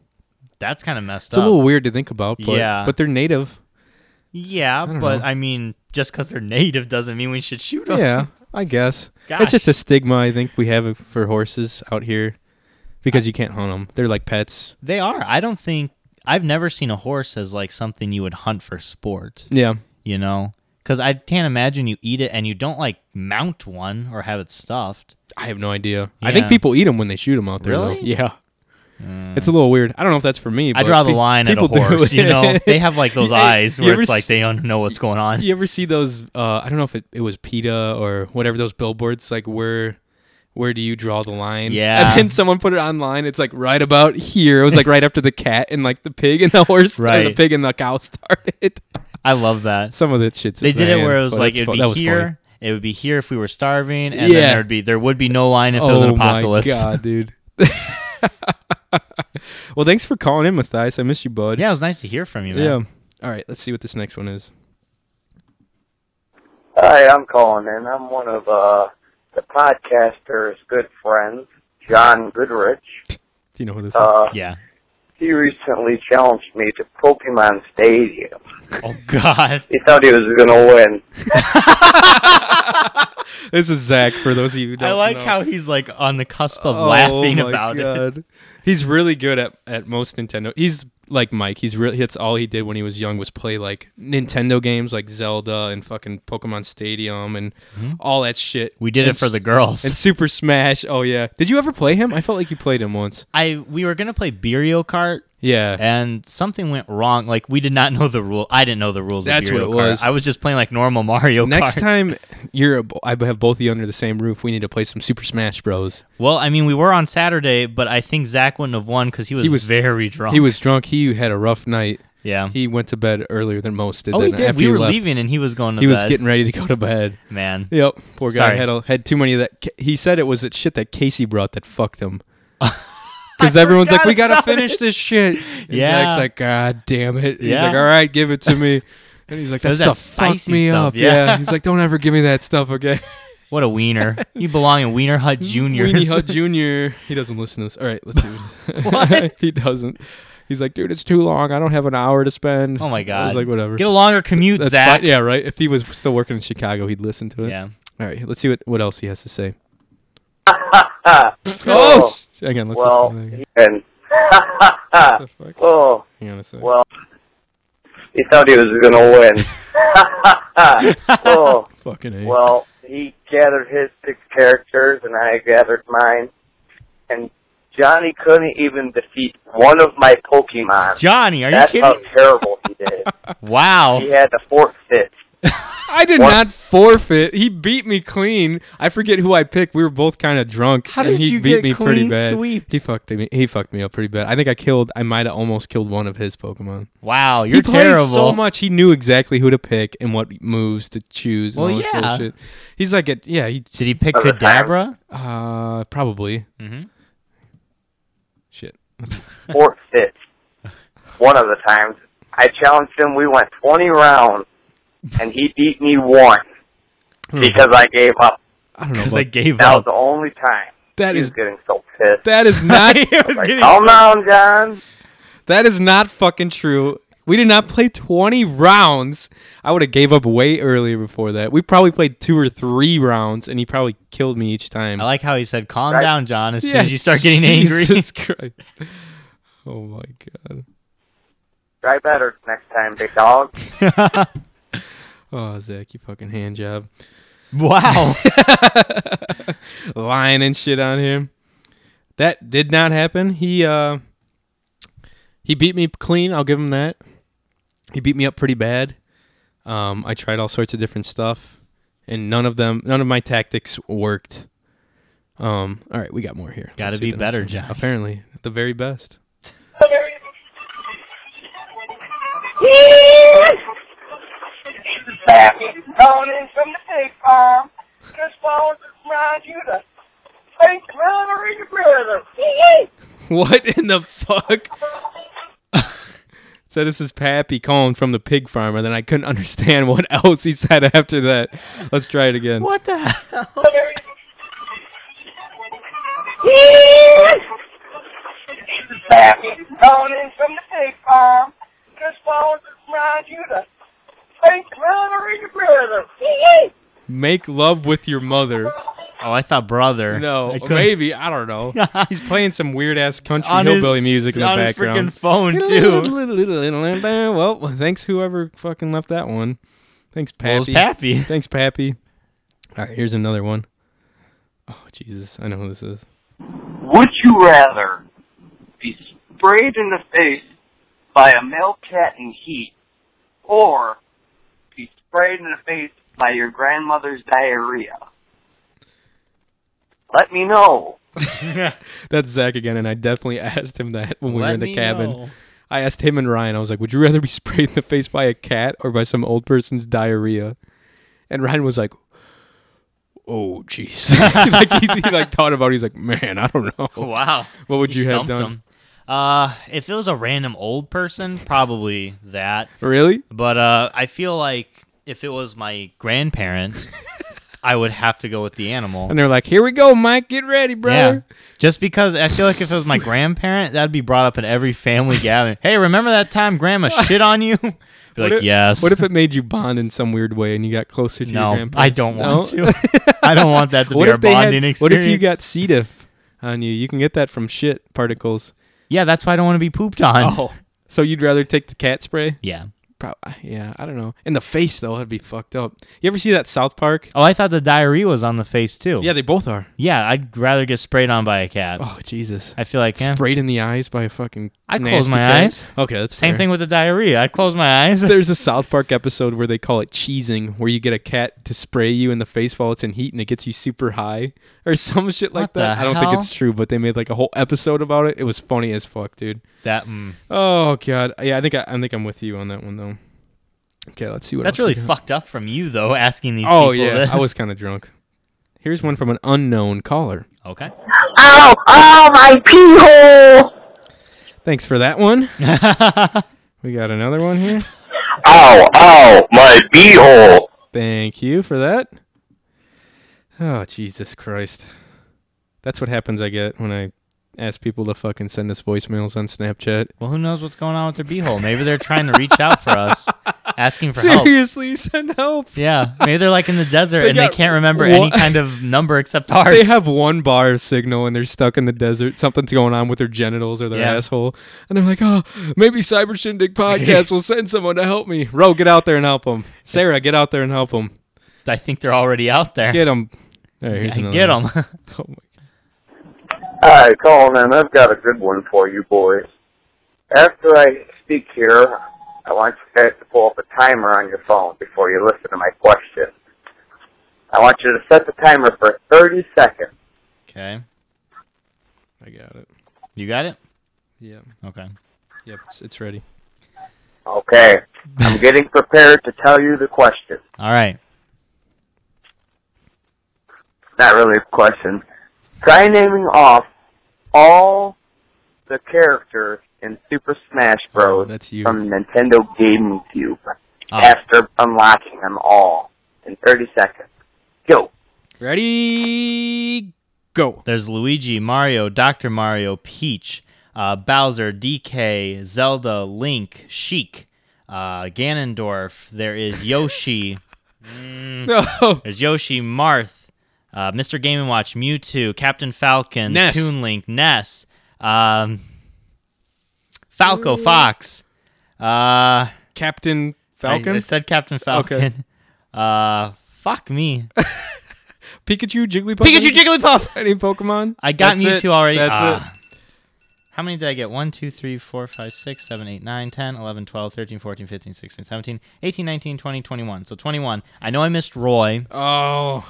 S2: That's kind of messed
S1: It's a
S2: up.
S1: little weird to think about, but
S2: Yeah.
S1: but they're native.
S2: yeah,
S1: don't
S2: but
S1: know.
S2: I mean, just because they're native doesn't mean we should shoot them.
S1: yeah, I guess.
S2: Gosh.
S1: It's just a stigma I think we have for horses out here because you can't hunt them. They're like pets.
S2: They are. I don't think I've never seen a horse as like something you would hunt for sport.
S1: Yeah.
S2: You know, because I can't imagine you eat it and you don't like mount one or have it stuffed.
S1: I have no idea. I think
S2: Yeah.
S1: people eat them when they shoot them out there. though.
S2: Really? Mm.
S1: Yeah. It's a little weird. I don't know if that's for me.
S2: I
S1: but
S2: draw the
S1: pe-
S2: line at a
S1: people do
S2: horse.
S1: it.
S2: You know, they have like those
S1: You-
S2: eyes
S1: you
S2: where
S1: ever
S2: it's like
S1: s-
S2: they don't know what's going on.
S1: You ever see those? Uh, I don't know if it, it was PETA or whatever those billboards like where. Where do you draw the line?
S2: Yeah.
S1: And then someone put it online. It's like right about here. It was like right after the cat and like the pig and the horse, or the
S2: Right.
S1: pig and the cow started.
S2: I love that.
S1: Some of that shit's.
S2: They did it where it was
S1: but
S2: like
S1: that's
S2: it'd
S1: fu-
S2: be
S1: that was
S2: here.
S1: funny.
S2: It would be here if we were starving, and
S1: Yeah.
S2: then
S1: Oh
S2: there'd be there would be no line if it was an apocalypse.
S1: my god, dude! Well, thanks for calling in, Matthias. I miss you, bud.
S2: Yeah, it was nice to hear from you, man.
S1: Yeah. All right. Let's see what this next one is.
S8: Hi, I'm calling in. I'm one of uh, the podcaster's good friends, John Goodrich.
S1: Do you know who this
S8: Uh,
S2: Yeah.
S8: he recently challenged me to Pokemon Stadium.
S2: Oh God.
S8: He thought he was going to win.
S1: is? This is Zach. For those of you who don't
S2: I like
S1: know.
S2: how he's like on the cusp of
S1: Oh
S2: laughing
S1: my
S2: about it.
S1: God. He's really good at, at most Nintendo. He's like Mike. He's really that's all he did when he was young was play like Nintendo games like Zelda and fucking Pokemon Stadium and all that shit.
S2: Mm-hmm. We did
S1: and,
S2: it for the girls.
S1: and Super Smash. Oh yeah. Did you ever play him? I felt like you played him once.
S2: I we were gonna play Birio Kart
S1: Yeah.
S2: and something went wrong. Like we did not know the rule. I didn't know the rules.
S1: That's
S2: of
S1: what
S2: Mario
S1: it
S2: Kart.
S1: was.
S2: I was just playing like normal Mario
S1: Next
S2: Kart.
S1: time you're a- I have both of you under the same roof, we need to play some Super Smash Bros.
S2: Well, I mean, we were on Saturday, but I think Zach wouldn't have won because he was,
S1: He was-
S2: very drunk.
S1: He was drunk. He had a rough night.
S2: yeah.
S1: He went to bed earlier than most did.
S2: oh, we
S1: Then
S2: did.
S1: After
S2: We
S1: you
S2: were
S1: left,
S2: leaving, and he was going to
S1: He
S2: bed.
S1: was getting ready to go to bed.
S2: man.
S1: Yep, poor guy
S2: Sorry.
S1: had a, had too many of that. He said it was that shit that Casey brought that fucked him. Because everyone's like,
S2: forgot
S1: we gotta
S2: about
S1: finish this shit. And
S2: Yeah.
S1: Zach's like, God damn it. He's
S2: Yeah.
S1: like, All right, give it to me. And he's like, That
S2: was that
S1: stuff fucked
S2: spicy
S1: me
S2: stuff,
S1: up.
S2: yeah.
S1: Yeah. He's like, Don't ever give me that stuff again.
S2: What a wiener! you belong in Wiener Hut Junior.
S1: Weenie Hut Junior. He doesn't listen to this. All right, let's see. What, it
S2: What?
S1: is. he doesn't. He's like, dude, it's too long. I don't have an hour to spend.
S2: Oh my
S1: I
S2: God!
S1: was like, whatever.
S2: Get a longer commute,
S1: That's
S2: Zach.
S1: fine. Yeah, right. If he was still working in Chicago, he'd listen to it.
S2: Yeah.
S1: All right, let's see what, what else he has to say.
S8: Oh,
S1: sh- again, let's
S8: well,
S1: listen to that again.
S8: and
S1: What the fuck?
S8: oh,
S1: Hang on a sec.
S8: well, he thought he was going to win. oh,
S1: Fucking A.
S8: well, he gathered his six characters, and I gathered mine, and Johnny couldn't even defeat one of my Pokemon.
S2: Johnny, are
S8: That's
S2: you
S8: how
S2: kidding?
S8: terrible he did.
S2: Wow.
S8: He had to forfeit.
S1: I did
S8: what-
S1: not forfeit. He beat me clean. I forget who I picked. We were both kind of drunk,
S2: How
S1: and
S2: did
S1: he
S2: you
S1: beat
S2: get
S1: me pretty
S2: clean
S1: bad.
S2: sweeped?
S1: He fucked me. He fucked me up pretty bad. I think I killed. I might have almost killed one of his Pokemon.
S2: Wow, you're
S1: he plays
S2: terrible.
S1: so much. He knew exactly who to pick and what moves to choose. And
S2: Well,
S1: all this
S2: yeah.
S1: bullshit. He's like, a, yeah, he
S2: Did he pick
S8: Other time.
S2: Kadabra?
S1: uh, probably.
S2: Mm-hmm.
S1: Shit.
S8: Forfeit. One of the times. I challenged him. We went 20 rounds, and he beat me one because I gave up.
S1: I don't know.
S2: Because
S1: About,
S2: I gave
S8: That was
S2: up.
S8: the only time.
S1: that
S8: he
S1: is
S8: was getting so pissed.
S1: that is not.
S2: He was
S8: like,
S2: getting-
S8: calm down, John.
S1: That is not fucking true. We did not play 20 rounds. I would have gave up way earlier before that. We probably played two or three rounds, and he probably killed me each time.
S2: I like how he said, "Calm
S8: Right.
S2: down, John." As soon as you start getting angry,
S1: Jesus Christ. Oh my god.
S8: Try better next time, big dog.
S1: Oh Zach, you fucking hand job.
S2: wow.
S1: Lying and shit on him. That did not happen. He uh he beat me clean, I'll give him that. He beat me up pretty bad. Um, I tried all sorts of different stuff, and none of them, none of my tactics worked. Um, all right, we got more here.
S2: Gotta
S1: Let's see
S2: be
S1: the next
S2: better,
S1: one.
S2: Johnny.
S1: Apparently, the very best.
S9: Calling in from the big farm. Just wanted to remind you to think matter in your brother.
S1: What in the fuck? so this is Pappy calling from the pig farmer. Then I couldn't understand what else he said after that. Let's try it again.
S2: what the hell?
S9: Calling in from the pig farm. Just wanted to remind you to think matter in your brother.
S1: Make love with your mother.
S2: Oh, I thought brother.
S1: No,
S2: I couldn't-
S1: maybe I don't know. He's playing some weird ass country
S2: on his,
S1: hillbilly music in the
S2: on
S1: background.
S2: his freaking phone too.
S1: well, thanks whoever fucking left that one. Thanks,
S2: Well, it's
S1: Pappy.
S2: Pappy.
S1: Thanks, Pappy. All right, here's another one. Oh Jesus, I know who this is.
S10: Would you rather be sprayed in the face by a male cat in heat or be sprayed in the face by your grandmother's diarrhea? Let me know.
S1: That's Zach again, and I definitely asked him that when we were
S2: Let
S1: in the
S2: me
S1: cabin.
S2: know.
S1: I asked him and Ryan. I was like, "Would you rather be sprayed in the face by a cat or by some old person's diarrhea?" And Ryan was like, "Oh, jeez." like he, he like thought about. it. He's like, "Man, I don't know."
S2: Wow.
S1: What would
S2: He
S1: you have
S2: stumped
S1: done?
S2: him. Uh, if it was a random old person, probably that.
S1: Really?
S2: But uh, I feel like if it was my grandparent, I would have to go with the animal.
S1: And they're like, "Here we go, Mike. Get ready, brother."
S2: Yeah. Just because I feel like if it was my grandparent, that'd be brought up at every family gathering. Hey, remember that time grandma shit on you? Be like,
S1: What if-
S2: yes.
S1: What if it made you bond in some weird way and you got closer to
S2: No,
S1: your
S2: I
S1: grandparents?
S2: don't want to. I don't want that to
S1: What
S2: be
S1: if
S2: our
S1: they had-
S2: bonding
S1: What if you got C. diff on you? You can get that from shit particles.
S2: Yeah, that's why I don't want to be pooped on.
S1: Oh, so you'd rather take the cat spray?
S2: Yeah.
S1: Pro- yeah, I don't know. In the face though, I'd be fucked up. You ever see that South Park?
S2: Oh, I thought the diarrhea was on the face too.
S1: Yeah, they both are.
S2: Yeah, I'd rather get sprayed on by a cat.
S1: Oh Jesus!
S2: I feel like eh,
S1: Sprayed in the eyes by a fucking.
S2: I close
S1: nasty
S2: my
S1: cat.
S2: eyes.
S1: Okay, that's
S2: Same
S1: fair.
S2: thing with the diarrhea. I close my eyes.
S1: There's a South Park episode where they call it cheesing, where you get a cat to spray you in the face while it's in heat and it gets you super high or some shit like
S2: What the
S1: that. I don't
S2: hell?
S1: think it's true, but they made like a whole episode about it. It was funny as fuck, dude.
S2: That mm,
S1: Oh god, yeah, I think I, I think I'm with you on that one though. Okay, let's see what.
S2: that's
S1: else we
S2: really
S1: got.
S2: fucked up from you though, asking these
S1: Oh
S2: people
S1: yeah,
S2: this.
S1: I was kind of drunk. Here's one from an unknown caller.
S2: Okay.
S7: Ow! Ow! My pee hole!
S1: Thanks for that one. we got another one here.
S11: Ow, ow, my beehole.
S1: Thank you for that. Oh, Jesus Christ. That's what happens I get when I ask people to fucking send us voicemails on Snapchat.
S2: Well, who knows what's going on with their beehole? Maybe they're trying to reach out for us, asking for help.
S1: Seriously, send help.
S2: Yeah, maybe they're like in the desert
S1: They
S2: and
S1: got
S2: they can't remember
S1: one-
S2: any kind of number except ours.
S1: They have one bar of signal and they're stuck in the desert. Something's going on with their genitals or their
S2: Yeah.
S1: asshole. And they're like, oh, maybe Cyber Shindig Podcast will send someone to help me. Ro, get out there and help them. Sarah, get out there and help them.
S2: I think they're already out there.
S1: Get them. All right, here's
S2: I
S1: another
S2: get
S1: one.
S2: them.
S1: Oh, my
S11: Hi, Colin, I've got a good one for you boys. After I speak here, I want you guys to pull up a timer on your phone before you listen to my question. I want you to set the timer for 30 seconds.
S2: Okay,
S1: I got it.
S2: you got it.
S1: Yeah.
S2: Okay.
S1: Yep, it's, it's ready.
S11: Okay, I'm getting prepared to tell you the question.
S2: All right.
S11: Not really a question. Try naming off all the characters in Super Smash Bros.
S1: Oh, That's you. Ah.
S11: from Nintendo GameCube after unlocking them all in 30 seconds. Go.
S1: Ready? Go.
S2: There's Luigi, Mario, Dr. Mario, Peach, uh, Bowser, DK, Zelda, Link, Sheik, uh, Ganondorf. There is Yoshi. Mm.
S1: No.
S2: There's Yoshi, Marth, uh, Mr. Game and Watch, Mewtwo, Captain Falcon,
S1: Ness.
S2: Toon Link, Ness, um, Falco, Fox. Uh,
S1: Captain
S2: I,
S1: Falcon?
S2: I said Captain Falcon. Uh, fuck me.
S1: Pikachu, Jigglypuff.
S2: Pikachu, Jigglypuff.
S1: Any Pokemon?
S2: I got
S1: That's
S2: Mewtwo
S1: it.
S2: already.
S1: That's
S2: Ah. How many did I get? 1, 2, 3, 4, 5, 6, 7, 8, 9, 10, 11, 12, 13, 14, 15, 16, 17, 18, 19, 20, 21. So 21. I know I missed Roy.
S1: it. Oh.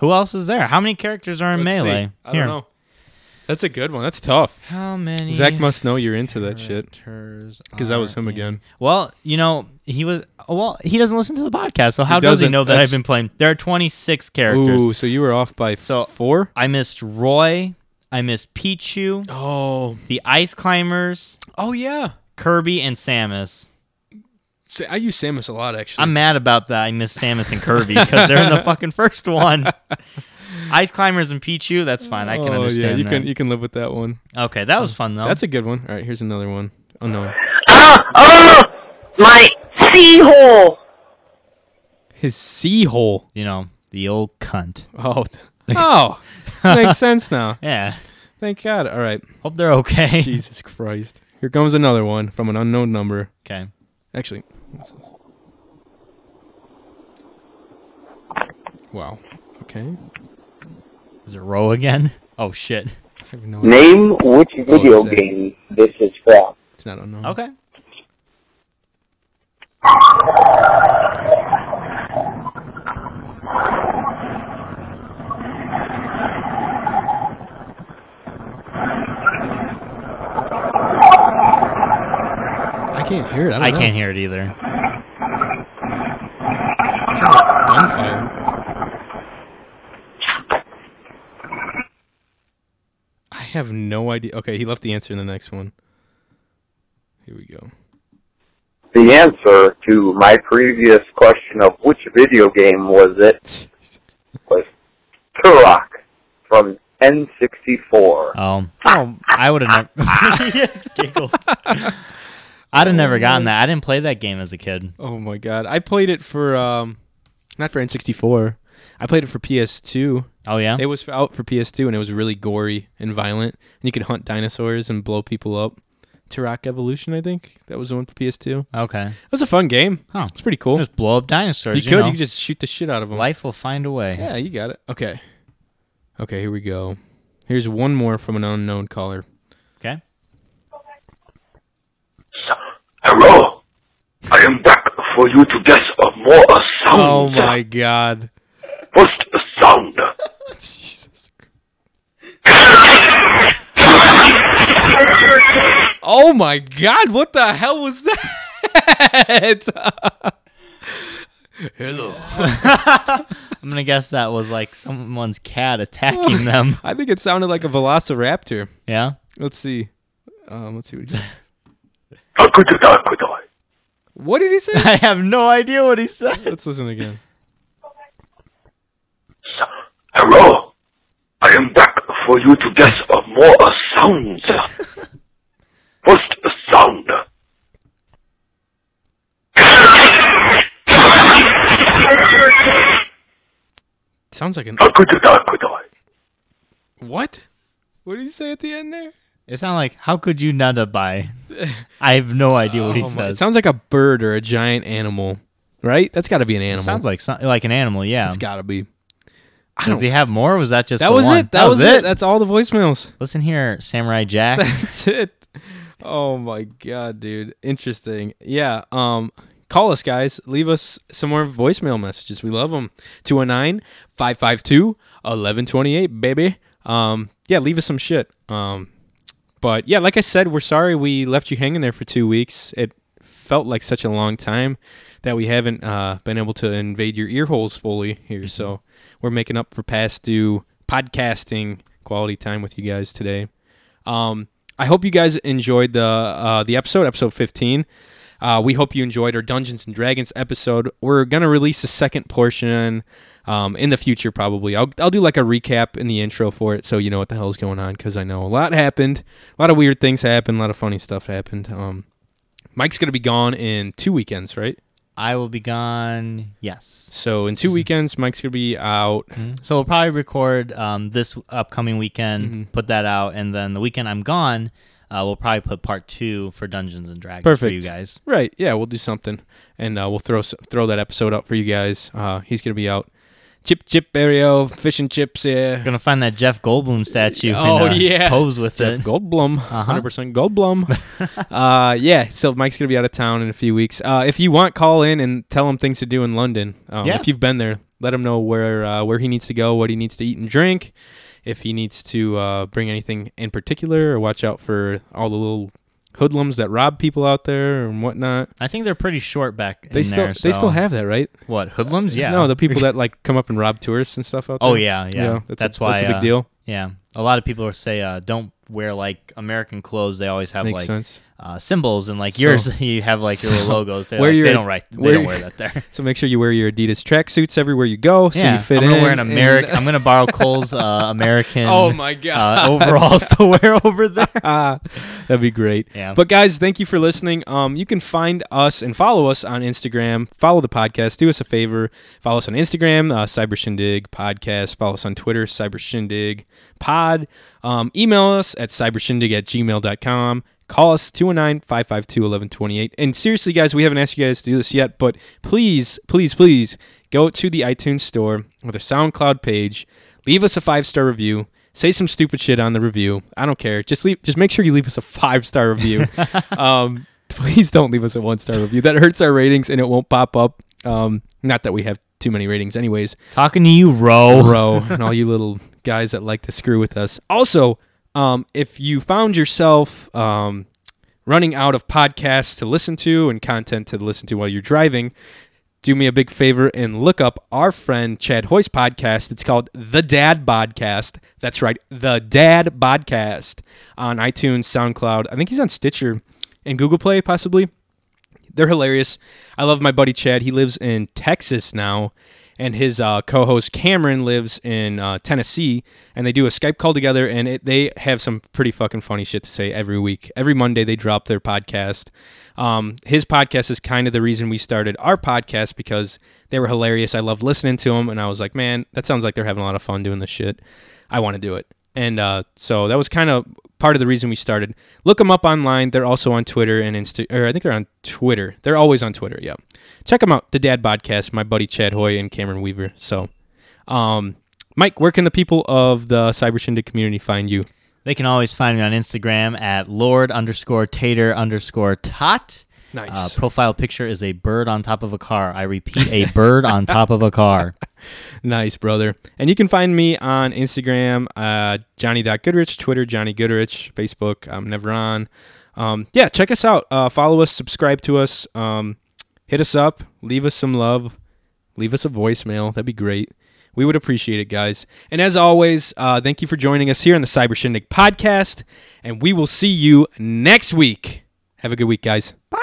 S2: Who else is there? How many characters are in
S1: let's see.
S2: Ah. Melee?
S1: I don't know. That's a good one. That's tough.
S2: How many?
S1: Zach must know you're into that shit.
S2: characters
S1: Because that
S2: are
S1: was him
S2: in-
S1: again.
S2: Well, you know, he was. oh, Well, he doesn't listen to the podcast, so how
S1: He
S2: does he
S1: doesn't.
S2: know that
S1: That's-
S2: I've been playing? There are 26 characters.
S1: Ooh, so you were off by
S2: So-
S1: four?
S2: I missed Roy. I missed Pichu,
S1: Oh.
S2: the Ice Climbers,
S1: Oh, yeah.
S2: Kirby, and Samus.
S1: Sa- I use Samus a lot, actually.
S2: I'm mad about that. I miss Samus and Kirby because they're in the fucking first one. Ice climbers and Pichu, that's fine. I can
S1: oh,
S2: understand
S1: yeah, you
S2: that. Oh.
S1: can you can live with that one.
S2: okay, that was fun though.
S1: That's a good one. All right, here's another one. Oh no,
S7: Ow! Oh! My pee hole!
S1: his sea hole.
S2: you know the old cunt.
S1: Oh, oh, makes sense now.
S2: Yeah.
S1: Thank God. All right,
S2: Hope they're okay.
S1: Jesus Christ. Here comes another one from an unknown number.
S2: Okay.
S1: Actually, what's this? Wow. Okay.
S2: Is it row again? Oh shit.
S1: I have no idea.
S11: Name which video
S1: it's a-
S11: game this is from.
S1: It's not um, unknown.
S2: Okay.
S1: I can't hear it. I, don't
S2: I,
S1: know.
S2: can't hear it either.
S1: It sounds like gunfire. I have no idea. Okay, he left the answer in the next one. Here we go.
S11: The answer to my previous question of which video game was it was Turok from N64.
S2: Oh, oh I would have never. yes, giggles. I'd have never gotten that. I didn't play that game as a kid.
S1: Oh my god, I played it for um, not for N64. I played it for PS2.
S2: Oh yeah,
S1: it was out for PS2, and it was really gory and violent, and you could hunt dinosaurs and blow people up. Turok Evolution, I think that was the one for PS2.
S2: Okay,
S1: it was a fun game.
S2: Oh,
S1: it's pretty cool.
S2: Just blow up dinosaurs.
S1: You
S2: You
S1: could.
S2: know.
S1: You could just shoot the shit out of them.
S2: Life will find a way.
S1: Yeah, you got it. Okay. Okay, here we go. Here's one more from an unknown caller.
S2: Okay.
S12: Hello. I am back for you to guess a more a sound.
S1: Oh my god.
S12: First a sound.
S1: Oh my god, what the hell was that? Hello.
S2: I'm gonna guess that was like someone's cat attacking them.
S1: I think it sounded like a velociraptor.
S2: Yeah.
S1: Let's see. Um, let's see what he said.
S2: What did he say? I have no idea what he said.
S1: Let's listen again.
S12: Hello. I am back for you to guess a more a sound. First a sound.
S1: Sounds like an. What? What did he say at the end there?
S2: It sounded like how could you not a buy? I have no idea what he
S1: Oh my-
S2: says.
S1: It sounds like a bird or a giant animal, right? That's got to be an animal.
S2: sounds like some, like an animal. Yeah,
S1: It's gotta be.
S2: Does he have more? Or was that just
S1: That
S2: the
S1: was
S2: one?
S1: it. That was it. That's all the voicemails.
S2: Listen here, Samurai Jack.
S1: That's it. Oh my god, dude. Interesting. Yeah. Um call us guys. Leave us some more voicemail messages. We love oh them. 219-552-1128, baby. Um yeah, leave us some shit. Um but yeah, like I said, we're sorry we left you hanging there for 2 weeks. It felt like such a long time that we haven't uh, been able to invade your ear holes fully here. So we're making up for past due podcasting quality time with you guys today. Um, I hope you guys enjoyed the uh, the episode, episode fifteen. Uh, we hope you enjoyed our Dungeons and Dragons episode. We're gonna release a second portion um, in the future, probably. I'll I'll do like a recap in the intro for it, so you know what the hell's going on. Because I know a lot happened, a lot of weird things happened, a lot of funny stuff happened. Um, Mike's gonna be gone in two weekends, right?
S2: I will be gone. Yes.
S1: So in two weekends, Mike's gonna be out.
S2: So we'll probably record um, this upcoming weekend,
S1: Mm-hmm.
S2: put that out, and then the weekend I'm gone, uh, we'll probably put part two for Dungeons and Dragons
S1: Perfect,
S2: for you guys.
S1: Right? Yeah, we'll do something, and uh, we'll throw s- throw that episode up for you guys. Uh, he's gonna be out. Chip Chip Barrio, fish and chips. Yeah,
S2: gonna find that Jeff Goldblum statue.
S1: Oh
S2: and, uh,
S1: yeah,
S2: pose with
S1: Jeff
S2: it.
S1: Goldblum,
S2: Uh-huh.
S1: 100 percent Goldblum. uh, yeah, so Mike's gonna be out of town in a few weeks. Uh, if you want, call in and tell him things to do in London. Um,
S2: Yeah.
S1: If you've been there, let him know where uh, where he needs to go, what he needs to eat and drink, if he needs to uh, bring anything in particular, or watch out for all the little hoodlums that rob people out there and whatnot.
S2: I think they're pretty short back.
S1: They
S2: in
S1: still
S2: there,
S1: they
S2: so-
S1: still have that, right?
S2: What hoodlums? Yeah.
S1: No, the people that like come up and rob tourists and stuff out there.
S2: Oh yeah, yeah.
S1: You know,
S2: that's
S1: a-
S2: why
S1: that's a big
S2: uh,
S1: deal.
S2: Yeah, a lot of people say uh, don't wear like American clothes. They always have
S1: Makes
S2: like
S1: sense.
S2: Uh, symbols and like
S1: So-
S2: yours, you have like your
S1: so
S2: little logos. They're
S1: wear
S2: like,
S1: your-
S2: they don't write. They don't wear that there.
S1: So make sure you wear your Adidas tracksuits everywhere you go, so
S2: yeah,
S1: you fit
S2: I'm gonna
S1: in.
S2: wear an
S1: and-
S2: American. I'm gonna borrow Cole's uh, American.
S1: Oh my God.
S2: Uh, overalls to wear over there.
S1: That'd be great.
S2: Yeah.
S1: But guys, thank you for listening. Um, you can find us and follow us on Instagram. Follow the podcast. Do us a favor. Follow us on Instagram, uh, Cyber Shindig Podcast. Follow us on Twitter, Cyber Shindig Pod. Um, email us at cybershindig at gmail.com. Call us 209 552 1128. And seriously, guys, we haven't asked you guys to do this yet, but please, please, please go to the iTunes store or the SoundCloud page. Leave us a five star review. Say some stupid shit on the review. I don't care. Just leave. Just make sure you leave us a five star review. um, please don't leave us a one star review. That hurts our ratings and it won't pop up. Um, not that we have too many ratings, anyways.
S2: Talking to you, Ro.
S1: Ro, and all you little guys that like to screw with us. Also, um, if you found yourself um, running out of podcasts to listen to and content to listen to while you're driving, do me a big favor and look up our friend Chad Hoy's podcast. It's called The Dad Podcast. That's right, The Dad Podcast on iTunes, SoundCloud. I think he's on Stitcher. and Google Play possibly. They're hilarious. I love my buddy Chad. He lives in Texas now, and his uh, co-host Cameron lives in uh, Tennessee, and they do a Skype call together, and it, they have some pretty fucking funny shit to say every week. Every Monday they drop their podcast. Um, his podcast is kind of the reason we started our podcast because they were hilarious. I loved listening to them, and I was like, man, that sounds like they're having a lot of fun doing this shit. I want to do it. And uh, so that was kind of part of the reason we started. Look them up online. They're also on Twitter and Insta. Or I think they're on Twitter. They're always on Twitter. Yeah, check them out. The Dad Podcast. My buddy Chad Hoy and Cameron Weaver. So, um, Mike, where can the people of the Cyber Shindig community find you?
S2: They can always find me on Instagram at Lord underscore Tater underscore Tot.
S1: Nice.
S2: Uh, profile picture is a bird on top of a car. I repeat, a bird on top of a car.
S1: nice, brother. And you can find me on Instagram, uh, Johnny.Goodrich, Twitter, Johnny Goodrich, Facebook, I'm never on. Um, yeah, check us out. Uh, follow us, subscribe to us, um, hit us up, leave us some love, leave us a voicemail. That'd be great. We would appreciate it, guys. And as always, uh, thank you for joining us here on the Cyber Shindig podcast. And we will see you next week. Have a good week, guys. Bye.